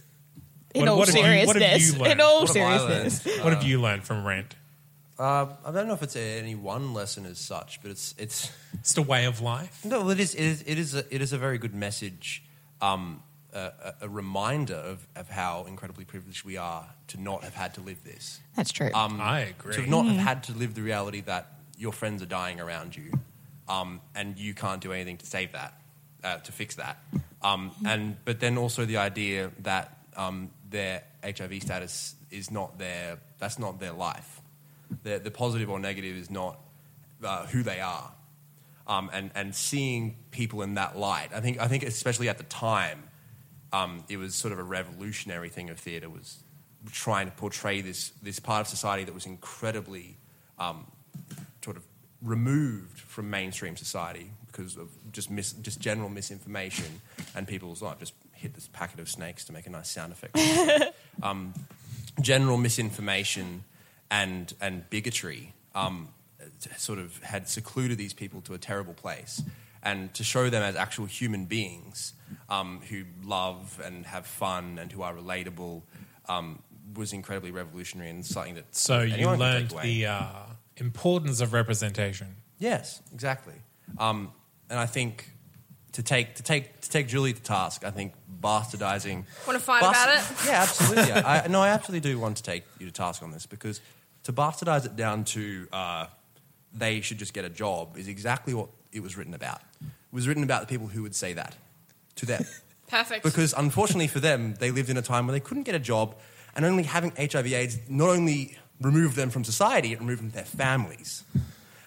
[SPEAKER 3] In
[SPEAKER 2] What-
[SPEAKER 3] all
[SPEAKER 2] what have you- what have you
[SPEAKER 3] seriousness,
[SPEAKER 2] learned?
[SPEAKER 3] in all
[SPEAKER 1] What have I learned?
[SPEAKER 3] Oh, seriousness,
[SPEAKER 2] What have you learned from Rent?
[SPEAKER 1] Uh, I don't know if it's any one lesson as such, but it's it's
[SPEAKER 2] It's a way of life.
[SPEAKER 1] no, it is it is it is a, it is a very good message, um, a, a, a reminder of, of how incredibly privileged we are to not have had to live this.
[SPEAKER 3] That's true.
[SPEAKER 2] I agree.
[SPEAKER 1] To Um, not have had to live the reality that your friends are dying around you, um, and you can't do anything to save that, uh, to fix that. Um, and but then also the idea that um, their HIV status is not their that's not their life. The, the positive or negative is not uh, who they are. Um, and and seeing people in that light, I think I think especially at the time, um, it was sort of a revolutionary thing of theatre was trying to portray this this part of society that was incredibly um, sort of removed from mainstream society because of just mis- just general misinformation and people's like just hit this packet of snakes to make a nice sound effect. um, general misinformation and and bigotry um, t- sort of had secluded these people to a terrible place. And to show them as actual human beings um, who love and have fun and who are relatable um, was incredibly revolutionary and something that
[SPEAKER 2] So you
[SPEAKER 1] anyone can take
[SPEAKER 2] learned
[SPEAKER 1] away.
[SPEAKER 2] the uh, importance of representation.
[SPEAKER 1] Yes, exactly. Um, and I think to take to take to take Julie to task, I think bastardizing.
[SPEAKER 4] Want to fight about it?
[SPEAKER 1] Yeah, absolutely. I, no, I absolutely do want to take you to task on this because to bastardize it down to uh, they should just get a job is exactly what it was written about. It was written about the people who would say that to them.
[SPEAKER 4] Perfect.
[SPEAKER 1] Because unfortunately for them, they lived in a time where they couldn't get a job, and only having HIV/AIDS not only removed them from society, it removed them from their families.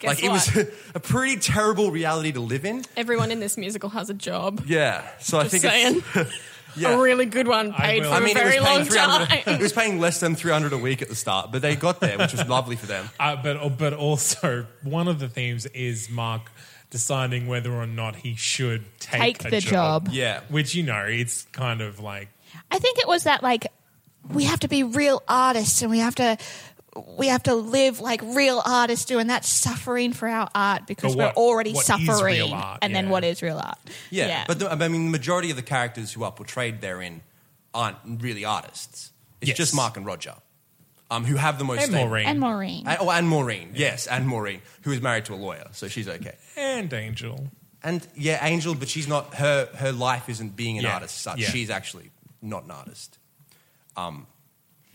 [SPEAKER 4] Guess
[SPEAKER 1] like
[SPEAKER 4] what?
[SPEAKER 1] it was a pretty terrible reality to live in.
[SPEAKER 4] Everyone in this musical has a job.
[SPEAKER 1] Yeah. So I
[SPEAKER 4] Just
[SPEAKER 1] think
[SPEAKER 4] saying.
[SPEAKER 1] it's yeah.
[SPEAKER 4] A really good one
[SPEAKER 2] I
[SPEAKER 4] paid
[SPEAKER 2] will.
[SPEAKER 4] for
[SPEAKER 2] I
[SPEAKER 4] a
[SPEAKER 2] mean,
[SPEAKER 1] it was
[SPEAKER 4] very
[SPEAKER 1] paying
[SPEAKER 4] long
[SPEAKER 1] 300 It
[SPEAKER 4] time.
[SPEAKER 1] was paying less than 300 a week at the start, but they got there, which was lovely for them.
[SPEAKER 2] Uh, but but also one of the themes is Mark deciding whether or not he should take,
[SPEAKER 3] Take
[SPEAKER 2] a
[SPEAKER 3] the job.
[SPEAKER 1] Yeah.
[SPEAKER 2] which you know it's kind of like
[SPEAKER 3] I think it was that like we have to be real artists and we have to we have to live like real artists do, and that's suffering for our art because
[SPEAKER 2] But what-
[SPEAKER 3] we're already
[SPEAKER 2] what is real
[SPEAKER 3] suffering.
[SPEAKER 2] art,
[SPEAKER 3] and
[SPEAKER 2] yeah.
[SPEAKER 3] then what is real art?
[SPEAKER 1] Yeah, but the, I mean, the majority of the characters who are portrayed therein aren't really artists. It's
[SPEAKER 2] Yes.
[SPEAKER 1] just Mark and Roger, um, who have the most.
[SPEAKER 2] and
[SPEAKER 1] stable-
[SPEAKER 2] Maureen
[SPEAKER 3] and Maureen,
[SPEAKER 1] And- oh, and Maureen. Yes, and Maureen, who is married to a lawyer, so she's okay.
[SPEAKER 2] and Angel.
[SPEAKER 1] And yeah, Angel, but she's not. Her her life isn't being an
[SPEAKER 2] Yeah,
[SPEAKER 1] artist. As such,
[SPEAKER 2] yeah.
[SPEAKER 1] she's actually not an artist. Um,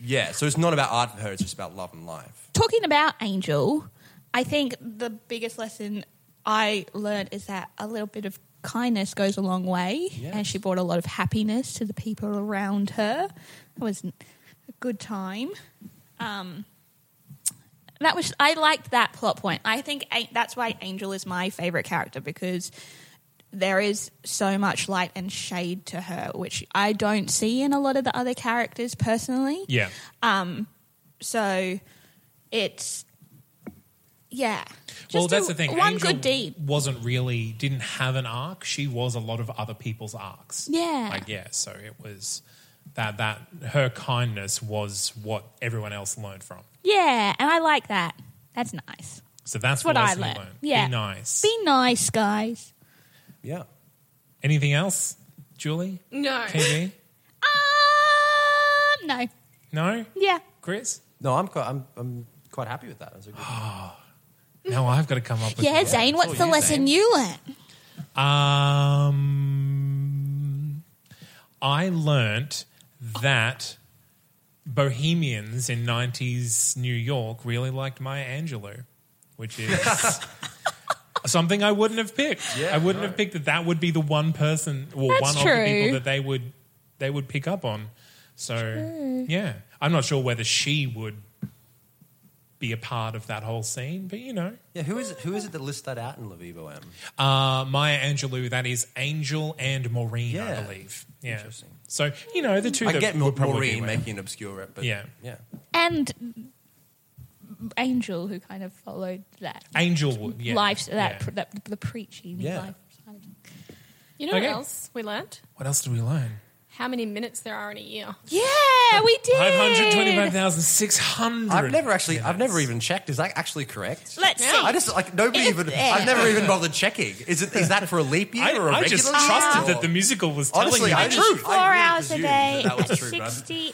[SPEAKER 1] yeah. So it's not about art for her. It's just about love and life.
[SPEAKER 3] talking about Angel, I think the biggest lesson I learned is that a little bit of kindness goes a long way, and she brought a lot of happiness to the people around her. It was a good time. Um, that was I liked that plot point. I think A- that's why Angel is my favorite character because there is so much light and shade to her, which I don't see in a lot of the other characters personally.
[SPEAKER 2] Yeah,
[SPEAKER 3] So it's yeah. Just
[SPEAKER 2] well that's
[SPEAKER 3] do
[SPEAKER 2] the thing.
[SPEAKER 3] One
[SPEAKER 2] Angel
[SPEAKER 3] good deed.
[SPEAKER 2] wasn't really didn't have an arc. She was a lot of other people's arcs.
[SPEAKER 3] Yeah.
[SPEAKER 2] like yeah. So it was that that her kindness was what everyone else learned from.
[SPEAKER 3] Yeah, and I like that. That's nice.
[SPEAKER 2] So that's
[SPEAKER 3] That's what
[SPEAKER 2] the
[SPEAKER 3] I
[SPEAKER 2] lesson
[SPEAKER 3] learned.
[SPEAKER 2] Be
[SPEAKER 3] Yeah.
[SPEAKER 2] nice.
[SPEAKER 3] Be nice, guys.
[SPEAKER 1] Yeah.
[SPEAKER 2] Anything else, Julie?
[SPEAKER 4] no.
[SPEAKER 2] KG?
[SPEAKER 3] Um, no.
[SPEAKER 2] no,
[SPEAKER 3] Yeah.
[SPEAKER 2] Chris.
[SPEAKER 1] No, I'm quite. I'm, I'm quite happy with that. That's a good.
[SPEAKER 2] Now I've got to come up with
[SPEAKER 3] Yeah, Zane, what's
[SPEAKER 1] all
[SPEAKER 3] the
[SPEAKER 1] you,
[SPEAKER 3] lesson
[SPEAKER 1] Zane.
[SPEAKER 3] you learned?
[SPEAKER 2] Um, I learnt that bohemians in 90s New York really liked Maya Angelou, which is something I wouldn't have picked.
[SPEAKER 1] Yeah,
[SPEAKER 2] I wouldn't
[SPEAKER 1] no.
[SPEAKER 2] have picked that that would be the one person or
[SPEAKER 3] That's
[SPEAKER 2] one of the
[SPEAKER 3] true.
[SPEAKER 2] people that they would they would pick up on. So, yeah. I'm not sure whether she would be a part of that whole scene, but you know.
[SPEAKER 1] Yeah. Who is it, who is it that lists that out in Lavivo M?
[SPEAKER 2] Uh, Maya Angelou, that is Angel and Maureen, I
[SPEAKER 1] Yeah.
[SPEAKER 2] believe. Yeah.
[SPEAKER 1] Interesting.
[SPEAKER 2] So, you know, the two
[SPEAKER 1] I
[SPEAKER 2] that
[SPEAKER 1] get Ma-
[SPEAKER 2] would probably be
[SPEAKER 1] Maureen
[SPEAKER 2] aware.
[SPEAKER 1] making an obscure rep, but
[SPEAKER 2] Yeah.
[SPEAKER 1] yeah.
[SPEAKER 3] And Angel, who kind of followed that
[SPEAKER 2] Angel would, yeah.
[SPEAKER 3] life, that,
[SPEAKER 2] Yeah.
[SPEAKER 3] that the preaching
[SPEAKER 1] Yeah.
[SPEAKER 3] life.
[SPEAKER 4] You know
[SPEAKER 2] Okay.
[SPEAKER 4] what else we learnt?
[SPEAKER 2] What else did we learn?
[SPEAKER 4] How many minutes there are in a year.
[SPEAKER 3] Yeah, we did.
[SPEAKER 2] 525,600.
[SPEAKER 1] I've never actually. I've never even checked. Is that actually correct?
[SPEAKER 3] Let's
[SPEAKER 4] Yeah.
[SPEAKER 3] see.
[SPEAKER 1] I just like nobody
[SPEAKER 3] It's
[SPEAKER 1] even.
[SPEAKER 3] there.
[SPEAKER 1] I've never even bothered checking. Is it is that for a leap year
[SPEAKER 2] I,
[SPEAKER 1] or a
[SPEAKER 2] I
[SPEAKER 1] regular
[SPEAKER 2] just
[SPEAKER 1] year?
[SPEAKER 2] trusted
[SPEAKER 1] Or-
[SPEAKER 2] that the musical was telling
[SPEAKER 1] Honestly,
[SPEAKER 2] me
[SPEAKER 1] I
[SPEAKER 2] the
[SPEAKER 1] just,
[SPEAKER 2] truth.
[SPEAKER 1] I
[SPEAKER 3] four
[SPEAKER 1] really
[SPEAKER 3] hours a
[SPEAKER 1] presumed
[SPEAKER 3] day
[SPEAKER 1] That, that
[SPEAKER 3] at
[SPEAKER 1] was true, but I'm-
[SPEAKER 3] 60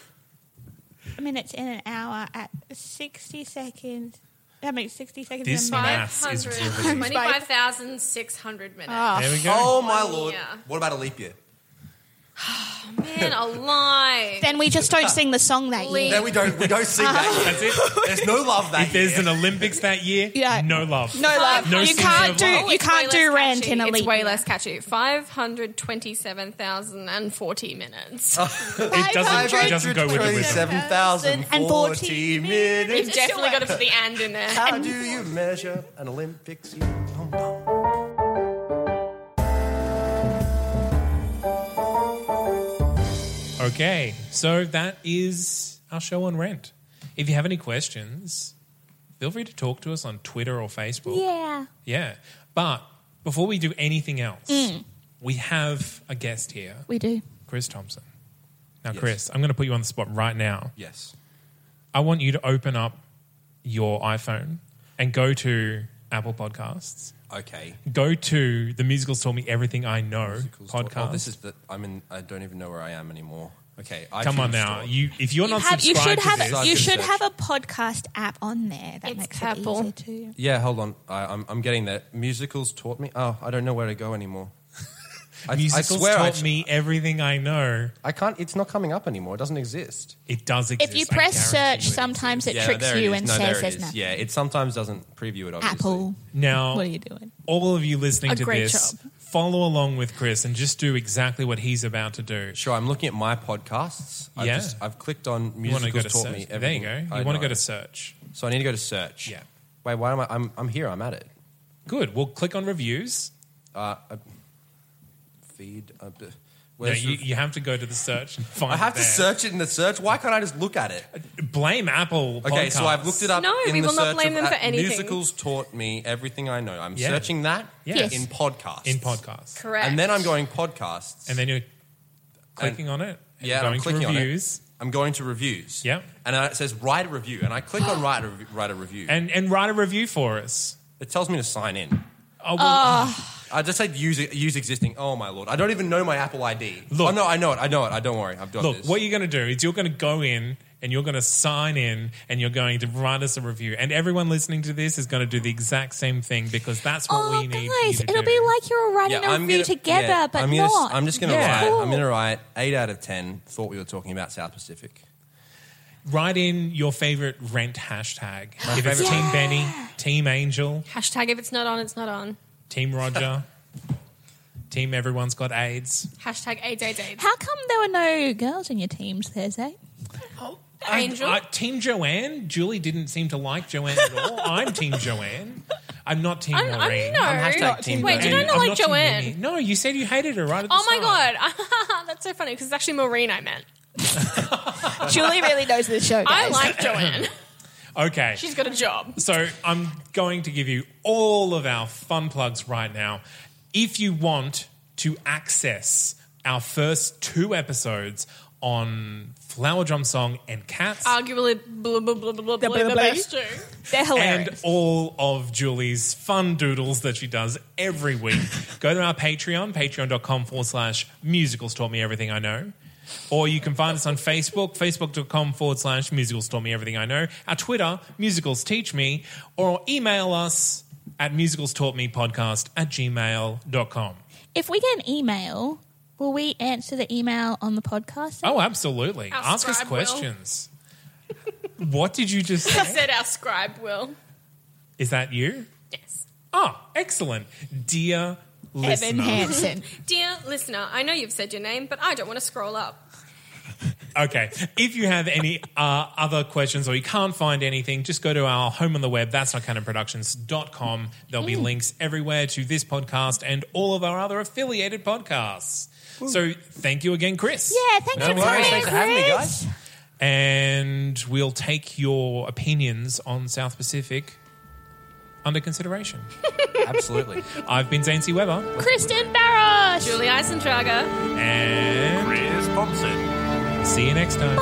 [SPEAKER 3] minutes in an hour at 60 seconds How many? 60 seconds?
[SPEAKER 2] This
[SPEAKER 3] in a minute?
[SPEAKER 2] math is ridiculous.
[SPEAKER 4] 25,600 minutes.
[SPEAKER 2] There we go.
[SPEAKER 1] Oh my lord!
[SPEAKER 4] Yeah.
[SPEAKER 1] What about a leap year?
[SPEAKER 4] Man alive.
[SPEAKER 3] Then we just don't sing the song that
[SPEAKER 4] Leave.
[SPEAKER 3] year.
[SPEAKER 1] Then we don't we don't sing that.
[SPEAKER 2] That's it.
[SPEAKER 1] year. There's no love that
[SPEAKER 2] If there's
[SPEAKER 1] year.
[SPEAKER 2] an Olympics that year,
[SPEAKER 3] Yeah.
[SPEAKER 2] no love.
[SPEAKER 3] No love.
[SPEAKER 2] No
[SPEAKER 3] you
[SPEAKER 2] singing
[SPEAKER 3] can't
[SPEAKER 2] of
[SPEAKER 3] do
[SPEAKER 2] love.
[SPEAKER 4] Oh,
[SPEAKER 3] you
[SPEAKER 4] it's
[SPEAKER 3] can't
[SPEAKER 4] way
[SPEAKER 3] do
[SPEAKER 4] less
[SPEAKER 3] rent
[SPEAKER 4] catchy.
[SPEAKER 3] in a
[SPEAKER 4] It's
[SPEAKER 3] leap.
[SPEAKER 4] way
[SPEAKER 3] year.
[SPEAKER 4] less catchy. 527,040 minutes.
[SPEAKER 2] It doesn't, it doesn't go with the rhythm.
[SPEAKER 1] 527,040
[SPEAKER 3] And
[SPEAKER 4] You've
[SPEAKER 1] minutes.
[SPEAKER 4] definitely got to put the and in there.
[SPEAKER 1] How do you measure an Olympics? year? Oh, no.
[SPEAKER 2] Okay, so that is our show on rent. If you have any questions, feel free to talk to us on Twitter or Facebook.
[SPEAKER 3] Yeah.
[SPEAKER 2] Yeah. But before we do anything else, we have a guest here,
[SPEAKER 3] Mm. We do.
[SPEAKER 2] Chris Thompson. Now,
[SPEAKER 1] Yes.
[SPEAKER 2] Chris, I'm going to put you on the spot right now.
[SPEAKER 1] Yes.
[SPEAKER 2] I want you to open up your iPhone and go to Apple Podcasts.
[SPEAKER 1] Okay.
[SPEAKER 2] Go to the Musicals Told Me Everything I Know podcast.
[SPEAKER 1] Oh, this is the. I mean, I don't even know where I am anymore. Okay.
[SPEAKER 2] Come on
[SPEAKER 1] iTunes
[SPEAKER 2] now.
[SPEAKER 1] Store.
[SPEAKER 2] You, if you're
[SPEAKER 3] You,
[SPEAKER 2] not
[SPEAKER 3] have, you
[SPEAKER 2] subscribed
[SPEAKER 3] should
[SPEAKER 2] to
[SPEAKER 3] have
[SPEAKER 2] this,
[SPEAKER 1] this.
[SPEAKER 3] you
[SPEAKER 1] Search
[SPEAKER 3] should
[SPEAKER 1] and
[SPEAKER 3] have a podcast app on there that
[SPEAKER 4] It's
[SPEAKER 3] makes
[SPEAKER 4] Apple.
[SPEAKER 3] it easier to.
[SPEAKER 1] Yeah, hold on. I, I'm, I'm getting there. Musicals taught me. Oh, I don't know where to go anymore. I,
[SPEAKER 2] Musicals Taught Me Everything I Know,
[SPEAKER 1] I can't. It's not coming up anymore. It doesn't exist.
[SPEAKER 2] it does exist.
[SPEAKER 3] If you
[SPEAKER 2] I
[SPEAKER 3] press
[SPEAKER 2] guarantee
[SPEAKER 3] search,
[SPEAKER 2] you it
[SPEAKER 3] sometimes it
[SPEAKER 1] yeah,
[SPEAKER 3] tricks
[SPEAKER 1] there it
[SPEAKER 3] you
[SPEAKER 1] is.
[SPEAKER 3] and
[SPEAKER 1] no, there
[SPEAKER 3] says
[SPEAKER 1] it
[SPEAKER 3] there's
[SPEAKER 1] is.
[SPEAKER 3] nothing.
[SPEAKER 1] Yeah, it sometimes doesn't preview it. Obviously.
[SPEAKER 3] Apple.
[SPEAKER 2] Now,
[SPEAKER 3] What are you doing?
[SPEAKER 2] all of you listening
[SPEAKER 4] A
[SPEAKER 2] to
[SPEAKER 4] great
[SPEAKER 2] this,
[SPEAKER 4] job.
[SPEAKER 2] follow along with Chris and just do exactly what he's about to do.
[SPEAKER 1] Sure, I'm looking at my podcasts. I've
[SPEAKER 2] Yeah.
[SPEAKER 1] just, I've clicked on
[SPEAKER 2] You want to
[SPEAKER 1] musicals
[SPEAKER 2] go to
[SPEAKER 1] taught
[SPEAKER 2] search.
[SPEAKER 1] me
[SPEAKER 2] there you
[SPEAKER 1] everything.
[SPEAKER 2] go.
[SPEAKER 1] I
[SPEAKER 2] You want
[SPEAKER 1] know.
[SPEAKER 2] to go to search.
[SPEAKER 1] So I need to go to search.
[SPEAKER 2] Yeah.
[SPEAKER 1] Wait, why am I? I'm, I'm here. I'm at it.
[SPEAKER 2] Good. We'll click on reviews.
[SPEAKER 1] Uh, I, feed. Uh, b-
[SPEAKER 2] No,
[SPEAKER 1] where's
[SPEAKER 2] you,
[SPEAKER 1] the-
[SPEAKER 2] you have to go to the search and find
[SPEAKER 1] I have
[SPEAKER 2] it
[SPEAKER 1] to
[SPEAKER 2] there.
[SPEAKER 1] search it in the search. Why can't I just look at it?
[SPEAKER 2] Blame Apple.
[SPEAKER 1] Okay, so
[SPEAKER 2] Podcasts.
[SPEAKER 1] I've looked it up.
[SPEAKER 4] No,
[SPEAKER 1] in
[SPEAKER 4] we
[SPEAKER 1] the
[SPEAKER 4] will not
[SPEAKER 1] search
[SPEAKER 4] blame
[SPEAKER 1] of
[SPEAKER 4] them for
[SPEAKER 1] at-
[SPEAKER 4] anything.
[SPEAKER 1] Musicals taught me everything I know. I'm
[SPEAKER 2] Yeah.
[SPEAKER 1] searching that
[SPEAKER 2] Yes.
[SPEAKER 1] in podcasts.
[SPEAKER 2] in podcasts.
[SPEAKER 4] Correct.
[SPEAKER 1] And then I'm going podcasts.
[SPEAKER 2] And then you're clicking on it. And
[SPEAKER 1] yeah, and
[SPEAKER 2] going
[SPEAKER 1] I'm clicking
[SPEAKER 2] to
[SPEAKER 1] on it.
[SPEAKER 2] reviews.
[SPEAKER 1] I'm going to reviews.
[SPEAKER 2] Yeah.
[SPEAKER 1] And uh, it says write a review, and I click on write a rev- write a review.
[SPEAKER 2] And, and write a review for us.
[SPEAKER 1] it tells me to sign in.
[SPEAKER 2] Oh, well,
[SPEAKER 1] I just said use use existing. Oh my lord, I don't even know my Apple ID.
[SPEAKER 2] Look.
[SPEAKER 1] oh no, I know it. I know it. I don't worry. I've done
[SPEAKER 2] Look,
[SPEAKER 1] this.
[SPEAKER 2] what you're going to do is you're going to go in and you're going to sign in and you're going to write us a review. And everyone listening to this is going to do the exact same thing because that's what
[SPEAKER 3] Oh,
[SPEAKER 2] we need. you
[SPEAKER 3] guys,
[SPEAKER 2] to
[SPEAKER 3] it'll
[SPEAKER 2] do.
[SPEAKER 3] be like you're
[SPEAKER 1] yeah,
[SPEAKER 3] writing a
[SPEAKER 1] I'm
[SPEAKER 3] review
[SPEAKER 1] gonna,
[SPEAKER 3] together,
[SPEAKER 1] yeah,
[SPEAKER 3] but
[SPEAKER 1] I'm gonna, s-
[SPEAKER 3] not.
[SPEAKER 1] I'm just gonna
[SPEAKER 2] Yeah.
[SPEAKER 1] write.
[SPEAKER 3] Cool.
[SPEAKER 1] I'm gonna write eight out of ten. Thought we were talking about South Pacific.
[SPEAKER 2] Write in your favorite rent hashtag. if it's
[SPEAKER 1] favorite-
[SPEAKER 2] Team Benny, Team Angel,
[SPEAKER 4] Hashtag if it's not on, it's not on.
[SPEAKER 2] Team Roger, Team Everyone's Got AIDS.
[SPEAKER 4] Hashtag AIDS, AIDS, AIDS.
[SPEAKER 3] How come there were no girls in your teams, Thursday?
[SPEAKER 4] Angel.
[SPEAKER 2] I- I- team Joanne. Julie didn't seem to like Joanne at all. I'm Team Joanne. I'm not Team
[SPEAKER 4] I'm,
[SPEAKER 2] Maureen.
[SPEAKER 4] I'm, no.
[SPEAKER 1] I'm hashtag team
[SPEAKER 4] Wait, do you
[SPEAKER 1] Joanne.
[SPEAKER 2] And
[SPEAKER 4] not know,
[SPEAKER 2] I'm
[SPEAKER 4] like
[SPEAKER 2] Team
[SPEAKER 4] Joanne?
[SPEAKER 2] Mimi. No, you said you hated her right at the
[SPEAKER 4] Oh my
[SPEAKER 2] start.
[SPEAKER 4] god, that's so funny because it's actually Maureen I meant.
[SPEAKER 3] Julie really knows the show.
[SPEAKER 4] I
[SPEAKER 3] guys.
[SPEAKER 4] like Joanne.
[SPEAKER 2] Okay.
[SPEAKER 4] She's got a job.
[SPEAKER 2] So I'm going to give you all of our fun plugs right now. If you want to access our first two episodes on Flower Drum Song and Cats.
[SPEAKER 4] Arguably, blah blah blah blah blah
[SPEAKER 3] The
[SPEAKER 4] blah.
[SPEAKER 3] blah,
[SPEAKER 4] The
[SPEAKER 3] blah.
[SPEAKER 4] best too.
[SPEAKER 3] They're hilarious.
[SPEAKER 2] and all of Julie's fun doodles that she does every week. Go to our Patreon, patreon.com forward slash musicals taught me everything I know. Or you can find us on Facebook, facebook.com forward slash musicals taught me everything I know. Our Twitter, musicals teach me, or email us at musicals taught me podcast at gmail.com.
[SPEAKER 3] if we get an email, will we answer the email on the podcast?
[SPEAKER 2] Oh, absolutely.
[SPEAKER 4] Our
[SPEAKER 2] Ask us
[SPEAKER 4] scribe will.
[SPEAKER 2] questions. what did you just say?
[SPEAKER 4] Said our scribe will.
[SPEAKER 2] Is that you?
[SPEAKER 4] Yes.
[SPEAKER 2] Oh, excellent. Dear listener.
[SPEAKER 3] Evan Hansen.
[SPEAKER 4] Dear listener, I know you've said your name, but I don't want to scroll up.
[SPEAKER 2] Okay. If you have any uh, other questions or you can't find anything, just go to our home on the web, that's not canon productions.com. There'll
[SPEAKER 3] Mm.
[SPEAKER 2] be links everywhere to this podcast and all of our other affiliated podcasts. So thank you again, Chris.
[SPEAKER 3] yeah, thank
[SPEAKER 1] No
[SPEAKER 3] you for
[SPEAKER 1] worries.
[SPEAKER 3] it,
[SPEAKER 1] Thanks for having me,
[SPEAKER 3] Chris.
[SPEAKER 1] guys.
[SPEAKER 2] And we'll take your opinions on South Pacific under consideration.
[SPEAKER 1] Absolutely.
[SPEAKER 2] I've been Zane C. Weber
[SPEAKER 3] Kristen Barros.
[SPEAKER 4] Julie Eisentrager.
[SPEAKER 2] and
[SPEAKER 1] Chris Thompson.
[SPEAKER 2] see you next time.